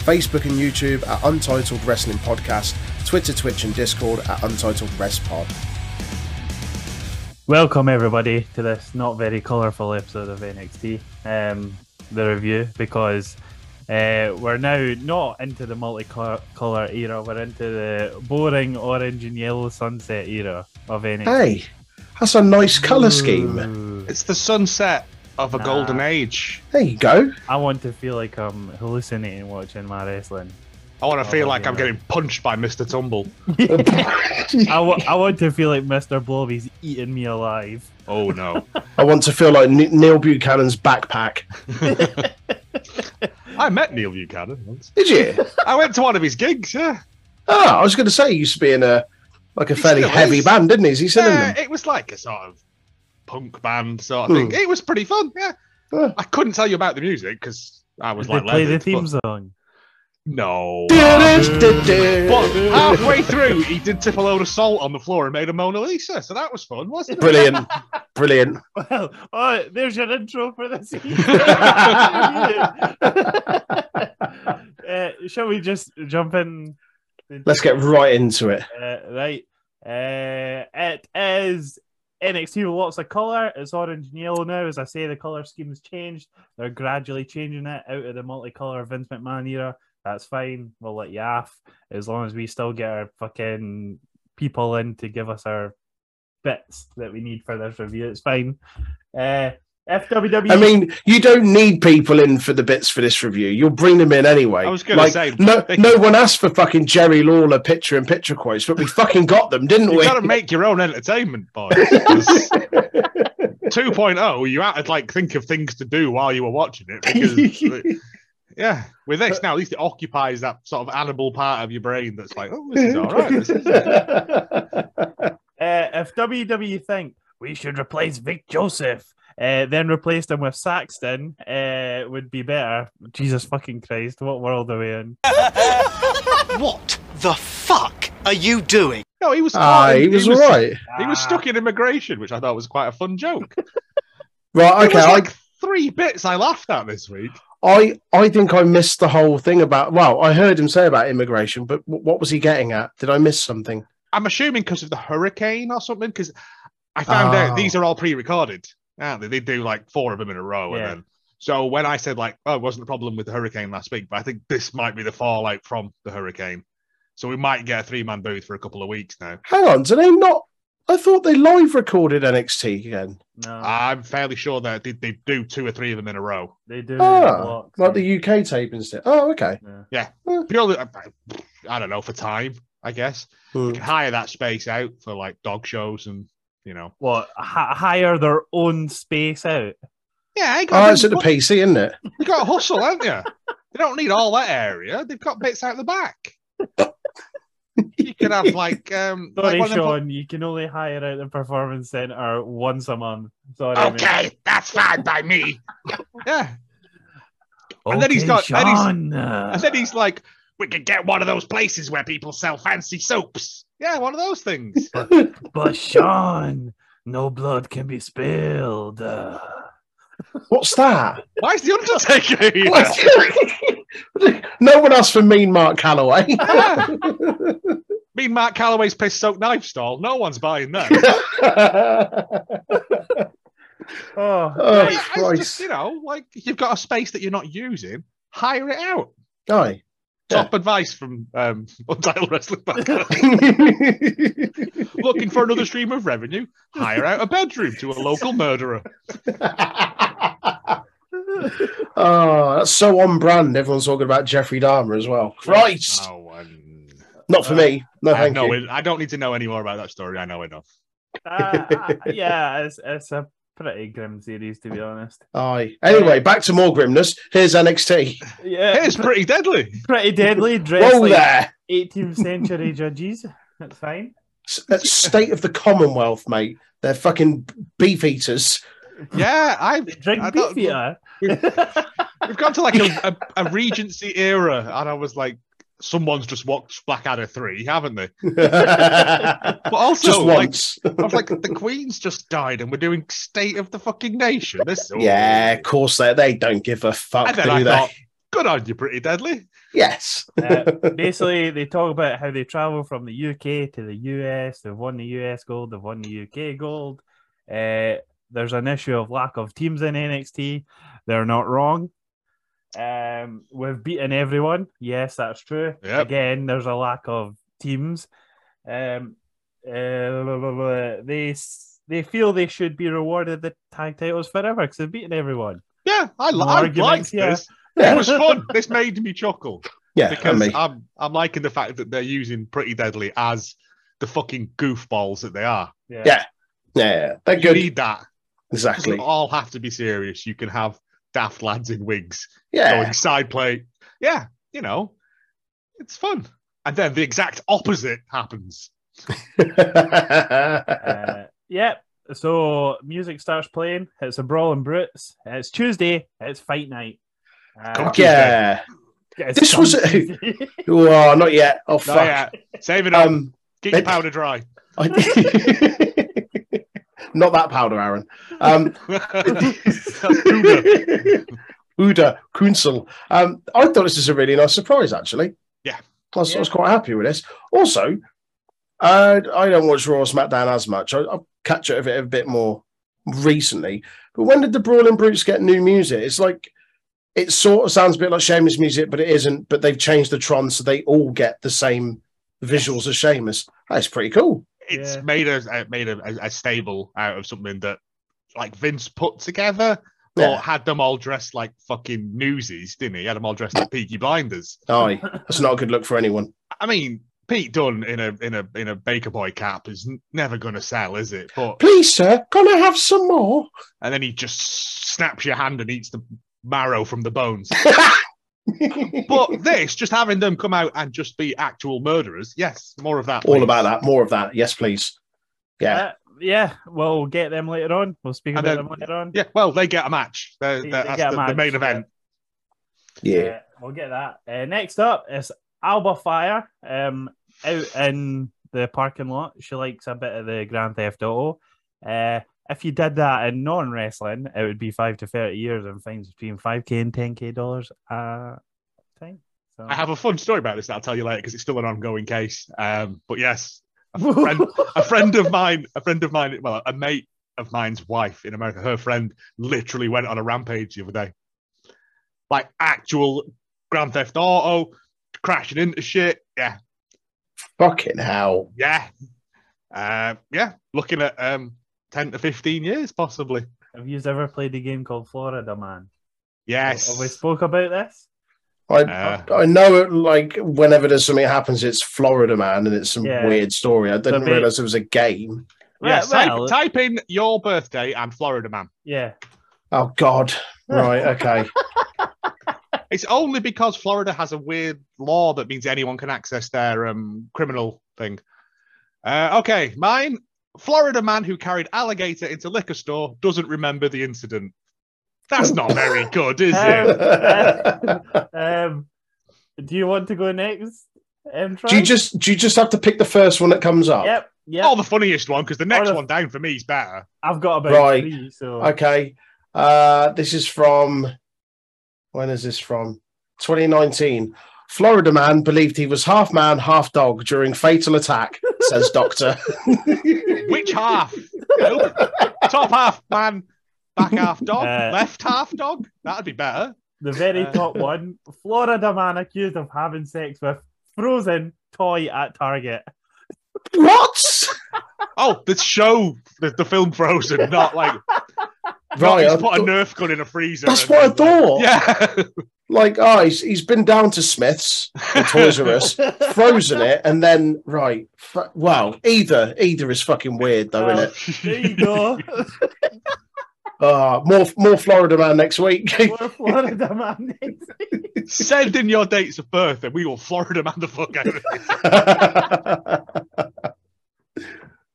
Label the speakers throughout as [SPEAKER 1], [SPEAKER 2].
[SPEAKER 1] Facebook and YouTube at Untitled Wrestling Podcast, Twitter, Twitch, and Discord at Untitled Rest Pod.
[SPEAKER 2] Welcome everybody to this not very colourful episode of NXT, um, the review, because uh, we're now not into the multicolour era. We're into the boring orange and yellow sunset era of NXT.
[SPEAKER 1] Hey, that's a nice colour scheme.
[SPEAKER 2] Ooh,
[SPEAKER 3] It's the sunset of a
[SPEAKER 2] Nah.
[SPEAKER 3] golden age.
[SPEAKER 1] There you go.
[SPEAKER 2] I want to feel like I'm hallucinating watching my wrestling.
[SPEAKER 3] I want to
[SPEAKER 2] Oh,
[SPEAKER 3] feel like
[SPEAKER 2] yeah.
[SPEAKER 3] I'm getting punched by Mr. Tumble.
[SPEAKER 2] I, w- I want to feel like Mr. Blobby's eating me alive.
[SPEAKER 3] Oh no.
[SPEAKER 1] I want to feel like N- Neil Buchanan's backpack.
[SPEAKER 3] I met Neil Buchanan once.
[SPEAKER 1] Did you?
[SPEAKER 3] I went to one of his gigs, yeah.
[SPEAKER 1] Oh, I was going to say he used to be in a like a
[SPEAKER 3] He
[SPEAKER 1] fairly
[SPEAKER 3] still
[SPEAKER 1] heavy
[SPEAKER 3] is.
[SPEAKER 1] band, didn't he? Is he still
[SPEAKER 3] yeah
[SPEAKER 1] in them?
[SPEAKER 3] it was like a sort of punk band sort of thing.
[SPEAKER 1] Hmm.
[SPEAKER 3] It was pretty fun, yeah.
[SPEAKER 1] Huh.
[SPEAKER 3] I couldn't tell you about the music because I was
[SPEAKER 2] They
[SPEAKER 3] like,
[SPEAKER 2] play the
[SPEAKER 3] leathered,
[SPEAKER 2] theme
[SPEAKER 3] but-
[SPEAKER 2] song.
[SPEAKER 3] No. But
[SPEAKER 1] Du-du-du-du.
[SPEAKER 3] halfway through, he did tip a load of salt on the floor and made a Mona Lisa, so that was fun, wasn't it?
[SPEAKER 1] Brilliant, brilliant.
[SPEAKER 2] Well, oh, there's your intro for this. year. uh, shall we just jump in?
[SPEAKER 1] Let's get right into it.
[SPEAKER 2] Uh, right. Uh, it is NXT with lots of colour. It's orange and yellow now. As I say, the colour scheme's changed. They're gradually changing it out of the multicolour Vince McMahon era. That's fine. We'll let you off as long as we still get our fucking people in to give us our bits that we need for this review. It's fine. Uh, FWW.
[SPEAKER 1] I mean, you don't need people in for the bits for this review. You'll bring them in anyway.
[SPEAKER 3] I was gonna
[SPEAKER 1] Like,
[SPEAKER 3] say,
[SPEAKER 1] no,
[SPEAKER 3] they-
[SPEAKER 1] no one asked for fucking Jerry Lawler picture in picture quotes, but we fucking got them, didn't
[SPEAKER 3] You
[SPEAKER 1] we?
[SPEAKER 3] gotta make your own entertainment, boys. 'cause 2.0, oh, you had to like think of things to do while you were watching it. Because, yeah, with this now, at least it occupies that sort of animal part of your brain that's like, oh, this is all right. This is
[SPEAKER 2] Uh, if WWE think we should replace Vic Joseph, uh, then replace him with Saxton, uh, would be better. Jesus fucking Christ, what world are we in?
[SPEAKER 4] What the fuck are you doing?
[SPEAKER 3] No, he was.
[SPEAKER 1] Ah, he was all right.
[SPEAKER 3] He was stuck in immigration, which I thought was quite a fun joke.
[SPEAKER 1] Right,
[SPEAKER 3] It
[SPEAKER 1] okay.
[SPEAKER 3] was
[SPEAKER 1] I-
[SPEAKER 3] like three bits I laughed at this week.
[SPEAKER 1] I I think I missed the whole thing about. Well, I heard him say about immigration, but w- what was he getting at? Did I miss something?
[SPEAKER 3] I'm assuming because of the hurricane or something. Because I found
[SPEAKER 1] Oh.
[SPEAKER 3] out these are all pre-recorded, aren't they? They do like four of them in a row,
[SPEAKER 2] Yeah.
[SPEAKER 3] and then so when I said like, oh, it wasn't a problem with the hurricane last week, but I think this might be the fallout from the hurricane. So we might get a three-man booth for a couple of weeks now.
[SPEAKER 1] Hang on, do they not? I thought they live recorded NXT again,
[SPEAKER 2] Ah, No,
[SPEAKER 3] I'm fairly sure that they, they do two or three of them in a row.
[SPEAKER 2] they do.
[SPEAKER 1] Ah,
[SPEAKER 2] blocks.
[SPEAKER 1] like the UK tapings did. Oh, okay.
[SPEAKER 2] Yeah.
[SPEAKER 3] Purely, I, I- I don't know for time, I guess.
[SPEAKER 1] Hmm.
[SPEAKER 3] Can hire that space out for like dog shows and you know.
[SPEAKER 2] What? H- hire their own space out.
[SPEAKER 3] Yeah, I
[SPEAKER 1] Oh, it's at the PC, isn't it?
[SPEAKER 3] You got to hustle, haven't you? They don't need all that area. They've got bits out the back. You could have like um. like
[SPEAKER 2] Sorry,
[SPEAKER 3] one of them-
[SPEAKER 2] Sean, you can only hire out the performance center once a month. Sorry. mate.
[SPEAKER 3] Okay, that's fine by me. yeah, And then he's
[SPEAKER 2] Okay,
[SPEAKER 3] got- then he's-
[SPEAKER 2] Sean.
[SPEAKER 3] and then he's like, "We could get one of those places where people sell fancy soaps." Yeah, one of those things.
[SPEAKER 2] but Sean, no blood can be spilled.
[SPEAKER 1] Oh, What's that?
[SPEAKER 3] Why is the Undertaker here?
[SPEAKER 1] no one asked for Mean Mark Calloway.
[SPEAKER 3] Yeah. Mean Mark Calloway's piss soaked knife stall. No one's buying that.
[SPEAKER 2] Oh,
[SPEAKER 1] Oh,
[SPEAKER 3] Yeah, it's
[SPEAKER 1] Christ.
[SPEAKER 3] just, you know, like you've got a space that you're not using, hire it out.
[SPEAKER 1] Aye.
[SPEAKER 3] Top advice from um, Untitled Wrestling Podcast. looking for another stream of revenue, hire out a bedroom to a local murderer.
[SPEAKER 1] oh, that's so on brand. Everyone's talking about Jeffrey Dahmer as well. Christ.
[SPEAKER 3] Oh, um,
[SPEAKER 1] Not for me. No,
[SPEAKER 3] I,
[SPEAKER 1] thank
[SPEAKER 3] know
[SPEAKER 1] you.
[SPEAKER 3] uh, it, I don't need to know any more about that story. I know enough.
[SPEAKER 2] uh, uh, yeah, it's, it's a pretty grim series to be honest.
[SPEAKER 1] Aye. Anyway, back to more grimness. Here's NXT.
[SPEAKER 2] Yeah,
[SPEAKER 3] It's pretty deadly.
[SPEAKER 2] pretty deadly. Dressed
[SPEAKER 1] Whoa
[SPEAKER 2] like
[SPEAKER 1] there.
[SPEAKER 2] 18th century judges. That's fine.
[SPEAKER 1] S- that's State of the Commonwealth, mate. They're fucking beef eaters.
[SPEAKER 3] Yeah, I
[SPEAKER 2] Drink
[SPEAKER 3] I thought-
[SPEAKER 2] beefier.
[SPEAKER 3] we've gone to like a, a, a Regency era, and I was like, someone's just watched Blackadder three, haven't they?
[SPEAKER 1] Just
[SPEAKER 3] But also, like,
[SPEAKER 1] once.
[SPEAKER 3] I was like, the Queen's just died, and we're doing State of the fucking Nation. This, oh.
[SPEAKER 1] Yeah, of course they they don't give a fuck,
[SPEAKER 3] and
[SPEAKER 1] do
[SPEAKER 3] then I
[SPEAKER 1] they?
[SPEAKER 3] thought, good on you, pretty deadly.
[SPEAKER 1] Yes.
[SPEAKER 2] Uh, basically, they talk about how they travel from the UK to the US. They've won the US gold. They've won the UK gold. Uh, there's an issue of lack of teams in NXT. They're not wrong. Um, we've beaten everyone. Yes, that's true.
[SPEAKER 3] Yep.
[SPEAKER 2] Again, there's a lack of teams. Um, uh, blah, blah, blah. They s- they feel they should be rewarded the tag titles forever because they've beaten everyone.
[SPEAKER 3] Yeah, I, li-
[SPEAKER 2] More
[SPEAKER 3] I liked
[SPEAKER 2] arguments, yeah.
[SPEAKER 3] this.
[SPEAKER 1] Yeah.
[SPEAKER 3] It was fun. this made me chuckle
[SPEAKER 1] Yeah,
[SPEAKER 3] because
[SPEAKER 1] and me.
[SPEAKER 3] I'm I'm liking the fact that they're using Pretty Deadly as the fucking goofballs that they are.
[SPEAKER 1] Yeah. yeah, they're
[SPEAKER 3] You
[SPEAKER 1] good.
[SPEAKER 3] need that. It
[SPEAKER 1] exactly.
[SPEAKER 3] doesn't all have to be serious. You can have daft lads in wigs
[SPEAKER 1] Yeah.
[SPEAKER 3] going side play. Yeah, you know, it's fun. And then the exact opposite happens.
[SPEAKER 2] uh, yep. So music starts playing. It's a brawl and brutes. It's Tuesday. it's fight night. Uh,
[SPEAKER 3] Come Tuesday.
[SPEAKER 1] yeah.
[SPEAKER 2] it's
[SPEAKER 1] This was
[SPEAKER 2] come
[SPEAKER 1] a-
[SPEAKER 2] Tuesday.
[SPEAKER 1] Oh, not yet. Oh,
[SPEAKER 3] No,
[SPEAKER 1] fuck.
[SPEAKER 3] yeah, save it up.
[SPEAKER 1] Um,
[SPEAKER 3] Get your
[SPEAKER 1] it-
[SPEAKER 3] powder dry.
[SPEAKER 1] I... not that powder, Aaron. Um,
[SPEAKER 3] Uda.
[SPEAKER 1] Uda Kunzel. Um, I thought this was a really nice surprise, actually.
[SPEAKER 3] Yeah.
[SPEAKER 1] I was, I
[SPEAKER 2] Yeah.
[SPEAKER 1] was quite happy with this. Also, uh, I don't watch Raw or SmackDown as much. I, I'll catch up with it a bit more recently. But when did the Brawling Brutes get new music? It's like, it sort of sounds a bit like Seamus music, but it isn't. But they've changed the Tron so they all get the same visuals as Seamus. That's pretty cool.
[SPEAKER 3] It's
[SPEAKER 2] Yeah.
[SPEAKER 3] made a uh, made a, a, a stable out of something that like Vince put together. Or
[SPEAKER 1] Yeah.
[SPEAKER 3] had them all dressed like fucking newsies, didn't he? He had them all dressed like Peaky Blinders.
[SPEAKER 1] Aye. That's not a good look for anyone.
[SPEAKER 3] I mean, Pete Dunn in a in a in a Baker Boy cap is n- never going to sell, is it? But
[SPEAKER 1] Please, sir, can I have some more?
[SPEAKER 3] and then he just snaps your hand and eats the marrow from the bones. But this, just having them come out and just be actual murderers, yes, more of that.
[SPEAKER 1] All
[SPEAKER 3] please.
[SPEAKER 1] about that. More of that. Yes, please. Yeah.
[SPEAKER 2] Uh, yeah. Well, we'll get them later on. We'll speak
[SPEAKER 3] And
[SPEAKER 2] about
[SPEAKER 3] then-
[SPEAKER 2] them later on.
[SPEAKER 3] Yeah, well, they get a match. They're,
[SPEAKER 2] They-
[SPEAKER 3] they're-
[SPEAKER 2] they
[SPEAKER 3] that's
[SPEAKER 2] get a
[SPEAKER 3] the, the
[SPEAKER 2] match,
[SPEAKER 3] main
[SPEAKER 2] yeah.
[SPEAKER 3] event.
[SPEAKER 1] Yeah.
[SPEAKER 2] Uh, we'll get that. Uh, next up is Alba Fire um, out in the parking lot. She likes a bit of the Grand Theft Auto. Uh, if you did that in non wrestling, it would be five to 30 years and fines between 5K and 10K dollars a time. So.
[SPEAKER 3] I have a fun story about this that I'll tell you later because it's still an ongoing case. Um, but yes, a friend, a friend of mine, a friend of mine, well, a mate of mine's wife in America, her friend literally went on a rampage the other day. Like actual Grand Theft Auto, crashing into shit. Yeah,
[SPEAKER 1] Fucking hell.
[SPEAKER 3] yeah. Uh, yeah, looking at um, 10 to 15 years possibly.
[SPEAKER 2] Have you ever played a game called Florida Man?
[SPEAKER 3] Yes.
[SPEAKER 2] Have we spoke about this?
[SPEAKER 1] I,
[SPEAKER 3] Uh.
[SPEAKER 1] I know it like whenever there's something happens, it's Florida man and it's some
[SPEAKER 2] Yeah.
[SPEAKER 1] weird story. I didn't
[SPEAKER 2] bit-
[SPEAKER 1] realize it was a game.
[SPEAKER 3] Yeah,
[SPEAKER 2] Well-
[SPEAKER 3] type,
[SPEAKER 2] well,
[SPEAKER 3] type in your birthday and Florida man.
[SPEAKER 2] yeah.
[SPEAKER 1] Oh God. Right. Okay.
[SPEAKER 3] It's only because Florida has a weird law that means anyone can access their um, criminal thing. Uh, okay, mine. Florida man who carried alligator into liquor store doesn't remember the incident. That's not very good, is it?
[SPEAKER 2] Um, do you want to go next? Um,
[SPEAKER 1] do you
[SPEAKER 2] Troy?
[SPEAKER 1] just do you just have to pick the first one that comes up?
[SPEAKER 2] Yep. Yep.
[SPEAKER 3] Or the funniest one, because the next
[SPEAKER 2] the-
[SPEAKER 3] one down for me is better.
[SPEAKER 2] I've got about
[SPEAKER 1] Right.
[SPEAKER 2] three. So
[SPEAKER 1] Okay. Uh, this is from when is this from? 2019. Florida man believed he was half man, half dog during fatal attack, says doctor.
[SPEAKER 3] Which half? Nope. Top half man, back half dog,
[SPEAKER 2] Uh,
[SPEAKER 3] left half dog. That'd be better.
[SPEAKER 2] the very
[SPEAKER 3] Uh,
[SPEAKER 2] top one: Florida man accused of having sex with frozen toy at Target.
[SPEAKER 1] What?
[SPEAKER 3] Oh, the show, the, the film Frozen, not like
[SPEAKER 1] Right,
[SPEAKER 3] right.
[SPEAKER 1] I
[SPEAKER 3] He's put a
[SPEAKER 1] thought-
[SPEAKER 3] Nerf gun in a freezer.
[SPEAKER 1] That's
[SPEAKER 3] and
[SPEAKER 1] what I
[SPEAKER 3] then, like,
[SPEAKER 1] thought.
[SPEAKER 3] Yeah.
[SPEAKER 1] Like, ah, he's, he's been down to Smith's or Toys R Us, frozen it, and then right. F- wow, either either is fucking weird though, isn't it?
[SPEAKER 2] There you go.
[SPEAKER 3] Oh.
[SPEAKER 1] Ah, more more Florida man next week.
[SPEAKER 2] More Florida man next.
[SPEAKER 3] Send in your dates of birth and we will Florida man the fuck out of you.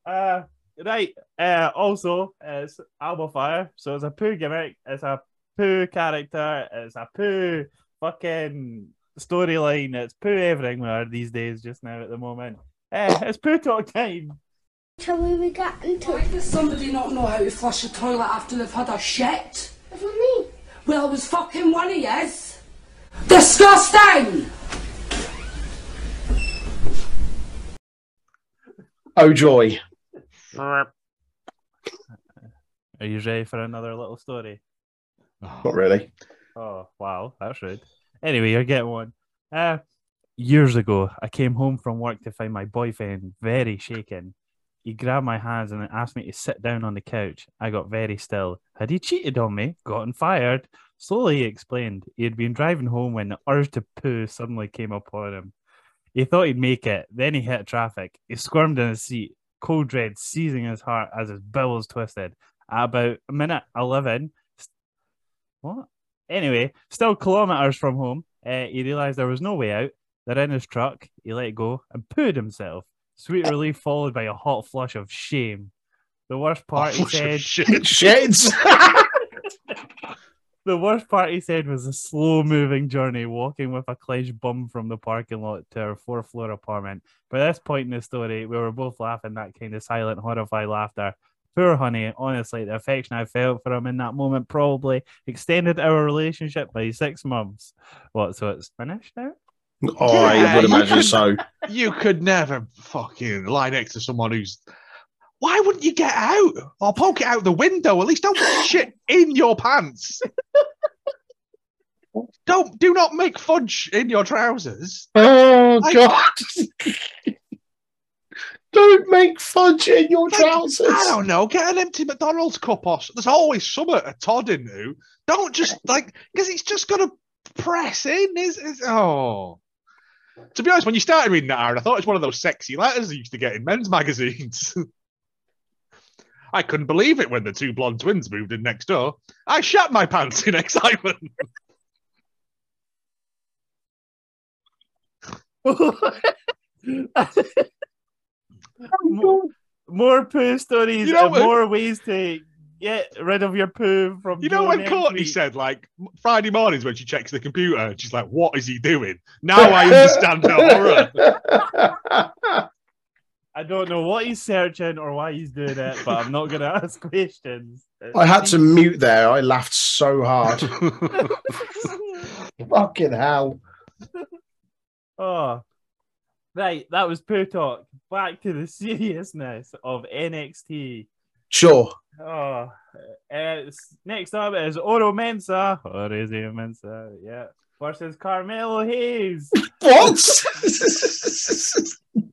[SPEAKER 1] oh
[SPEAKER 2] Right. Uh, also, it's Alba Fire, so it's a poo gimmick. It's a poo character. It's a poo fucking storyline. It's poo everywhere these days. Just now, at the moment, uh, it's poo talk time.
[SPEAKER 5] Tell me we got into
[SPEAKER 6] Why does somebody not know how to flush a toilet after they've had a shit?
[SPEAKER 5] That's what I mean.
[SPEAKER 6] Well, it was fucking one of yous. Disgusting!
[SPEAKER 7] Oh joy!
[SPEAKER 2] Are you ready for another little story?
[SPEAKER 7] Not really.
[SPEAKER 2] Oh wow, that's rude. Anyway, you're getting one. Uh, years ago, I came home from work to find my boyfriend very shaken. He grabbed my hands and asked me to sit down on the couch. I got very still. Had he cheated on me? Gotten fired? Slowly he explained. He had been driving home when the urge to poo suddenly came upon him. He thought he'd make it, then he hit traffic. He squirmed in his seat, cold dread seizing his heart as his bowels twisted. At about minute 11, st- what? Anyway, still kilometers from home, uh, he realized there was no way out. They're in his truck. He let go and pooed himself. Sweet relief followed by a hot flush of shame. The worst part, he
[SPEAKER 3] Flush of
[SPEAKER 2] said,
[SPEAKER 3] Oh, shit.
[SPEAKER 7] Sheds.
[SPEAKER 2] the worst part he said was a slow moving journey, walking with a clenched bum from the parking lot to our four floor apartment. By this point in the story, we were both laughing that kind of silent, horrified laughter. Poor honey, honestly, the affection I felt for him in that moment probably extended our relationship by six months. What, so it's finished now?
[SPEAKER 7] I
[SPEAKER 3] Yeah,
[SPEAKER 7] Oh, would
[SPEAKER 3] you
[SPEAKER 7] imagine
[SPEAKER 3] could-
[SPEAKER 7] so.
[SPEAKER 3] You could never fucking lie next to someone who's. Why wouldn't you get out or poke it out the window? At least don't put shit in your pants. don't do not make fudge in your trousers.
[SPEAKER 7] Oh
[SPEAKER 3] I-
[SPEAKER 7] god! Don't make fudge in your
[SPEAKER 3] Like, I don't know. Get an empty McDonald's cup or s- there's always something to Todd into. Don't just like because it's just gonna press in. Is is oh. To be honest, when you started reading that, Aaron, I thought it was one of those sexy letters you used to get in men's magazines. I couldn't believe it when the two blonde twins moved in next door. I shat my pants in excitement.
[SPEAKER 2] more, more poo stories
[SPEAKER 3] You know
[SPEAKER 2] and
[SPEAKER 3] what-
[SPEAKER 2] more ways to get rid of your poo from
[SPEAKER 3] You know
[SPEAKER 2] your
[SPEAKER 3] when
[SPEAKER 2] next
[SPEAKER 3] Courtney
[SPEAKER 2] week.
[SPEAKER 3] said, like Friday mornings when she checks the computer, and she's like, "What is he doing?" Now I understand the horror.
[SPEAKER 2] I don't know what he's searching or why he's doing it, but I'm not going to ask questions.
[SPEAKER 7] I had to mute there. I laughed so hard. Fucking hell!
[SPEAKER 2] oh, right. That was poo talk. Back to the seriousness of NXT.
[SPEAKER 7] Sure.
[SPEAKER 2] Oh, uh, next up is Oro Mensa, or is he a Mensa? Yeah, versus Carmelo Hayes.
[SPEAKER 7] What?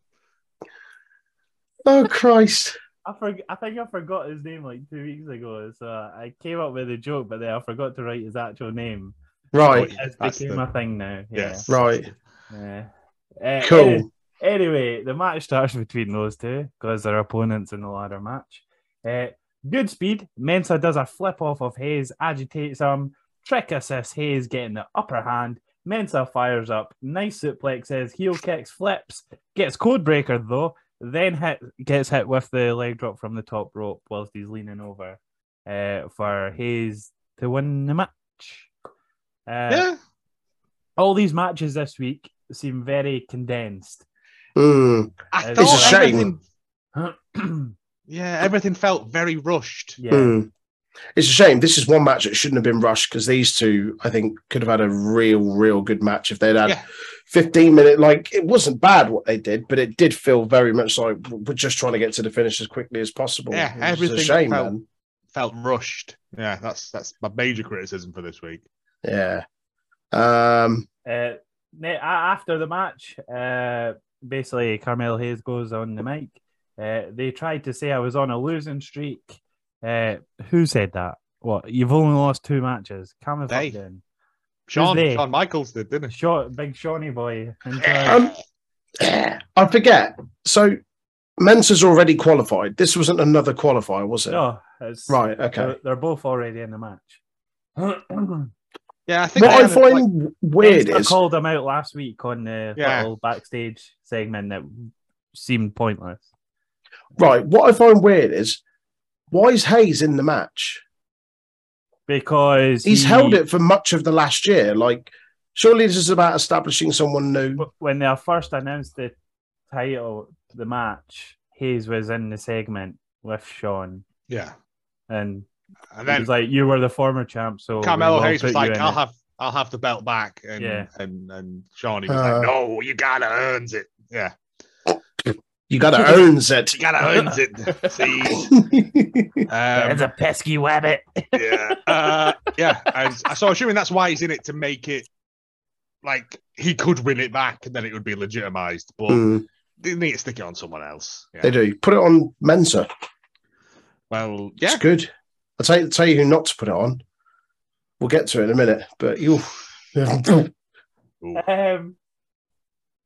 [SPEAKER 7] oh Christ!
[SPEAKER 2] I forg I think I forgot his name like two weeks ago, so I came up with a joke, but then I forgot to write his actual name.
[SPEAKER 7] Right,
[SPEAKER 2] It's
[SPEAKER 3] That's
[SPEAKER 2] became
[SPEAKER 3] the-
[SPEAKER 2] a thing now. Yeah.
[SPEAKER 3] Yes.
[SPEAKER 7] right.
[SPEAKER 2] Yeah. Uh,
[SPEAKER 7] Cool.
[SPEAKER 2] Anyway, the match starts between those two because they're opponents in the ladder match. Uh, good speed. Mensa does a flip off of Hayes, agitates him. Trick assists Hayes getting the upper hand. Mensa fires up. Nice suplexes, heel kicks, flips. Gets codebreaker though. Then hit, gets hit with the leg drop from the top rope whilst he's leaning over uh, for Hayes to win the match. Uh,
[SPEAKER 3] Yeah.
[SPEAKER 2] all these matches this week seem very condensed.
[SPEAKER 7] Mm.
[SPEAKER 3] I
[SPEAKER 2] It's
[SPEAKER 3] thought
[SPEAKER 7] a shame.
[SPEAKER 3] everything-
[SPEAKER 2] yeah.
[SPEAKER 3] Yeah, everything felt very rushed.
[SPEAKER 7] Mm. It's a shame. This is one match that shouldn't have been rushed because these two, I think, could have had a real, real good match if they'd had
[SPEAKER 3] Yeah.
[SPEAKER 7] 15 minute. Like, it wasn't bad what they did, but it did feel very much like we're just trying to get to the finish as quickly as possible.
[SPEAKER 3] Yeah,
[SPEAKER 7] It's
[SPEAKER 3] everything
[SPEAKER 7] a shame,
[SPEAKER 3] felt-
[SPEAKER 7] man.
[SPEAKER 3] Felt rushed. Yeah, that's that's my major criticism for this week.
[SPEAKER 7] Yeah. Um,
[SPEAKER 2] Uh, ne- a- after the match, uh, basically Carmel Hayes goes on the mic. Uh, they tried to say I was on a losing streak. Uh, who said that? What? You've only lost two matches. Calm the
[SPEAKER 3] They.
[SPEAKER 2] fuck down.
[SPEAKER 3] Sean
[SPEAKER 2] there?
[SPEAKER 3] Sean Michaels did, didn't he?
[SPEAKER 2] Shaw- big Shawnee boy. uh, Enjoy.
[SPEAKER 7] um, I forget. So, Mensa's already qualified. This wasn't another qualifier, was it?
[SPEAKER 2] no, it's,
[SPEAKER 7] Right.
[SPEAKER 2] they're,
[SPEAKER 3] Uh,
[SPEAKER 7] Okay.
[SPEAKER 2] they're both already in the match.
[SPEAKER 3] Yeah, I think
[SPEAKER 7] What
[SPEAKER 3] they
[SPEAKER 7] I
[SPEAKER 3] had a- like-
[SPEAKER 7] find weird
[SPEAKER 2] Vince
[SPEAKER 7] is
[SPEAKER 2] called him out last week on the
[SPEAKER 3] Yeah.
[SPEAKER 2] little backstage segment that seemed pointless.
[SPEAKER 1] Right. What I find weird is why is Hayes in the match?
[SPEAKER 2] because
[SPEAKER 1] He's
[SPEAKER 2] he-
[SPEAKER 1] held it for much of the last year. Like, surely this is about establishing someone new.
[SPEAKER 2] w- when they first announced the title, the match. Hayes was in the segment with Sean,
[SPEAKER 3] Yeah.
[SPEAKER 2] and,
[SPEAKER 3] And
[SPEAKER 2] he
[SPEAKER 3] then
[SPEAKER 2] was like, "You were the former champ, so we
[SPEAKER 3] Carmelo
[SPEAKER 2] will
[SPEAKER 3] Hayes
[SPEAKER 2] put
[SPEAKER 3] was
[SPEAKER 2] you
[SPEAKER 3] like,
[SPEAKER 2] in
[SPEAKER 3] "I'll
[SPEAKER 2] it."
[SPEAKER 3] have, I'll have the belt back," and
[SPEAKER 2] Yeah.
[SPEAKER 3] and and Shawnee was
[SPEAKER 1] Uh,
[SPEAKER 3] like, "No, you gotta earns it. Yeah,
[SPEAKER 1] You got to owns it.
[SPEAKER 3] you gotta earns it. See, um,
[SPEAKER 2] It's a pesky wabbit."
[SPEAKER 3] yeah, uh, yeah." And so, assuming that's why he's in it to make it like he could win it back, and then it would be legitimized. But
[SPEAKER 1] Mm,
[SPEAKER 3] they need to stick it on someone else. Yeah.
[SPEAKER 1] They do. Put it on Mensa.
[SPEAKER 3] Well,
[SPEAKER 1] It's
[SPEAKER 3] yeah,
[SPEAKER 1] good. I'll tell you, tell you who not to put it on. We'll get to it in a minute, but you.
[SPEAKER 2] Um,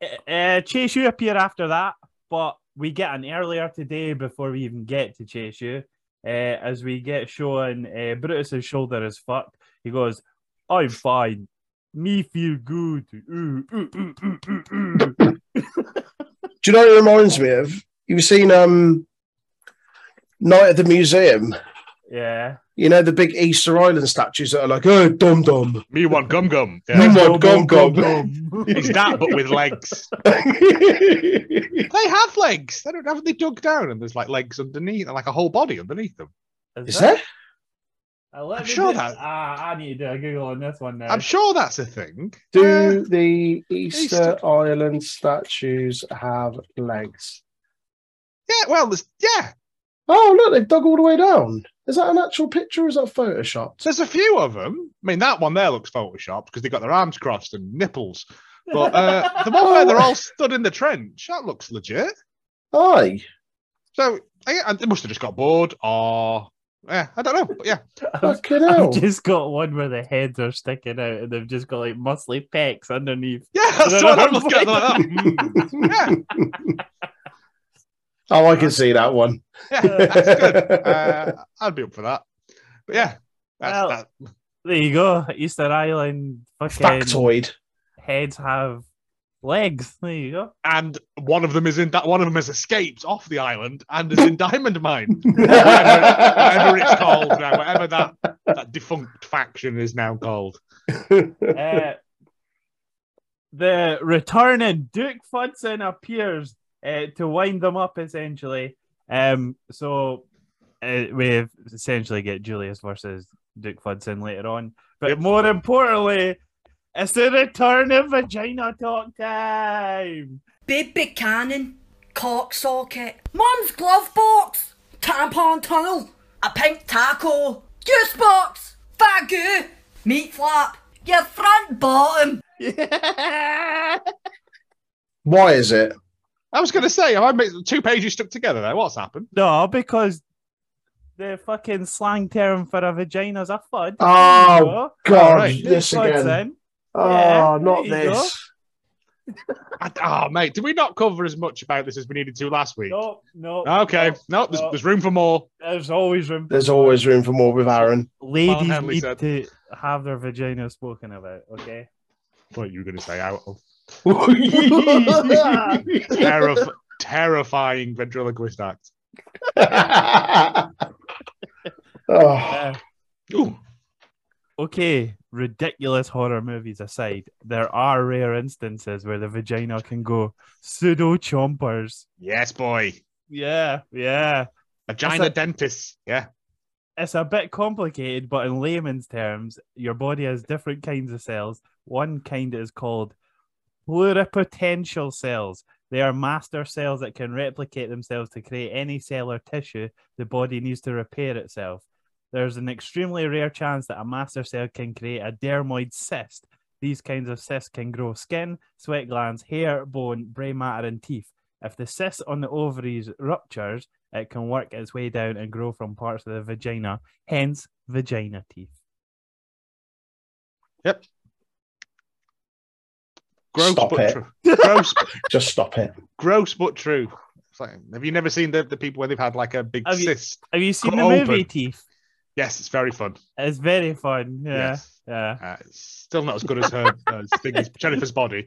[SPEAKER 2] uh, uh, Chase You appear after that, but we get an earlier today before we even get to Chase You. Uh, as we get shown, uh, Brutus's shoulder is fucked. He goes, "I'm fine. Me feel good. Ooh, ooh, ooh, ooh, ooh, ooh."
[SPEAKER 1] Do you know what it reminds me of? You've seen um, Night at the Museum.
[SPEAKER 2] Yeah.
[SPEAKER 1] You know the big Easter Island statues that are like, oh, dum dum.
[SPEAKER 3] me one gum gum.
[SPEAKER 1] Me
[SPEAKER 3] Yeah.
[SPEAKER 1] want gum gum.
[SPEAKER 3] It's that, but with legs. They have legs. They don't haven't they dug down and there's like legs underneath, like a whole body underneath them.
[SPEAKER 1] Is that?
[SPEAKER 2] Uh, let
[SPEAKER 3] I'm
[SPEAKER 2] me
[SPEAKER 3] sure
[SPEAKER 2] do-
[SPEAKER 3] that-
[SPEAKER 2] Ah, I need to do a Google on this one now.
[SPEAKER 3] I'm sure that's a thing. Uh,
[SPEAKER 1] Do the Easter,
[SPEAKER 3] Easter-
[SPEAKER 1] Island statues have legs?
[SPEAKER 3] Yeah, well, there's, yeah,
[SPEAKER 1] Oh, look, they've dug all the way down. Is that an actual picture or is that photoshopped?
[SPEAKER 3] there's a few of them. I mean, that one there looks photoshopped because they got their arms crossed and nipples. But uh, the one where they're all stood in the trench, that looks legit.
[SPEAKER 1] Aye.
[SPEAKER 3] So I, I, they must have just got bored, or yeah, I don't know. But yeah,
[SPEAKER 1] Fucking hell.
[SPEAKER 2] I've just got one where the heads are sticking out and they've just got like muscly pecs underneath.
[SPEAKER 3] yeah, that's
[SPEAKER 2] don't
[SPEAKER 3] what
[SPEAKER 2] know.
[SPEAKER 3] I'm looking at. Like that. Mm, yeah,
[SPEAKER 1] oh, I can see that one.
[SPEAKER 3] yeah, that's good. Uh, I'd be up for that. But yeah, that's,
[SPEAKER 2] Well,
[SPEAKER 3] that,
[SPEAKER 2] There you go, Easter Island. Fucking
[SPEAKER 1] Factoid.
[SPEAKER 2] heads have legs. There you go.
[SPEAKER 3] and one of them is in that one of them has escaped off the island and is in Diamond Mine, whatever, whatever it's called now, whatever that that defunct faction is now called.
[SPEAKER 2] Uh, the returning Duke Fudson appears uh, to wind them up essentially. Um, so uh, we essentially get Julius versus Duke Fudson later on, but
[SPEAKER 3] Yep.
[SPEAKER 2] more importantly, it's the return of vagina talk time.
[SPEAKER 6] Baby cannon, cock socket, mum's glove box, tampon tunnel, a pink taco, juice box, fat goo, meat flap, your front bottom.
[SPEAKER 1] Why is it?
[SPEAKER 3] I was going to say, have I made two pages stuck together there? What's happened?
[SPEAKER 2] No, because the fucking slang term for a vagina is a fud.
[SPEAKER 1] Oh, God,
[SPEAKER 3] right.
[SPEAKER 1] this
[SPEAKER 2] Fud's
[SPEAKER 1] again.
[SPEAKER 2] in.
[SPEAKER 1] Oh,
[SPEAKER 2] Yeah,
[SPEAKER 1] not
[SPEAKER 2] there you go.
[SPEAKER 1] this.
[SPEAKER 3] I, oh, mate, did we not cover as much about this as we needed to last week?
[SPEAKER 2] No, no.
[SPEAKER 3] Okay,
[SPEAKER 2] no,
[SPEAKER 3] no, there's, there's room for more.
[SPEAKER 2] There's always room.
[SPEAKER 1] There's always room for more with Aaron.
[SPEAKER 2] Ladies
[SPEAKER 3] Henley
[SPEAKER 2] need
[SPEAKER 3] said.
[SPEAKER 2] to have their vagina spoken about. Okay.
[SPEAKER 3] What you were going to say? Out of
[SPEAKER 1] That's
[SPEAKER 3] terrif- terrifying ventriloquist act.
[SPEAKER 1] oh,
[SPEAKER 2] Uh,
[SPEAKER 3] Ooh,
[SPEAKER 2] okay. Ridiculous horror movies aside, there are rare instances where the vagina can go pseudo chompers.
[SPEAKER 3] yes, boy,
[SPEAKER 2] Yeah, yeah.
[SPEAKER 3] vagina
[SPEAKER 2] That's a-
[SPEAKER 3] dentist. Yeah,
[SPEAKER 2] it's a bit complicated, but in layman's terms, your body has different kinds of cells. One kind is called pluripotential cells. They are master cells that can replicate themselves to create any cell or tissue the body needs to repair itself. There's an extremely rare chance that a master cell can create a dermoid cyst. These kinds of cysts can grow skin, sweat glands, hair, bone, brain matter, and teeth. If the cyst on the ovaries ruptures, it can work its way down and grow from parts of the vagina, hence vagina teeth.
[SPEAKER 3] gross
[SPEAKER 1] Stop
[SPEAKER 3] but
[SPEAKER 1] it.
[SPEAKER 3] true. Gross,
[SPEAKER 1] just stop it.
[SPEAKER 3] gross but true. It's like, have you never seen the, the people where they've had like a big
[SPEAKER 2] Have you-
[SPEAKER 3] cyst?
[SPEAKER 2] Have you seen
[SPEAKER 3] Cut
[SPEAKER 2] the movie
[SPEAKER 3] open.
[SPEAKER 2] Teeth?
[SPEAKER 3] Yes, it's very fun.
[SPEAKER 2] It's very fun. Yeah,
[SPEAKER 3] Yes.
[SPEAKER 2] yeah.
[SPEAKER 3] Uh, it's still not as good as her uh, thing as Jennifer's body.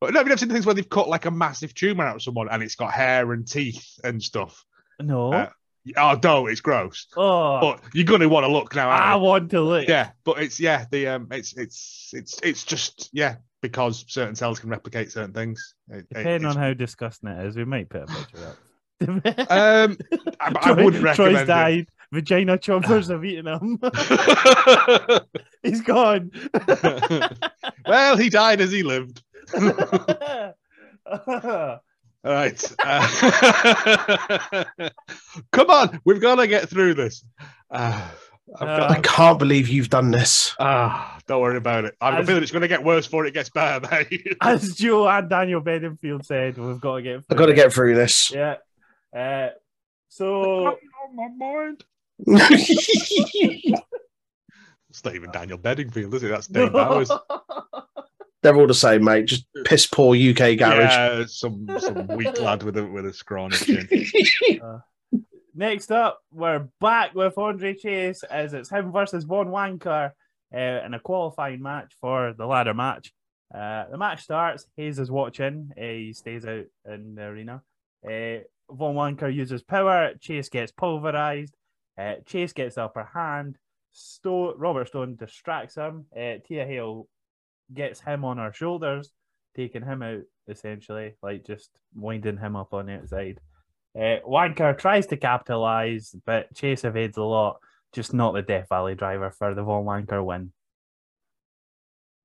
[SPEAKER 3] But no, have you never seen things where they've cut like a massive tumor out of someone and it's got hair and teeth and stuff?
[SPEAKER 2] No.
[SPEAKER 3] Uh, Oh no, it's gross.
[SPEAKER 2] oh,
[SPEAKER 3] But you're gonna want to look now. aren't
[SPEAKER 2] I
[SPEAKER 3] you?
[SPEAKER 2] want to look.
[SPEAKER 3] uh, yeah, but it's yeah, the um, it's it's it's it's just yeah because certain cells can replicate certain things. It- it-
[SPEAKER 2] Depending
[SPEAKER 3] it's-
[SPEAKER 2] on how disgusting it is, we might put a picture up.
[SPEAKER 3] um, I, I wouldn't recommend
[SPEAKER 2] Troy's
[SPEAKER 3] it.
[SPEAKER 2] died. Vagina choppers have eaten him. He's gone.
[SPEAKER 3] well, he died as he lived.
[SPEAKER 2] That's
[SPEAKER 3] All right. Uh, come on, we've got to get through this. Uh, I've got,
[SPEAKER 7] I can't believe you've done this.
[SPEAKER 3] ah, don't worry about it. I've got a
[SPEAKER 2] As-
[SPEAKER 3] feeling it's going to get worse before it gets better, mate.
[SPEAKER 2] Joe and Daniel Bedingfield said, we've got to get.
[SPEAKER 7] I've got to get through this.
[SPEAKER 2] Yeah. Uh, so
[SPEAKER 3] on my mind. It's not even Daniel Bedingfield, is it? That's Dave Bowers.
[SPEAKER 7] They're all the same, mate. Just piss poor UK garage.
[SPEAKER 3] Yeah, some some weak lad with a with a scrawny chin.
[SPEAKER 2] Next up, we're back with Andre Chase as it's him versus Von Wanker uh, in a qualifying match for the ladder match. Uh, the match starts. Hayes is watching. Uh, he stays out in the arena. Uh, Von Wanker uses power. Chase gets pulverized. Uh, Chase gets the upper hand. Sto- Robert Stone distracts him. Uh, Tia Hale gets him on her shoulders, taking him out essentially, like just winding him up on the outside. Uh, Wanker tries to capitalize, but Chase evades a lot. Just not the Death Valley driver for the Von Wanker win.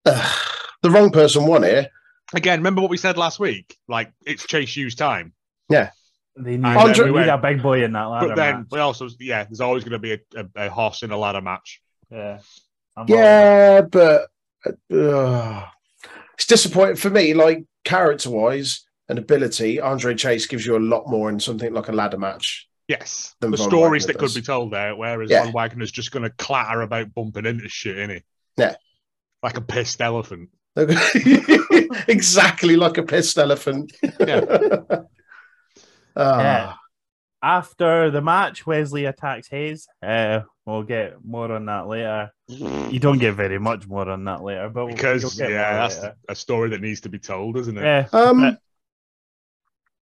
[SPEAKER 7] Ugh, the wrong person won here.
[SPEAKER 3] Again, remember what we said last week? Like it's Chase Hughes time.
[SPEAKER 2] They
[SPEAKER 3] then
[SPEAKER 2] need,
[SPEAKER 7] Andre-
[SPEAKER 2] they
[SPEAKER 3] we
[SPEAKER 2] need
[SPEAKER 3] went-
[SPEAKER 2] a big boy in that ladder
[SPEAKER 3] But then
[SPEAKER 2] match.
[SPEAKER 3] we also yeah, there's always going to be a, a, a horse in a ladder match.
[SPEAKER 2] Yeah. I'm
[SPEAKER 7] Yeah, but uh, it's disappointing for me. Like character wise and ability, Andre Chase gives you a lot more in something like a ladder match.
[SPEAKER 3] Yes,
[SPEAKER 7] Than
[SPEAKER 3] the
[SPEAKER 7] Von
[SPEAKER 3] stories
[SPEAKER 7] Wagner
[SPEAKER 3] that could
[SPEAKER 7] does.
[SPEAKER 3] be told there, whereas
[SPEAKER 7] Yeah.
[SPEAKER 3] Von Wagner's just going to clatter about bumping into shit, isn't he?
[SPEAKER 7] Yeah.
[SPEAKER 3] like a pissed elephant.
[SPEAKER 7] exactly like a pissed elephant. Ah,
[SPEAKER 2] Yeah. Uh, After the match, Wesley attacks Hayes. Uh, we'll get more on that later. You don't get very much more on that later, but we'll,
[SPEAKER 3] Because
[SPEAKER 2] you'll get
[SPEAKER 3] yeah,
[SPEAKER 2] more
[SPEAKER 3] that's
[SPEAKER 2] later.
[SPEAKER 3] a story that needs to be told, isn't it?
[SPEAKER 2] yeah.
[SPEAKER 7] Um.
[SPEAKER 2] but-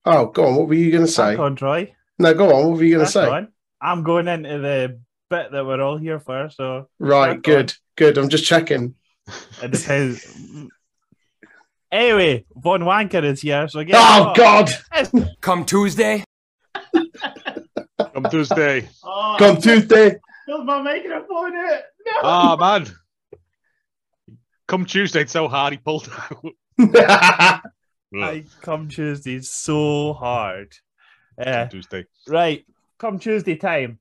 [SPEAKER 7] Oh, go on. What were you going to say?
[SPEAKER 2] Back on Troy.
[SPEAKER 7] No, go on. What were you going to
[SPEAKER 2] That's
[SPEAKER 7] say?
[SPEAKER 2] on. I'm going into the bit that we're all here for, so
[SPEAKER 7] Right.
[SPEAKER 2] Back
[SPEAKER 7] good. Good. I'm just checking.
[SPEAKER 2] It depends. anyway, Von Wanker is here, so get
[SPEAKER 7] Oh God!
[SPEAKER 8] Come Tuesday.
[SPEAKER 3] Come Tuesday.
[SPEAKER 2] Oh,
[SPEAKER 7] Come Tuesday.
[SPEAKER 2] Killed my microphone eh? out. No.
[SPEAKER 3] oh man, come Tuesday. It's so hard he pulled out.
[SPEAKER 2] I come Tuesday so hard.
[SPEAKER 3] Come
[SPEAKER 2] Uh,
[SPEAKER 3] Tuesday.
[SPEAKER 2] right, come Tuesday time.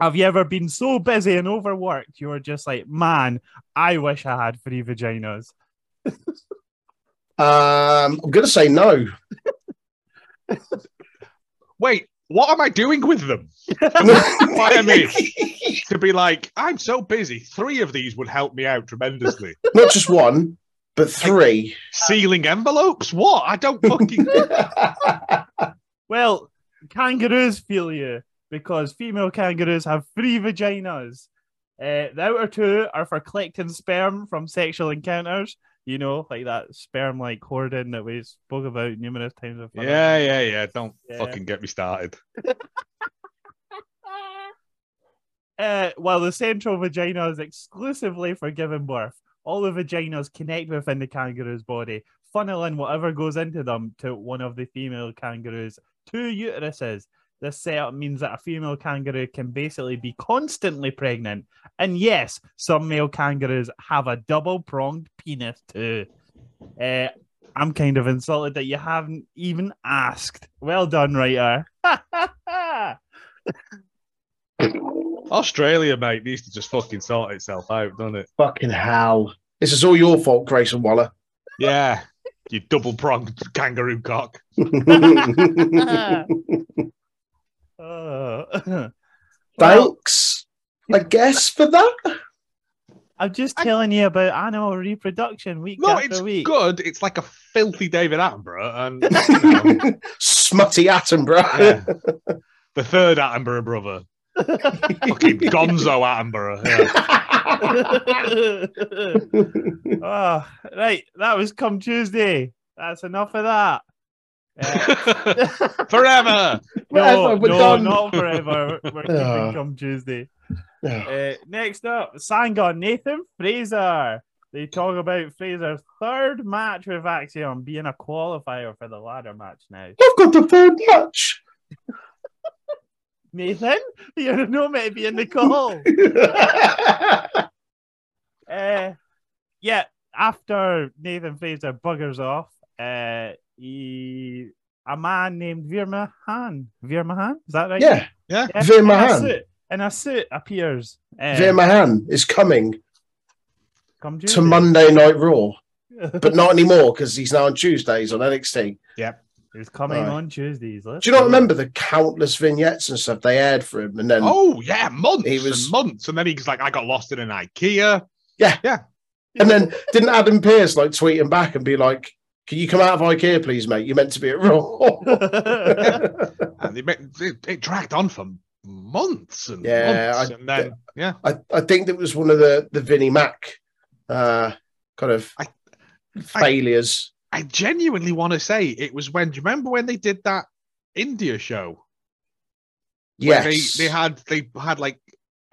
[SPEAKER 2] Have you ever been so busy and overworked you were just like, man, I wish I had three vaginas?
[SPEAKER 7] Um, I'm going to say no.
[SPEAKER 3] Wait, what am I doing with them? Why am I to be like, I'm so busy. Three of these would help me out tremendously.
[SPEAKER 7] Not just one, but three.
[SPEAKER 3] Sealing envelopes? What? I don't fucking.
[SPEAKER 2] Well, kangaroos feel you because female kangaroos have three vaginas. Uh, the outer two are for collecting sperm from sexual encounters. You know, like that sperm like hoarding that we spoke about numerous times. before.
[SPEAKER 3] yeah, yeah, yeah. Don't
[SPEAKER 2] Yeah.
[SPEAKER 3] fucking get me started.
[SPEAKER 2] Uh, while the central vagina is exclusively for giving birth, all the vaginas connect within the kangaroo's body, funneling whatever goes into them to one of the female kangaroos. Two uteruses. This setup means that a female kangaroo can basically be constantly pregnant. And yes, some male kangaroos have a double pronged penis too. Uh, I'm kind of insulted that you haven't even asked. Well done, writer.
[SPEAKER 3] Australia, mate, needs to just fucking sort itself out, doesn't it?
[SPEAKER 7] Fucking hell. This is all your fault, Grayson Waller.
[SPEAKER 3] Yeah. You double pronged kangaroo cock.
[SPEAKER 2] Uh, well,
[SPEAKER 7] Thanks, I guess, for that.
[SPEAKER 2] I'm just telling you about animal reproduction week
[SPEAKER 3] No,
[SPEAKER 2] after
[SPEAKER 3] it's
[SPEAKER 2] week.
[SPEAKER 3] good. It's like a filthy David Attenborough and you know,
[SPEAKER 7] Smutty Attenborough.
[SPEAKER 3] yeah. the third Attenborough brother. fucking Gonzo Attenborough. yeah.
[SPEAKER 2] Ah, oh, right, that was come Tuesday. That's enough of that.
[SPEAKER 3] Forever.
[SPEAKER 2] No,
[SPEAKER 1] Forever, we're
[SPEAKER 2] no,
[SPEAKER 1] done.
[SPEAKER 2] not forever. We're
[SPEAKER 1] Yeah.
[SPEAKER 2] keeping come Tuesday.
[SPEAKER 1] Yeah.
[SPEAKER 2] Uh, next up, Sangon Nathan Fraser. They talk about Fraser's third match with Axiom being a qualifier for the ladder match now.
[SPEAKER 1] I've got the third match.
[SPEAKER 2] Nathan, you're not meant to be in the call. uh, yeah, after Nathan Fraser buggers off, uh, he, a man named Veer Mahan. Veer Mahan, is that right?
[SPEAKER 1] yeah,
[SPEAKER 3] Yeah.
[SPEAKER 2] Yeah,
[SPEAKER 1] Veer
[SPEAKER 2] in a
[SPEAKER 1] Mahan.
[SPEAKER 2] suit- In a suit appears. Uh,
[SPEAKER 1] Veer Mahan is coming
[SPEAKER 2] come
[SPEAKER 1] to
[SPEAKER 2] Tuesday.
[SPEAKER 1] Monday Night Raw, but not anymore because he's now on Tuesdays on NXT.
[SPEAKER 2] He's coming
[SPEAKER 1] Right.
[SPEAKER 2] on Tuesdays.
[SPEAKER 1] Do you not remember the countless vignettes and stuff they aired for him? And then,
[SPEAKER 3] Oh yeah, months
[SPEAKER 1] He was-
[SPEAKER 3] and months, and then he's like, I got lost in an IKEA.
[SPEAKER 1] and then didn't Adam Pierce like tweet him back and be like, "Can you come out of IKEA, please, mate? You're meant to be at Raw."
[SPEAKER 3] And they meant- it, it dragged on for months and
[SPEAKER 1] Yeah,
[SPEAKER 3] months,
[SPEAKER 1] I-
[SPEAKER 3] and then yeah,
[SPEAKER 1] I, I think that was one of the the Vinnie Mac uh, kind of
[SPEAKER 3] I-
[SPEAKER 1] failures.
[SPEAKER 3] I genuinely want to say it was when. Do you remember when they did that India show? where
[SPEAKER 1] yes,
[SPEAKER 3] they, they had they had like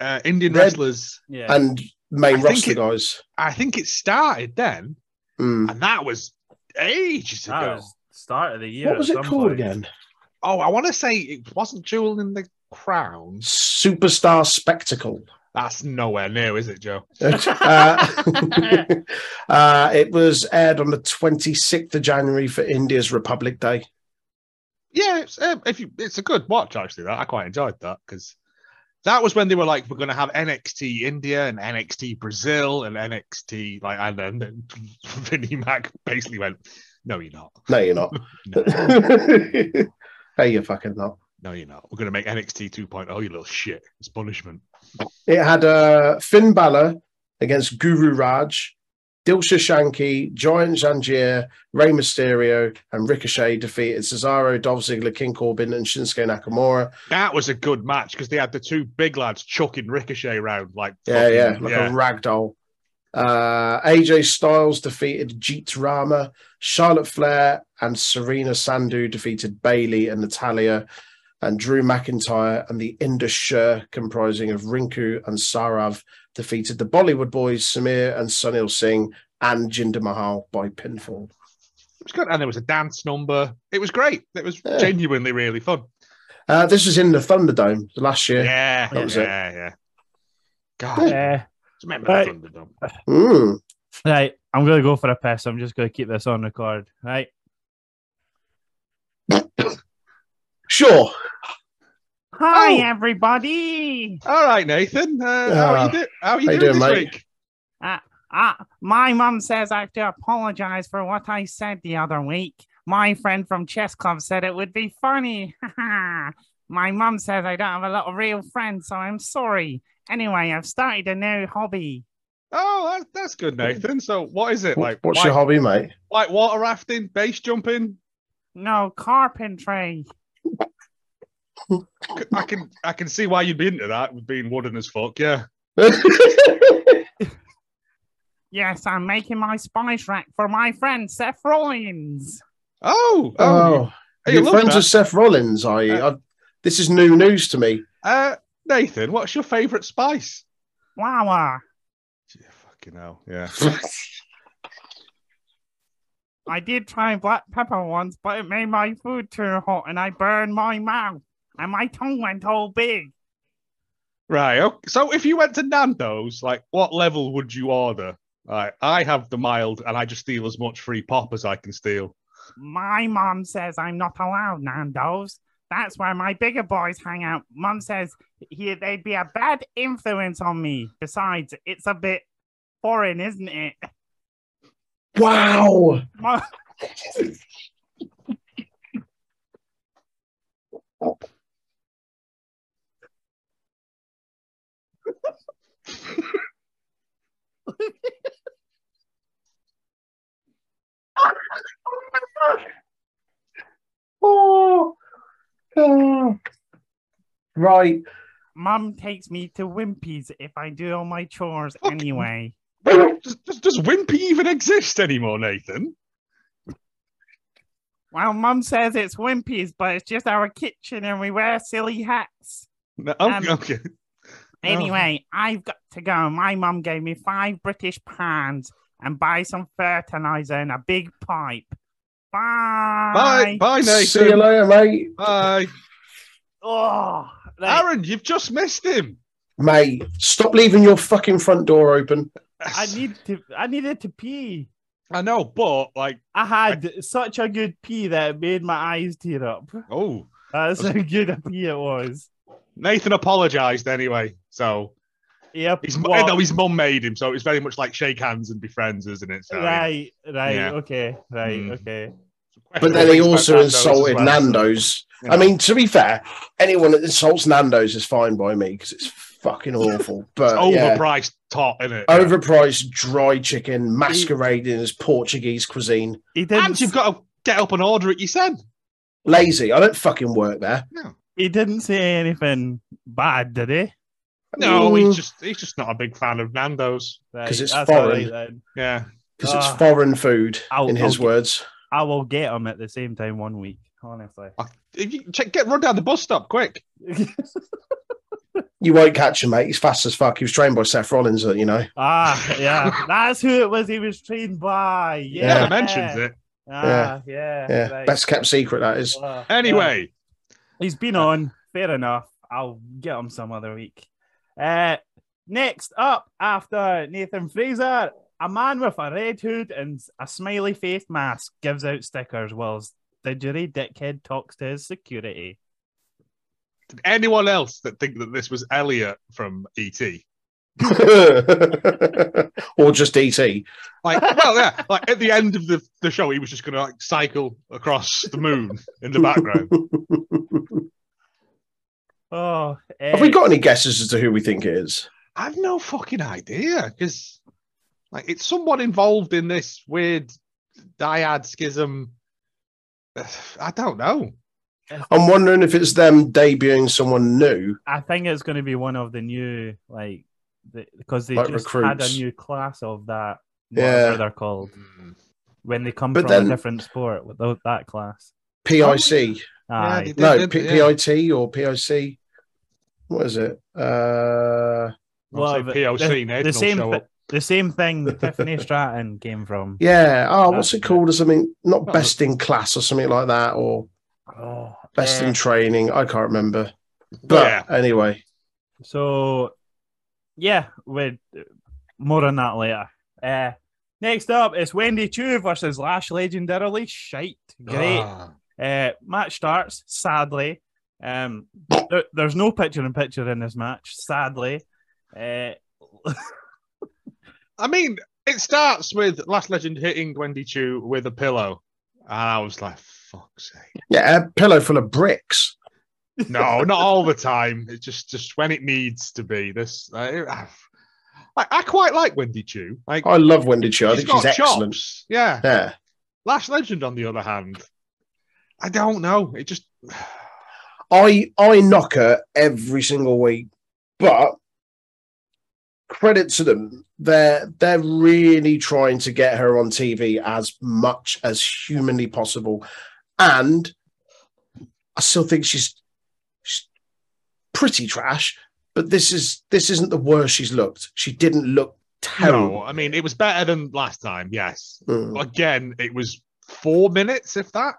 [SPEAKER 3] uh, Indian
[SPEAKER 1] Red-
[SPEAKER 3] wrestlers.
[SPEAKER 2] yeah.
[SPEAKER 1] and main
[SPEAKER 3] I think
[SPEAKER 1] roster
[SPEAKER 3] it-
[SPEAKER 1] guys.
[SPEAKER 3] I think it started then,
[SPEAKER 1] Mm.
[SPEAKER 3] and that was ages
[SPEAKER 2] That
[SPEAKER 3] ago.
[SPEAKER 2] was start of the year.
[SPEAKER 1] What
[SPEAKER 2] at
[SPEAKER 1] was it
[SPEAKER 2] some
[SPEAKER 1] called
[SPEAKER 2] point.
[SPEAKER 1] again?
[SPEAKER 3] Oh, I want to say it wasn't Jewel in the Crown.
[SPEAKER 1] Superstar Spectacle.
[SPEAKER 3] That's nowhere near, is it, Joe?
[SPEAKER 1] uh, uh, it was aired on the 26th of January for India's Republic Day.
[SPEAKER 3] Yeah, it's, um, if you, it's a good watch actually. That I quite enjoyed that because that was when they were like, we're going to have NXT India and NXT Brazil and NXT like, and then, then Vinnie Mac basically went, "No, you're not.
[SPEAKER 1] No, you're not.
[SPEAKER 3] No,
[SPEAKER 1] hey, you're fucking not.
[SPEAKER 3] no, you're not. We're going to make NXT 2.0. oh, You little shit. It's punishment."
[SPEAKER 1] It had uh, Finn Balor against Guru Raj, Dilsha Shanky, Giant Jangier, Rey Mysterio, and Ricochet defeated Cesaro, Dolph Ziggler, King Corbin, and Shinsuke Nakamura.
[SPEAKER 3] That was a good match because they had the two big lads chucking Ricochet round like
[SPEAKER 1] Yeah, yeah,
[SPEAKER 3] fucking-
[SPEAKER 1] like a ragdoll. Uh, AJ Styles defeated Jeet Rama, Charlotte Flair and Serena Sandu defeated Bailey and Natalia, and Drew McIntyre and the Indus Shur, comprising of Rinku and Sarav, defeated the Bollywood boys Samir and Sunil Singh and Jinder Mahal by pinfall.
[SPEAKER 3] It was good, and there was a dance number. It was great. It was
[SPEAKER 1] Yeah.
[SPEAKER 3] genuinely really fun.
[SPEAKER 1] Uh, this was in the Thunderdome last year.
[SPEAKER 3] Yeah,
[SPEAKER 1] That was
[SPEAKER 3] yeah,
[SPEAKER 1] it.
[SPEAKER 3] yeah. God,
[SPEAKER 2] Uh,
[SPEAKER 3] just remember
[SPEAKER 2] Right.
[SPEAKER 3] the Thunderdome.
[SPEAKER 1] Mm.
[SPEAKER 2] Right, I'm gonna go for a piss. I'm just gonna keep this on record. Right,
[SPEAKER 1] Sure.
[SPEAKER 2] hi
[SPEAKER 3] Oh.
[SPEAKER 2] everybody.
[SPEAKER 3] All right, Nathan. Uh, how are
[SPEAKER 1] Ah,
[SPEAKER 3] you, do- how are you
[SPEAKER 1] how you
[SPEAKER 3] doing,
[SPEAKER 1] doing,
[SPEAKER 3] this
[SPEAKER 1] mate?
[SPEAKER 3] week?
[SPEAKER 2] Uh, my mum says I have to apologize for what I said the other week. My friend from chess club said it would be funny. my mum says I don't have a lot of real friends, so I'm sorry. Anyway, I've started a new hobby.
[SPEAKER 3] Oh, that, that's good, Nathan. So, what is it like?
[SPEAKER 1] What's
[SPEAKER 3] white,
[SPEAKER 1] your hobby, mate?
[SPEAKER 3] white water rafting, base jumping.
[SPEAKER 2] No carpentry.
[SPEAKER 3] C- I can I can see why you'd be into that with being wooden as fuck. Yeah.
[SPEAKER 2] Yes, I'm making my spice rack for my friend Seth Rollins.
[SPEAKER 3] Oh,
[SPEAKER 1] oh,
[SPEAKER 3] you- you
[SPEAKER 1] you're
[SPEAKER 3] love
[SPEAKER 1] friends
[SPEAKER 3] that.
[SPEAKER 1] with Seth Rollins, are you?
[SPEAKER 3] Uh,
[SPEAKER 1] I've- this is new news to me.
[SPEAKER 3] Uh, Nathan, what's your favourite spice?
[SPEAKER 2] Wow, uh, wow.
[SPEAKER 3] Yeah, fucking hell. Yeah.
[SPEAKER 2] I did try black pepper once, but it made my food too hot and I burned my mouth and my tongue went all big.
[SPEAKER 3] Right. Okay. So if you went to Nando's, like what level would you order? Like, I have the mild and I just steal as much free pop as I can steal.
[SPEAKER 2] My mom says I'm not allowed Nando's. That's where my bigger boys hang out. Mom says here they'd be a bad influence on me. Besides, it's a bit foreign, isn't it?
[SPEAKER 1] Wow.
[SPEAKER 2] Mum-
[SPEAKER 1] Oh, oh. Right.
[SPEAKER 2] Mum takes me to Wimpy's if I do all my chores
[SPEAKER 3] Fuck.
[SPEAKER 2] anyway.
[SPEAKER 3] Does, does, does Wimpy even exist anymore, Nathan?
[SPEAKER 2] Well, Mum says it's wimpies, but it's just our kitchen and we wear silly hats.
[SPEAKER 3] No,
[SPEAKER 2] Um,
[SPEAKER 3] okay, okay. No.
[SPEAKER 2] Anyway, I've got to go. My mum gave me five British pounds and buy some fertilizer and a big pipe.
[SPEAKER 3] Bye,
[SPEAKER 2] Bye.
[SPEAKER 3] Oh. bye, Nathan.
[SPEAKER 1] See you later, mate.
[SPEAKER 3] Bye,
[SPEAKER 2] Oh, right.
[SPEAKER 3] Aaron. You've just missed him.
[SPEAKER 1] Mate, stop leaving your fucking front door open.
[SPEAKER 2] I need to. I needed to pee.
[SPEAKER 3] I know, but like,
[SPEAKER 2] I had such a good pee that it made my eyes tear up.
[SPEAKER 3] oh,
[SPEAKER 2] That's how good a pee it was.
[SPEAKER 3] Nathan apologized anyway. So
[SPEAKER 2] Yep.
[SPEAKER 3] his mu-
[SPEAKER 2] well,
[SPEAKER 3] no, his mum made him. So it's very much like shake hands and be friends, isn't it? So,
[SPEAKER 2] right, right,
[SPEAKER 3] Yeah.
[SPEAKER 2] okay, right,
[SPEAKER 3] Mm.
[SPEAKER 2] okay.
[SPEAKER 1] But then he
[SPEAKER 3] Respect
[SPEAKER 1] also
[SPEAKER 3] Nando's as
[SPEAKER 1] insulted
[SPEAKER 3] well, so,
[SPEAKER 1] Nando's.
[SPEAKER 3] you
[SPEAKER 1] I
[SPEAKER 3] know.
[SPEAKER 1] mean, to be fair, anyone that insults Nando's is fine by me because it's fucking awful. But yeah,
[SPEAKER 3] overpriced tot, isn't it?
[SPEAKER 1] overpriced dry chicken masquerading as Portuguese cuisine.
[SPEAKER 2] He didn't.
[SPEAKER 3] And you've got to get up and order it yourself.
[SPEAKER 1] Lazy. I don't fucking work there.
[SPEAKER 2] he didn't say anything bad, did he?
[SPEAKER 3] No,
[SPEAKER 1] Mm.
[SPEAKER 3] he's just he's just not a big fan of Nando's.
[SPEAKER 1] 'Cause
[SPEAKER 2] Right,
[SPEAKER 1] it's
[SPEAKER 2] that's all
[SPEAKER 1] foreign.
[SPEAKER 2] right then.
[SPEAKER 3] Yeah.
[SPEAKER 1] because
[SPEAKER 2] Ah.
[SPEAKER 1] it's foreign food,
[SPEAKER 2] I'll-
[SPEAKER 1] in his
[SPEAKER 2] I'll-
[SPEAKER 1] words.
[SPEAKER 2] I will get him at the same time one week. Honestly,
[SPEAKER 3] If you check, get run down the bus stop quick.
[SPEAKER 1] You won't catch him, mate. He's fast as fuck. He was trained by Seth Rollins, uh, you know.
[SPEAKER 2] ah, yeah, that's who it was. He was trained by.
[SPEAKER 3] He
[SPEAKER 2] Yeah,
[SPEAKER 3] Never mentions it.
[SPEAKER 2] Ah, yeah,
[SPEAKER 1] Yeah,
[SPEAKER 2] right.
[SPEAKER 1] best kept secret that is.
[SPEAKER 2] Ah, yeah.
[SPEAKER 3] Anyway,
[SPEAKER 2] He's been
[SPEAKER 1] Uh,
[SPEAKER 2] on. Fair enough. I'll get him some other week. Uh, next up, after Nathan Fraser, a man with a red hood and a smiley faced mask gives out stickers whilst the jury dickhead talks to his security.
[SPEAKER 3] did anyone else that think that this was Elliot from E ET?
[SPEAKER 1] or just E DT.
[SPEAKER 3] Like, well, yeah, like at the end of the, the show, he was just going to like cycle across the moon in the background.
[SPEAKER 2] Oh, eh,
[SPEAKER 1] Have we got any guesses as to who we think it is?
[SPEAKER 3] I've no fucking idea because, like, it's somewhat involved in this weird dyad schism. I don't know.
[SPEAKER 1] I'm wondering if it's them debuting someone new.
[SPEAKER 2] I think it's going to be one of the new, like, the, because they
[SPEAKER 1] Like
[SPEAKER 2] just had a
[SPEAKER 1] recruits.
[SPEAKER 2] new class of that, whatever
[SPEAKER 1] Yeah.
[SPEAKER 2] they're called, when they come
[SPEAKER 1] But
[SPEAKER 2] from
[SPEAKER 1] then-
[SPEAKER 2] a different sport with tho- that class.
[SPEAKER 1] PIC.
[SPEAKER 3] Oh, Yeah,
[SPEAKER 2] Aye.
[SPEAKER 3] they did,
[SPEAKER 1] No,
[SPEAKER 3] didn't
[SPEAKER 1] P-
[SPEAKER 3] they? Yeah.
[SPEAKER 1] PIT or PIC. What is it? Uh,
[SPEAKER 3] I'll say
[SPEAKER 2] Well, the-
[SPEAKER 3] POC.
[SPEAKER 2] the
[SPEAKER 3] Nathan
[SPEAKER 2] same
[SPEAKER 3] will show
[SPEAKER 2] thi-
[SPEAKER 3] up.
[SPEAKER 2] the same thing Tiffany Stratton came from.
[SPEAKER 1] yeah. Oh, what's
[SPEAKER 2] That's
[SPEAKER 1] it called? Or something, not
[SPEAKER 3] but-
[SPEAKER 1] best in class or something like that, or
[SPEAKER 2] Oh,
[SPEAKER 1] best
[SPEAKER 2] eh,
[SPEAKER 1] in training. I can't remember. But
[SPEAKER 3] Yeah.
[SPEAKER 1] anyway,
[SPEAKER 2] so, yeah, with more on that later. Uh, next up is Wendy Chu versus Lash legendarily shite. Great.
[SPEAKER 3] Ah.
[SPEAKER 2] Uh, match starts sadly. Um, there- there's no picture in picture in this match, sadly. Uh,
[SPEAKER 3] I mean, it starts with Last Legend hitting Wendy Chu with a pillow. And I was like, fuck's sake.
[SPEAKER 1] yeah, a pillow full of bricks.
[SPEAKER 3] No, not all the time. It's just just when it needs to be. This I, I, I quite like Wendy Chu. Like
[SPEAKER 1] I love Wendy Chu. Oh, I
[SPEAKER 3] she's
[SPEAKER 1] think she's
[SPEAKER 3] got
[SPEAKER 1] excellent.
[SPEAKER 3] chops. Yeah.
[SPEAKER 1] Yeah.
[SPEAKER 3] Last Legend, on the other hand, I don't know. It just
[SPEAKER 1] I I knock her every single week, but credit to them, they're they're really trying to get her on TV as much as humanly possible, and I still think she's, she's pretty trash. But this is this isn't the worst she's looked. She didn't look
[SPEAKER 3] no.
[SPEAKER 1] terrible.
[SPEAKER 3] I mean, it was better than last time. Yes.
[SPEAKER 1] Mm.
[SPEAKER 3] Again, it was four minutes, if that.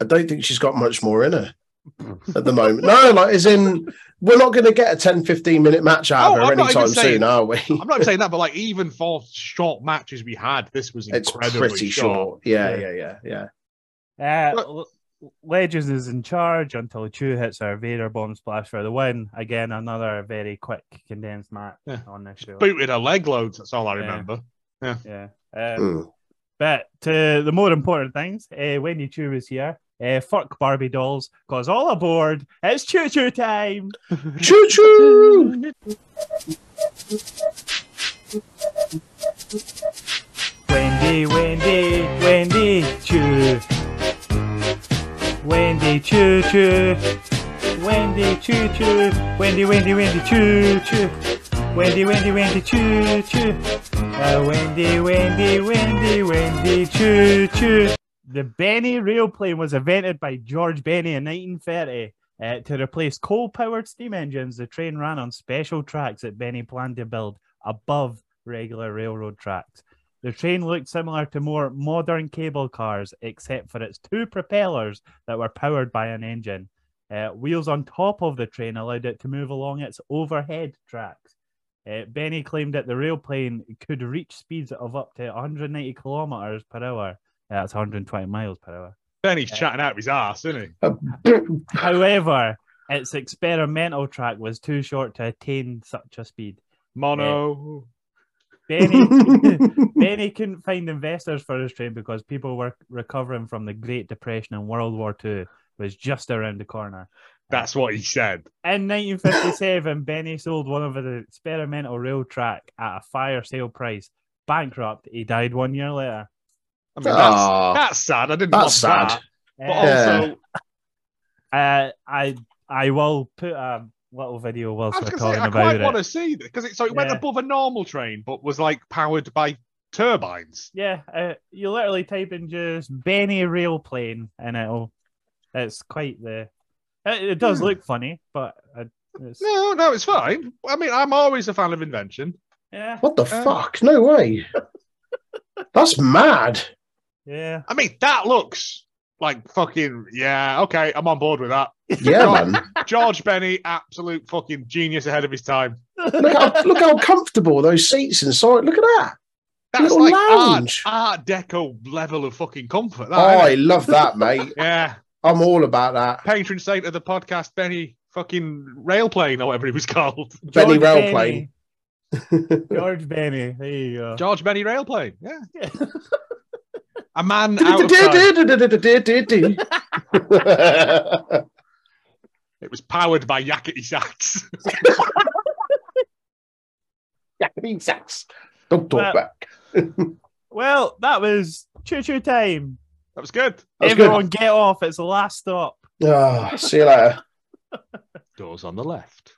[SPEAKER 1] I don't think she's got much more in her at the moment. No, like as in we're not going to get a 10, 15 minute match out
[SPEAKER 3] Oh,
[SPEAKER 1] of her
[SPEAKER 3] I'm not
[SPEAKER 1] anytime
[SPEAKER 3] even saying-
[SPEAKER 1] soon, are we?
[SPEAKER 3] I'm not even saying that, but like even for short matches we had, this was
[SPEAKER 1] It's
[SPEAKER 3] incredibly
[SPEAKER 1] pretty
[SPEAKER 3] short.
[SPEAKER 1] short. Yeah, yeah, yeah, yeah.
[SPEAKER 2] Uh,
[SPEAKER 3] Look-
[SPEAKER 2] L- Legends is in charge until Chu hits her Vader bomb splash for the win. Again, another very quick condensed match
[SPEAKER 3] Yeah.
[SPEAKER 2] on this show.
[SPEAKER 3] Booted her leg loads. That's all I
[SPEAKER 2] Yeah.
[SPEAKER 3] remember.
[SPEAKER 2] Yeah.
[SPEAKER 3] Uh,
[SPEAKER 2] Um,
[SPEAKER 1] Mm.
[SPEAKER 2] but to the more important things, uh, Wendy Chu is here. Uh, fuck Barbie dolls, cause all aboard. It's choo choo time.
[SPEAKER 1] Choo choo.
[SPEAKER 2] Wendy, Wendy, Wendy Choo. Wendy Choo Choo. Wendy Choo Choo. Wendy, Wendy, Wendy Choo Choo. Wendy, Wendy, Wendy Choo Choo. Uh, Wendy, Wendy, Wendy, Wendy Choo Choo. The Benny railplane was invented by George Benny in 1930 uh, to replace coal powered steam engines. The train ran on special tracks that Benny planned to build above regular railroad tracks. The train looked similar to more modern cable cars, except for its two propellers that were powered by an engine. Uh, wheels on top of the train allowed it to move along its overhead tracks. Uh, Benny claimed that the railplane could reach speeds of up to 190 kilometers per hour. Yeah, That's 120 miles per hour.
[SPEAKER 3] Then he's chatting out of his ass, isn't he?
[SPEAKER 2] However, its experimental track was too short to attain such a speed.
[SPEAKER 3] Mono.
[SPEAKER 2] Benny, Benny couldn't find investors for his train because people were recovering from the Great Depression and World War II was just around the corner.
[SPEAKER 3] That's what he said.
[SPEAKER 2] In 1957, Benny sold one of the experimental rail track at a fire sale price. Bankrupt, he died one year later.
[SPEAKER 3] I mean, that's,
[SPEAKER 1] Aw,
[SPEAKER 3] that's sad. I didn't
[SPEAKER 1] Ah. that's sad.
[SPEAKER 3] love that. But
[SPEAKER 2] Uh,
[SPEAKER 1] Yeah.
[SPEAKER 3] also, Oh.
[SPEAKER 2] Uh, I I will put a little video
[SPEAKER 3] I
[SPEAKER 2] whilst
[SPEAKER 3] was
[SPEAKER 2] we're
[SPEAKER 3] going to
[SPEAKER 2] talking
[SPEAKER 3] say, I
[SPEAKER 2] about
[SPEAKER 3] quite
[SPEAKER 2] it.
[SPEAKER 3] want to see that because it, so it went
[SPEAKER 2] Yeah.
[SPEAKER 3] above a normal train, but was like powered by turbines.
[SPEAKER 2] Yeah, uh, you literally type in just Benny Railplane and it'll. It's quite the. It, it does look funny, but uh, it's,
[SPEAKER 3] Hmm. No, no, it's fine. I mean, I'm always a fan of invention.
[SPEAKER 2] yeah,
[SPEAKER 1] What the
[SPEAKER 3] Uh,
[SPEAKER 1] fuck? No way. That's mad.
[SPEAKER 2] yeah.
[SPEAKER 3] I mean, that looks like fucking yeah. Okay, I'm on board with that.
[SPEAKER 1] Yeah, man.
[SPEAKER 3] George Benny, absolute fucking genius ahead of his time.
[SPEAKER 1] Look how, look how comfortable those seats inside. Look at that.
[SPEAKER 3] That's
[SPEAKER 1] Little
[SPEAKER 3] like art,
[SPEAKER 1] lounge.
[SPEAKER 3] art Deco level of fucking comfort. That,
[SPEAKER 1] I
[SPEAKER 3] innit?
[SPEAKER 1] love that, mate.
[SPEAKER 3] yeah.
[SPEAKER 1] I'm all about that.
[SPEAKER 3] Patron saint of the podcast, Benny fucking railplane or whatever he was called.
[SPEAKER 1] Benny
[SPEAKER 2] George
[SPEAKER 1] Railplane.
[SPEAKER 2] Benny. George Benny. There you go.
[SPEAKER 3] George Benny railplane. Yeah. a man out of time.
[SPEAKER 1] That's
[SPEAKER 3] It was powered by yakety sacks.
[SPEAKER 1] Don't talk
[SPEAKER 2] Well,
[SPEAKER 1] back.
[SPEAKER 2] Well, that was choo choo time.
[SPEAKER 3] that was good.
[SPEAKER 1] That's
[SPEAKER 2] Everyone,
[SPEAKER 1] good.
[SPEAKER 2] get off. It's the last stop.
[SPEAKER 1] Ah, see you later.
[SPEAKER 3] Doors on the left.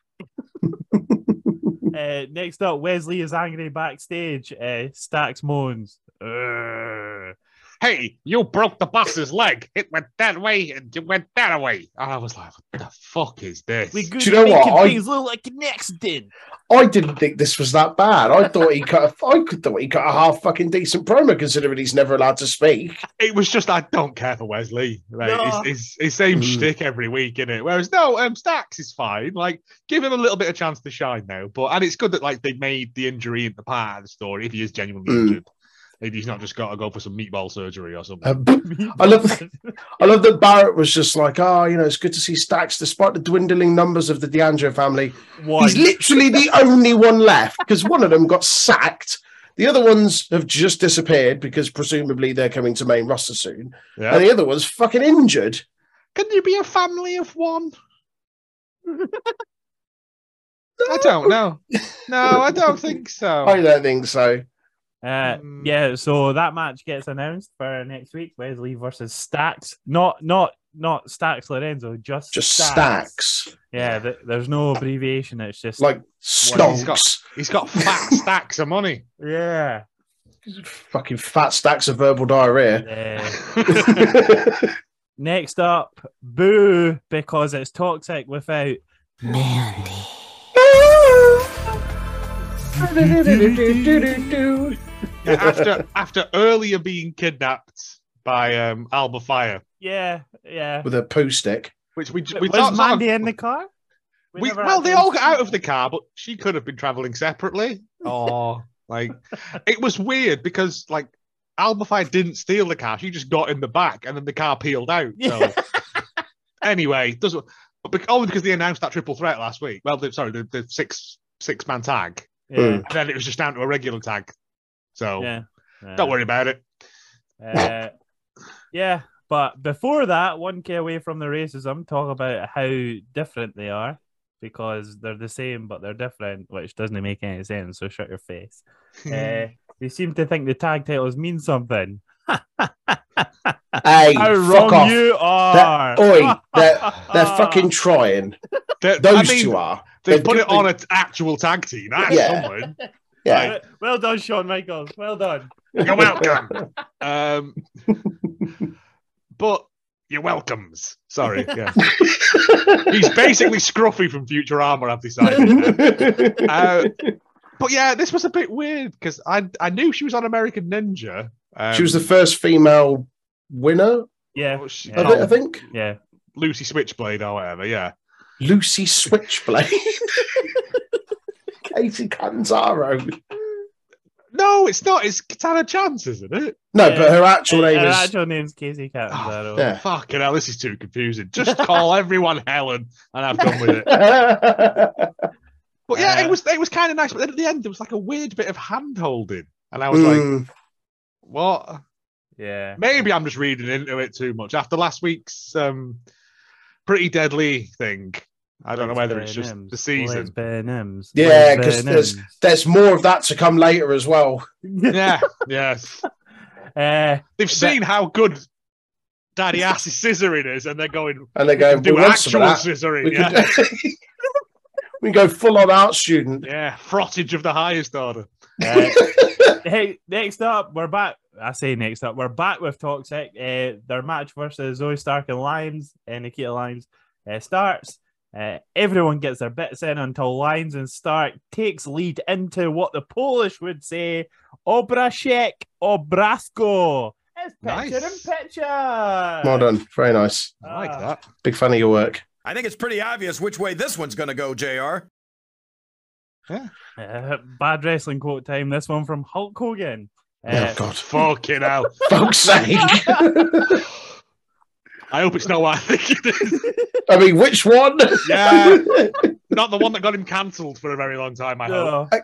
[SPEAKER 2] Uh, next up, Wesley is angry backstage. Uh, Stacks moans. "Urgh."
[SPEAKER 3] Hey, you broke the boss's leg. It went that way and it went that way. And I was like, what the fuck is this?
[SPEAKER 2] We good
[SPEAKER 1] you know
[SPEAKER 2] at
[SPEAKER 1] what?
[SPEAKER 2] making
[SPEAKER 1] I-
[SPEAKER 2] things look like next did.
[SPEAKER 1] I didn't think this was that bad. I thought he cut. A, I could thought he cut a half fucking decent promo, considering he's never allowed to speak.
[SPEAKER 3] it was just I don't care for Wesley. Right?
[SPEAKER 2] No.
[SPEAKER 3] It's, it's, it's same
[SPEAKER 1] Mm.
[SPEAKER 3] shtick every week, in it. Whereas no, um, Stacks is fine. Like give him a little bit of chance to shine now. But and it's good that like they made the injury into part of the story if he is genuinely
[SPEAKER 1] Mm.
[SPEAKER 3] injured. If he's not just got to go for some meatball surgery or something.
[SPEAKER 1] Um, I love- I love that Barrett was just like, oh, you know, it's good to see Stacks, despite the dwindling numbers of the DeAndre family.
[SPEAKER 2] One.
[SPEAKER 1] He's literally the only one left because one of them got sacked. The other ones have just disappeared because presumably they're coming to main roster soon.
[SPEAKER 3] yeah.
[SPEAKER 1] And the other one's fucking injured.
[SPEAKER 3] Can you be a family of one? I don't know. No, I don't think so.
[SPEAKER 1] I don't think so.
[SPEAKER 2] Uh,
[SPEAKER 3] Hmm.
[SPEAKER 2] yeah, so that match gets announced for next week. Wesley versus Stacks. Not not not Stacks Lorenzo, just
[SPEAKER 1] Just
[SPEAKER 2] Stacks.
[SPEAKER 1] Stacks.
[SPEAKER 2] Yeah, th- there's no abbreviation. It's just
[SPEAKER 1] Like
[SPEAKER 3] he's got-
[SPEAKER 1] stonks.
[SPEAKER 3] He's got fat stacks of money.
[SPEAKER 2] yeah.
[SPEAKER 1] Fucking fat stacks of verbal diarrhea.
[SPEAKER 2] Uh,
[SPEAKER 3] That's
[SPEAKER 2] next up, boo because it's toxic without.
[SPEAKER 3] Yeah, after after earlier being kidnapped by um, Alba Fire,
[SPEAKER 2] Yeah, yeah.
[SPEAKER 1] With a poo stick.
[SPEAKER 3] which we j- we
[SPEAKER 2] Was
[SPEAKER 3] talked sort
[SPEAKER 2] Mandy
[SPEAKER 3] of-
[SPEAKER 2] in the car?
[SPEAKER 3] we-
[SPEAKER 2] never
[SPEAKER 3] well,
[SPEAKER 2] had
[SPEAKER 3] they
[SPEAKER 2] to-
[SPEAKER 3] all got out of the car, but she could have been traveling separately. Or like, it was weird because like Alba Fire didn't steal the car; she just got in the back, and then the car peeled out. So anyway, doesn't but bec- only because they announced that triple threat last week. Well, the, sorry, the, the six six man tag,
[SPEAKER 1] Hmm.
[SPEAKER 2] Yeah,
[SPEAKER 3] and then it was just down to a regular tag. So
[SPEAKER 2] yeah, yeah.
[SPEAKER 3] don't worry about it.
[SPEAKER 2] Uh, yeah, but before that, one K away from the racism, talk about how different they are because they're the same but they're different, which doesn't make any sense. So shut your face.
[SPEAKER 3] Hmm.
[SPEAKER 2] uh, they seem to think the tag titles mean something.
[SPEAKER 1] Hey,
[SPEAKER 2] How
[SPEAKER 1] fuck
[SPEAKER 2] wrong
[SPEAKER 1] off.
[SPEAKER 2] you are!
[SPEAKER 1] oi, they're- They're fucking trying.
[SPEAKER 3] They-
[SPEAKER 1] Those
[SPEAKER 3] Ah. I mean,
[SPEAKER 1] two are.
[SPEAKER 3] They
[SPEAKER 1] They've
[SPEAKER 3] put
[SPEAKER 1] got
[SPEAKER 3] it on an actual tag team. That's
[SPEAKER 1] Yeah.
[SPEAKER 3] something.
[SPEAKER 1] Yeah.
[SPEAKER 3] Like,
[SPEAKER 2] Well done, Shawn Michaels. Well done.
[SPEAKER 3] You're welcome. um, but you're welcomes. Sorry. Yeah. He's basically Scruffy from Futurama, I've decided. Uh, but yeah, this was a bit weird because I I knew she was on American Ninja. Um,
[SPEAKER 1] she was the first female winner,
[SPEAKER 2] Yeah,
[SPEAKER 3] what she
[SPEAKER 2] yeah.
[SPEAKER 1] of
[SPEAKER 3] called?
[SPEAKER 1] it, I think.
[SPEAKER 2] yeah.
[SPEAKER 3] Lucy Switchblade or whatever. Yeah.
[SPEAKER 1] Lucy Switchblade. Katie Canzaro.
[SPEAKER 3] No, it's not. It's Katana Chance, isn't it?
[SPEAKER 1] No,
[SPEAKER 2] Yeah.
[SPEAKER 1] but her actual name
[SPEAKER 2] Her
[SPEAKER 1] is.
[SPEAKER 2] actual name's uh, Casey
[SPEAKER 3] Ah,
[SPEAKER 2] Catanzaro.
[SPEAKER 1] yeah.
[SPEAKER 3] Fucking hell, this is too confusing. Just call everyone Helen, and I've done with it. But yeah,
[SPEAKER 2] Uh,
[SPEAKER 3] it was it was kind of nice. But then at the end, there was like a weird bit of hand holding, and I was like,
[SPEAKER 1] Mm,
[SPEAKER 3] "What?
[SPEAKER 2] yeah.
[SPEAKER 3] Maybe I'm just reading into it too much." After last week's um, pretty deadly thing, I don't know whether it's just the season.
[SPEAKER 2] Benhams.
[SPEAKER 1] Yeah, 'cause there's- there's more of that to come later as well.
[SPEAKER 3] yeah, yes.
[SPEAKER 2] Uh,
[SPEAKER 3] They've seen how good Daddy Ass's scissoring is, and they're going
[SPEAKER 1] And they go, we
[SPEAKER 3] do
[SPEAKER 1] want some
[SPEAKER 3] actual
[SPEAKER 1] of that.
[SPEAKER 3] scissoring.
[SPEAKER 1] We,
[SPEAKER 3] Yeah,
[SPEAKER 1] could, we can go full on art student.
[SPEAKER 3] yeah, frottage of the highest order.
[SPEAKER 2] uh, hey, next up, we're back. I say next up, we're back with Toxic. Uh, their match versus Zoe Stark and Lyons, and Nikita Lyons, uh, starts. Uh, everyone gets their bits in until Lyons and Stark takes lead into what the Polish would say, Obraszek Obrasko. It's picture
[SPEAKER 3] Nice.
[SPEAKER 2] in picture.
[SPEAKER 1] Well done. Very nice.
[SPEAKER 3] I like
[SPEAKER 2] Ah.
[SPEAKER 3] that.
[SPEAKER 1] Big fan of your work.
[SPEAKER 8] I think it's pretty obvious which way this one's going to go, JR.
[SPEAKER 2] Uh, bad wrestling quote time. This one from Hulk Hogan. Uh,
[SPEAKER 1] oh, God.
[SPEAKER 3] Fucking hell!
[SPEAKER 1] Fuck's sake.
[SPEAKER 3] I hope it's not what I think it is.
[SPEAKER 1] I mean, which one?
[SPEAKER 3] Yeah. Not the one that got him cancelled for a very long
[SPEAKER 2] Uh,
[SPEAKER 3] time, I hope.
[SPEAKER 2] no.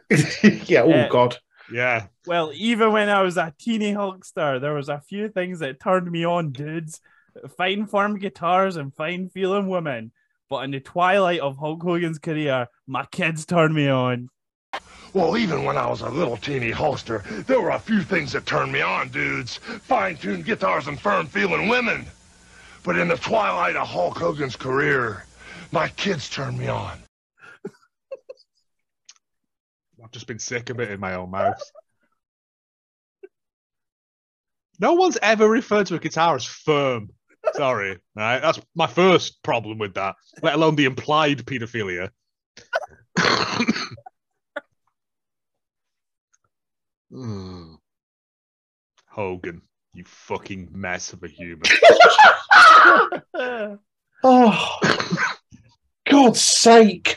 [SPEAKER 1] yeah. Oh,
[SPEAKER 2] Uh,
[SPEAKER 1] God.
[SPEAKER 3] Yeah.
[SPEAKER 2] Well, even when I was a teeny hulkster, there was a few things that turned me on, dudes. Fine form guitars and fine feeling women. But in the twilight of Hulk Hogan's career, my kids turned me on.
[SPEAKER 9] Well, even when I was a little teeny holster, there were a few things that turned me on, dudes. Fine-tuned guitars and firm-feeling women. But in the twilight of Hulk Hogan's career, my kids turned me on.
[SPEAKER 3] I've just been sick of it in my own mouth. No one's ever referred to a guitar as firm. Sorry. Right? That's my first problem with that, let alone the implied paedophilia. Hmm. Hogan, you fucking mess of a human.
[SPEAKER 1] Oh, God's sake.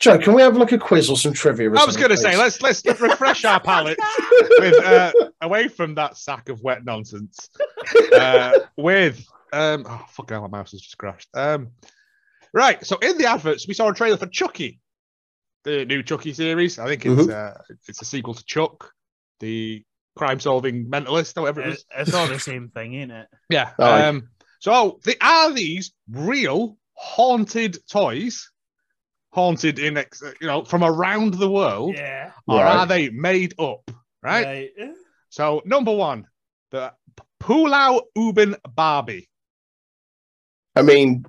[SPEAKER 1] Joe, can we have like a quiz or some trivia? Or
[SPEAKER 3] I was
[SPEAKER 1] going to
[SPEAKER 3] say let's let's refresh our palates with uh, away from that sack of wet nonsense. Uh, with um, oh fuck, hell, my mouse has just crashed. Um, right, so in the adverts we saw a trailer for Chucky, the new Chucky series. I think it's uh, it's a sequel to Chuck, the crime-solving mentalist, or whatever it was.
[SPEAKER 2] It- It's all the same thing, ain't it?
[SPEAKER 3] Yeah.
[SPEAKER 1] Aye.
[SPEAKER 3] Um, so they, are these real haunted toys? Haunted in, ex- you know, from around the world,
[SPEAKER 2] Yeah.
[SPEAKER 3] or
[SPEAKER 1] Right.
[SPEAKER 3] are they made up? Right.
[SPEAKER 2] Right.
[SPEAKER 3] So number one, the Pulau Ubin Barbie.
[SPEAKER 1] I mean,